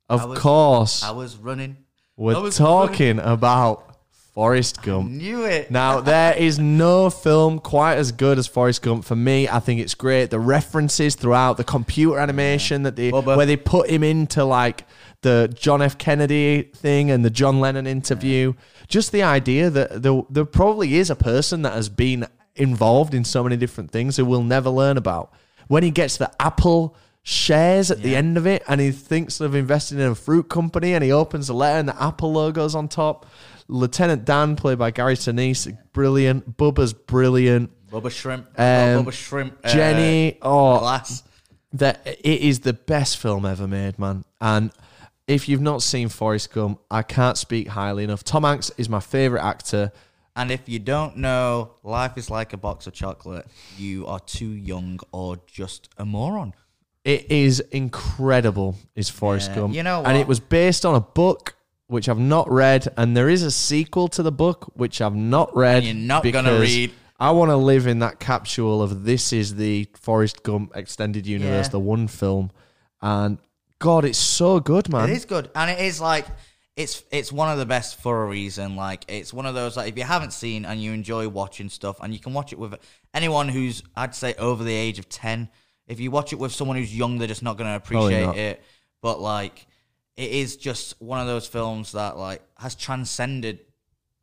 [SPEAKER 1] Of
[SPEAKER 2] was-
[SPEAKER 1] course.
[SPEAKER 2] I was running. I
[SPEAKER 1] We're
[SPEAKER 2] was
[SPEAKER 1] talking about Forrest Gump.
[SPEAKER 2] Knew it.
[SPEAKER 1] Now, there is no film quite as good as Forrest Gump. For me, I think it's great. The references throughout, the computer animation that they
[SPEAKER 2] Bubba.
[SPEAKER 1] where they put him into like the John F. Kennedy thing and the John Lennon interview. Just the idea that there, there probably is a person that has been involved in so many different things that we'll never learn about. When he gets the Apple shares at the end of it and he thinks of investing in a fruit company and he opens the letter and the Apple logo's on top. Lieutenant Dan, played by Gary Sinise, brilliant. Bubba's brilliant.
[SPEAKER 2] Bubba Shrimp. Um,
[SPEAKER 1] Um,
[SPEAKER 2] Bubba Shrimp. uh,
[SPEAKER 1] Jenny, oh,
[SPEAKER 2] Glass.
[SPEAKER 1] that it is the best film ever made, man. And if you've not seen Forrest Gump, I can't speak highly enough. Tom Hanks is my favorite actor.
[SPEAKER 2] And if you don't know, life is like a box of chocolate. You are too young or just a moron.
[SPEAKER 1] It is incredible, is Forrest
[SPEAKER 2] Yeah,
[SPEAKER 1] Gump.
[SPEAKER 2] you know
[SPEAKER 1] and
[SPEAKER 2] what?
[SPEAKER 1] it was based on a book which I've not read, and there is a sequel to the book which I've not read.
[SPEAKER 2] you're not gonna
[SPEAKER 1] because
[SPEAKER 2] read.
[SPEAKER 1] I want to live in that capsule of this is the Forrest Gump extended universe,
[SPEAKER 2] Yeah.
[SPEAKER 1] the one film, and God, it's so good, man.
[SPEAKER 2] It is good, and it is like it's it's one of the best for a reason. Like it's one of those like if you haven't seen and you enjoy watching stuff, and you can watch it with anyone who's I'd say over the age of ten. If you watch it with someone who's young, they're just not going to appreciate
[SPEAKER 1] not.
[SPEAKER 2] it. But like, it is just one of those films that like has transcended.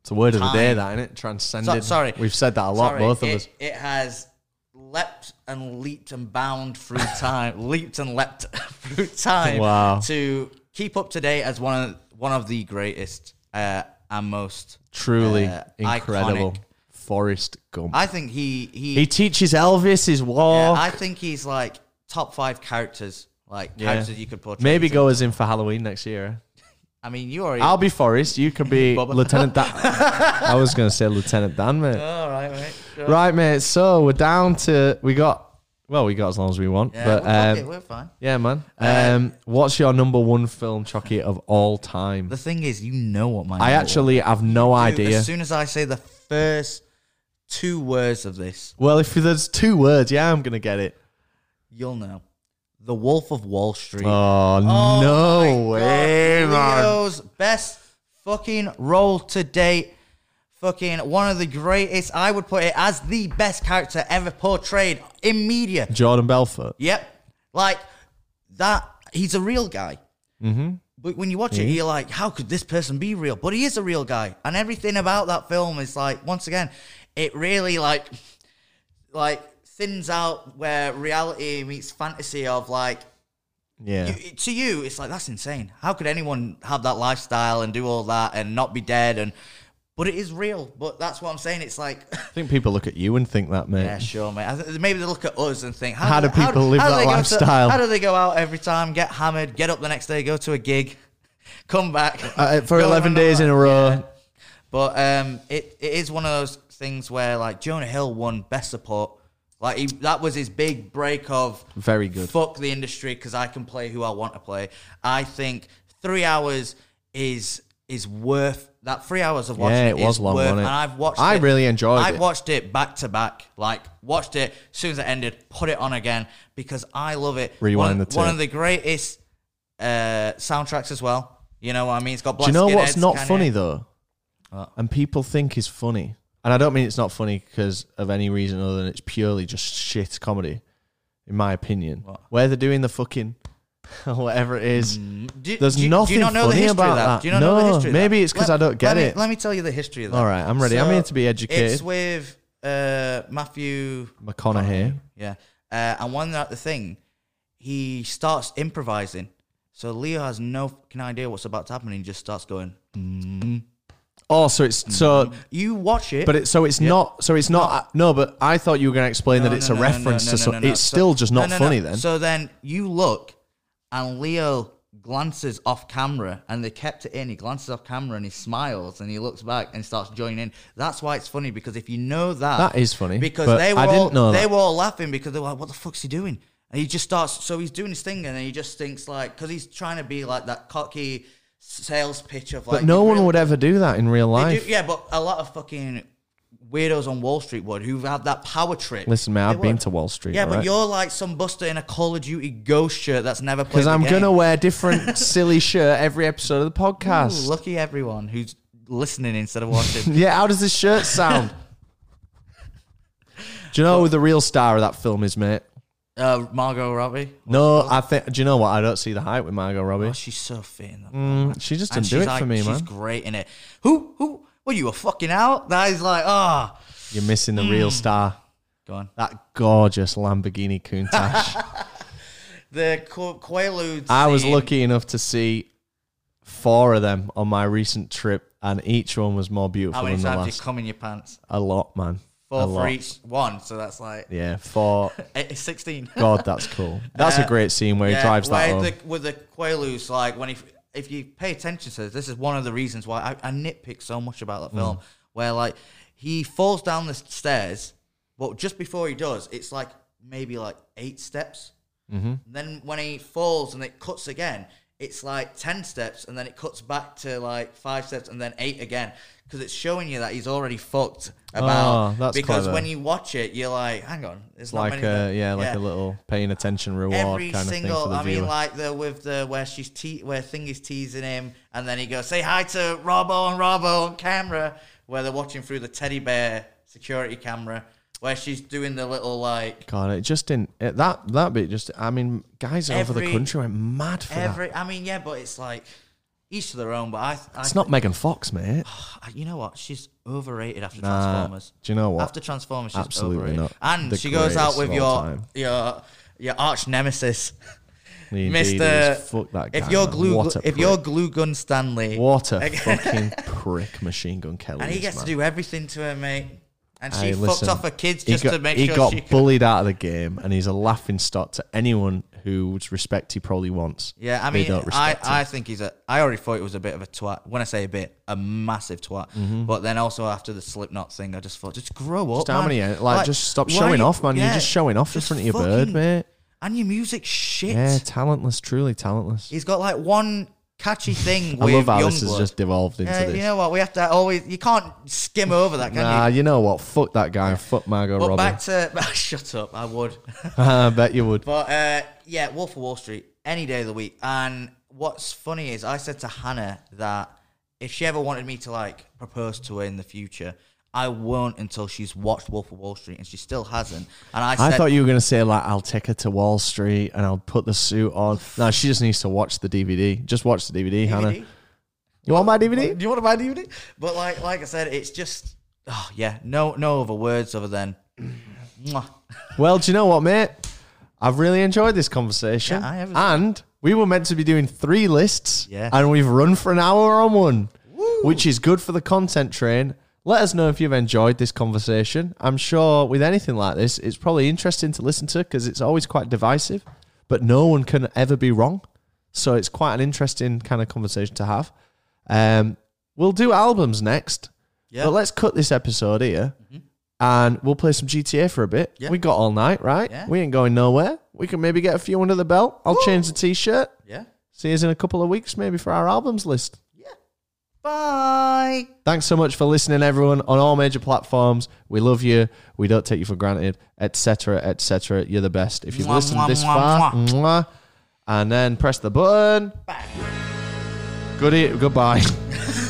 [SPEAKER 1] It's a word of the day,
[SPEAKER 2] Time.
[SPEAKER 1] that isn't it? Transcended.
[SPEAKER 2] So- sorry,
[SPEAKER 1] we've said that a lot,
[SPEAKER 2] Sorry,
[SPEAKER 1] both of
[SPEAKER 2] it,
[SPEAKER 1] us.
[SPEAKER 2] It has leapt and leaped and bound through [LAUGHS] time, leaped and leapt [LAUGHS] through time.
[SPEAKER 1] Wow.
[SPEAKER 2] To keep up to date as one of one of the greatest uh, and most.
[SPEAKER 1] Truly
[SPEAKER 2] uh,
[SPEAKER 1] incredible.
[SPEAKER 2] iconic.
[SPEAKER 1] Forrest Gump.
[SPEAKER 2] I think he he.
[SPEAKER 1] he teaches Elvis his
[SPEAKER 2] yeah,
[SPEAKER 1] war.
[SPEAKER 2] I think he's like top five characters, like characters you could put.
[SPEAKER 1] Maybe go as in for Halloween next year. eh?
[SPEAKER 2] I mean, you already.
[SPEAKER 1] I'll be Forrest. You could be
[SPEAKER 2] [LAUGHS] Bubba.
[SPEAKER 1] Lieutenant Dan. I was going to say Lieutenant Dan, mate.
[SPEAKER 2] all right, mate. Sure.
[SPEAKER 1] Right, mate. So we're down to we got. Well, we got as long as we want.
[SPEAKER 2] Yeah,
[SPEAKER 1] but
[SPEAKER 2] we'll fuck
[SPEAKER 1] um,
[SPEAKER 2] it, we're Uh, fine.
[SPEAKER 1] yeah, man. Um, what's your number one film, Chucky, of all time?
[SPEAKER 2] The thing is, you know what my.
[SPEAKER 1] I
[SPEAKER 2] number
[SPEAKER 1] actually have no
[SPEAKER 2] one- Dude,
[SPEAKER 1] idea.
[SPEAKER 2] As soon as I say the first two words of this,
[SPEAKER 1] Well, if there's two words, yeah, I'm gonna get it.
[SPEAKER 2] you'll know. The Wolf of Wall Street.
[SPEAKER 1] Oh,
[SPEAKER 2] Oh
[SPEAKER 1] no
[SPEAKER 2] my
[SPEAKER 1] way,
[SPEAKER 2] God.
[SPEAKER 1] man.
[SPEAKER 2] Leo's best fucking role to date. Fucking one of the greatest. I would put it as the best character ever portrayed in media.
[SPEAKER 1] Jordan Belfort.
[SPEAKER 2] Yep. Like that. He's a real guy. Mm-hmm. But when you watch it, you're like, how could this person be real? But he is a real guy, and everything about that film is like, once again, it really like, like thins out where reality meets fantasy of like
[SPEAKER 1] Yeah.
[SPEAKER 2] you- to you, it's like that's insane. How could anyone have that lifestyle and do all that and not be dead? And but it is real. But that's what I'm saying. It's like,
[SPEAKER 1] I think people look at you and think that, mate.
[SPEAKER 2] yeah, sure, mate. I think maybe they look at us and think, how,
[SPEAKER 1] How do
[SPEAKER 2] they-
[SPEAKER 1] people live
[SPEAKER 2] do
[SPEAKER 1] that
[SPEAKER 2] they go to-
[SPEAKER 1] lifestyle?
[SPEAKER 2] how do they go out every time, get hammered, get up the next day, go to a gig, come back
[SPEAKER 1] Uh, for
[SPEAKER 2] go on
[SPEAKER 1] 11 days in
[SPEAKER 2] another-
[SPEAKER 1] a row.
[SPEAKER 2] But um, it it is one of those things where like Jonah Hill won Best Support Like he, that was his big break of
[SPEAKER 1] Very good.
[SPEAKER 2] Fuck the industry because I can play who I want to play. I think three hours is is worth that three hours of watching.
[SPEAKER 1] Yeah, it was
[SPEAKER 2] is
[SPEAKER 1] long,
[SPEAKER 2] worth,
[SPEAKER 1] wasn't it?
[SPEAKER 2] And I've watched.
[SPEAKER 1] I
[SPEAKER 2] it-
[SPEAKER 1] really enjoyed
[SPEAKER 2] I've
[SPEAKER 1] it.
[SPEAKER 2] watched it back to back. Like watched it as soon as it ended, put it on again because I love it.
[SPEAKER 1] Rewind
[SPEAKER 2] one,
[SPEAKER 1] the tape.
[SPEAKER 2] One of the greatest uh, soundtracks as well. You know what I mean? It's got.
[SPEAKER 1] Do
[SPEAKER 2] Black
[SPEAKER 1] you know what's
[SPEAKER 2] Skinheads,
[SPEAKER 1] not
[SPEAKER 2] Kanye.
[SPEAKER 1] funny though? And people think is funny. And I don't mean it's not funny because of any reason other than it's purely just shit comedy, in my opinion. Where they're doing the fucking [LAUGHS] whatever it is.
[SPEAKER 2] Do,
[SPEAKER 1] There's
[SPEAKER 2] do, do
[SPEAKER 1] nothing
[SPEAKER 2] you not know the
[SPEAKER 1] funny
[SPEAKER 2] history
[SPEAKER 1] about
[SPEAKER 2] of that?
[SPEAKER 1] that.
[SPEAKER 2] Do you not know the
[SPEAKER 1] No,
[SPEAKER 2] history? Of
[SPEAKER 1] maybe
[SPEAKER 2] that?
[SPEAKER 1] it's 'cause
[SPEAKER 2] Let-
[SPEAKER 1] I don't get
[SPEAKER 2] let me-
[SPEAKER 1] it.
[SPEAKER 2] let me tell you the history of that.
[SPEAKER 1] All right, I'm ready. I'm here to be educated.
[SPEAKER 2] It's with uh, Matthew.
[SPEAKER 1] McConaughey.
[SPEAKER 2] Yeah, uh, and one that the thing, he starts improvising. So Leo has no fucking idea what's about to happen. and He just starts going.
[SPEAKER 1] Oh, so it's so
[SPEAKER 2] You watch it,
[SPEAKER 1] but it so it's not so it's not uh, no, but I thought you were gonna explain that
[SPEAKER 2] No,
[SPEAKER 1] it's
[SPEAKER 2] no,
[SPEAKER 1] a
[SPEAKER 2] no, no,
[SPEAKER 1] reference
[SPEAKER 2] no,
[SPEAKER 1] to
[SPEAKER 2] no,
[SPEAKER 1] some
[SPEAKER 2] no, no.
[SPEAKER 1] it's
[SPEAKER 2] So-
[SPEAKER 1] still just
[SPEAKER 2] no,
[SPEAKER 1] not
[SPEAKER 2] no, no.
[SPEAKER 1] funny then.
[SPEAKER 2] So then you look, and Leo glances off camera, and they kept it in. He glances off camera, and he smiles, and he looks back, and starts joining in. That's why it's funny because if you know that,
[SPEAKER 1] That is funny,
[SPEAKER 2] Because
[SPEAKER 1] but
[SPEAKER 2] they were
[SPEAKER 1] I didn't
[SPEAKER 2] all,
[SPEAKER 1] know
[SPEAKER 2] they
[SPEAKER 1] that.
[SPEAKER 2] were all laughing because they were like, "What the fuck's he doing?" And he just starts. So he's doing his thing, and then he just thinks like, because he's trying to be like that cocky sales pitch of like.
[SPEAKER 1] but no
[SPEAKER 2] you
[SPEAKER 1] one
[SPEAKER 2] really-
[SPEAKER 1] would ever do that in real
[SPEAKER 2] they do-
[SPEAKER 1] life.
[SPEAKER 2] yeah, but a lot of fucking weirdos on Wall Street would who've had that power trip.
[SPEAKER 1] Listen, man,
[SPEAKER 2] They
[SPEAKER 1] I've been
[SPEAKER 2] would.
[SPEAKER 1] to Wall Street.
[SPEAKER 2] Yeah, but
[SPEAKER 1] alright?
[SPEAKER 2] you're like some buster in a Call of Duty ghost shirt that's never played.
[SPEAKER 1] Because
[SPEAKER 2] the
[SPEAKER 1] I'm
[SPEAKER 2] game.
[SPEAKER 1] gonna wear different silly shirt every episode of the podcast.
[SPEAKER 2] Ooh, lucky everyone who's listening instead of
[SPEAKER 1] [LAUGHS]
[SPEAKER 2] watching.
[SPEAKER 1] yeah, how does this shirt sound? do you know who the real star of that film is, mate?
[SPEAKER 2] uh, Margot Robbie.
[SPEAKER 1] No, I think. Do you know what? I don't see the hype with Margot Robbie.
[SPEAKER 2] Oh, she's so fit in that.
[SPEAKER 1] Mm, she just
[SPEAKER 2] and
[SPEAKER 1] didn't
[SPEAKER 2] she's
[SPEAKER 1] do it
[SPEAKER 2] like,
[SPEAKER 1] for me,
[SPEAKER 2] she's
[SPEAKER 1] man.
[SPEAKER 2] great in it. Who who? What you were fucking out? That is like ah.
[SPEAKER 1] You're missing the
[SPEAKER 2] Hmm.
[SPEAKER 1] real star.
[SPEAKER 2] Go on.
[SPEAKER 1] That gorgeous Lamborghini Countach.
[SPEAKER 2] [LAUGHS] The Qu- Quaaludes.
[SPEAKER 1] I was
[SPEAKER 2] scene.
[SPEAKER 1] lucky enough to see four of them on my recent trip, and each one was more beautiful
[SPEAKER 2] How many
[SPEAKER 1] than the
[SPEAKER 2] times did you
[SPEAKER 1] last.
[SPEAKER 2] come in your pants?
[SPEAKER 1] A lot, man.
[SPEAKER 2] Four
[SPEAKER 1] a
[SPEAKER 2] for
[SPEAKER 1] lot.
[SPEAKER 2] each one, so that's like
[SPEAKER 1] Yeah, four.
[SPEAKER 2] eh, sixteen.
[SPEAKER 1] God, that's cool. That's a great scene where he drives that
[SPEAKER 2] Uh, where
[SPEAKER 1] home.
[SPEAKER 2] the, with the Quaaludes, like when he, if you pay attention to this, this is one of the reasons why I, I nitpick so much about that
[SPEAKER 1] Mm.
[SPEAKER 2] film, where like he falls down the stairs, but just before he does, it's like maybe like eight steps. Mm-hmm. Then when he falls and it cuts again, it's like ten steps, and then it cuts back to like five steps, and then eight again, because it's showing you that he's already fucked about.
[SPEAKER 1] Oh, that's
[SPEAKER 2] because
[SPEAKER 1] clever.
[SPEAKER 2] when you watch it, you're like, hang on, there's not
[SPEAKER 1] like
[SPEAKER 2] many
[SPEAKER 1] a
[SPEAKER 2] there.
[SPEAKER 1] yeah, like a little paying attention reward
[SPEAKER 2] every
[SPEAKER 1] kind of thing
[SPEAKER 2] single.
[SPEAKER 1] for the
[SPEAKER 2] I
[SPEAKER 1] viewer.
[SPEAKER 2] mean, like the with the where she's te- where Thingy's teasing him, and then he goes, "Say hi to Robbo and Robbo on camera," where they're watching through the teddy bear security camera, where she's doing the little like
[SPEAKER 1] God, it just didn't. It, that that bit just. I mean, guys over the
[SPEAKER 2] Every-
[SPEAKER 1] country went mad for that.
[SPEAKER 2] every. I mean, yeah, but it's like each to their own. But I, I,
[SPEAKER 1] It's not Megan Fox,
[SPEAKER 2] [SIGHS]
[SPEAKER 1] mate.
[SPEAKER 2] I- you know what? She's overrated after
[SPEAKER 1] Uh,
[SPEAKER 2] Transformers.
[SPEAKER 1] do you know what?
[SPEAKER 2] After Transformers, she's
[SPEAKER 1] Absolutely
[SPEAKER 2] overrated.
[SPEAKER 1] not.
[SPEAKER 2] And
[SPEAKER 1] The
[SPEAKER 2] she goes out
[SPEAKER 1] greatest
[SPEAKER 2] with
[SPEAKER 1] of
[SPEAKER 2] your
[SPEAKER 1] all time.
[SPEAKER 2] your your arch nemesis.
[SPEAKER 1] Indeed, he
[SPEAKER 2] Mister,
[SPEAKER 1] is. Fuck that guy.
[SPEAKER 2] if you're
[SPEAKER 1] man.
[SPEAKER 2] glue,
[SPEAKER 1] what a
[SPEAKER 2] if you're glue gun Stanley,
[SPEAKER 1] prick.
[SPEAKER 2] [LAUGHS]
[SPEAKER 1] what a fucking prick, Machine Gun Kelly.
[SPEAKER 2] and he
[SPEAKER 1] is,
[SPEAKER 2] gets
[SPEAKER 1] man.
[SPEAKER 2] to do everything to her, mate, and she
[SPEAKER 1] Hey,
[SPEAKER 2] fucked
[SPEAKER 1] listen,
[SPEAKER 2] off her kids
[SPEAKER 1] he
[SPEAKER 2] just
[SPEAKER 1] got-
[SPEAKER 2] to make
[SPEAKER 1] he
[SPEAKER 2] sure
[SPEAKER 1] got
[SPEAKER 2] she. Could.
[SPEAKER 1] bullied out of the game, and he's a laughing stock to anyone whose respect he probably wants.
[SPEAKER 2] Yeah, I
[SPEAKER 1] They
[SPEAKER 2] mean,
[SPEAKER 1] don't
[SPEAKER 2] I,
[SPEAKER 1] respect
[SPEAKER 2] I think he's a. I already thought it was a bit of a twat. When I say a bit, a massive twat. But then also after the Slipknot thing, I just thought, just grow up.
[SPEAKER 1] Mm-hmm. Just how
[SPEAKER 2] man.
[SPEAKER 1] many- uh, like, just stop
[SPEAKER 2] why
[SPEAKER 1] showing
[SPEAKER 2] you-
[SPEAKER 1] off, man. You're
[SPEAKER 2] yeah,
[SPEAKER 1] just showing off in
[SPEAKER 2] just
[SPEAKER 1] front of your bird,
[SPEAKER 2] fucking-
[SPEAKER 1] mate.
[SPEAKER 2] And your music shit.
[SPEAKER 1] Yeah, talentless, truly talentless.
[SPEAKER 2] He's got like one catchy thing
[SPEAKER 1] I
[SPEAKER 2] with
[SPEAKER 1] love how this
[SPEAKER 2] Youngblood.
[SPEAKER 1] has just devolved into
[SPEAKER 2] yeah,
[SPEAKER 1] this.
[SPEAKER 2] you know what? We have to always. You can't skim over that, can
[SPEAKER 1] Nah,
[SPEAKER 2] you?
[SPEAKER 1] you know what? Fuck that guy. Fuck Margot
[SPEAKER 2] But
[SPEAKER 1] Robbie.
[SPEAKER 2] back to [LAUGHS] shut up. I would.
[SPEAKER 1] [LAUGHS] I bet you would.
[SPEAKER 2] But uh, yeah, Wolf of Wall Street any day of the week. And what's funny is I said to Hannah that if she ever wanted me to like propose to her in the future, I won't until she's watched Wolf of Wall Street, and she still hasn't. And I said,
[SPEAKER 1] I thought you were gonna say like I'll take her to Wall Street and I'll put the suit on. No, she just needs to watch the DVD. Just watch the DVD, Hannah.
[SPEAKER 2] DVD?
[SPEAKER 1] You want my DVD?
[SPEAKER 2] Do you want to buy DVD? But like, like I said, it's just, oh yeah, no, no other words other than. [CLEARS THROAT] Mwah.
[SPEAKER 1] Well, do you know what, mate? I've really enjoyed this conversation.
[SPEAKER 2] Yeah, I have as well.
[SPEAKER 1] and we were meant to be doing three lists,
[SPEAKER 2] Yeah.
[SPEAKER 1] and we've run for an hour on one, which is good for the content train. Let us know if you've enjoyed this conversation. I'm sure with anything like this, it's probably interesting to listen to because it's always quite divisive, but no one can ever be wrong. So it's quite an interesting kind of conversation to have. Um, we'll do albums next,
[SPEAKER 2] Yeah.
[SPEAKER 1] but let's cut this episode here and we'll play some GTA for a bit.
[SPEAKER 2] Yeah.
[SPEAKER 1] We got all night, right?
[SPEAKER 2] Yeah.
[SPEAKER 1] We ain't going nowhere. We can maybe get a few under the belt. I'll change the t-shirt.
[SPEAKER 2] Yeah.
[SPEAKER 1] See us in a couple of weeks, maybe for our albums list.
[SPEAKER 2] Bye.
[SPEAKER 1] Thanks so much for listening, everyone, on all major platforms. We love you. We don't take you for granted, etc., etc. You're the best. If you've
[SPEAKER 2] Mwah,
[SPEAKER 1] listened
[SPEAKER 2] mwah,
[SPEAKER 1] this
[SPEAKER 2] mwah,
[SPEAKER 1] far, mwah, and then press the button.
[SPEAKER 2] Bye.
[SPEAKER 1] Goodie, goodbye. [LAUGHS]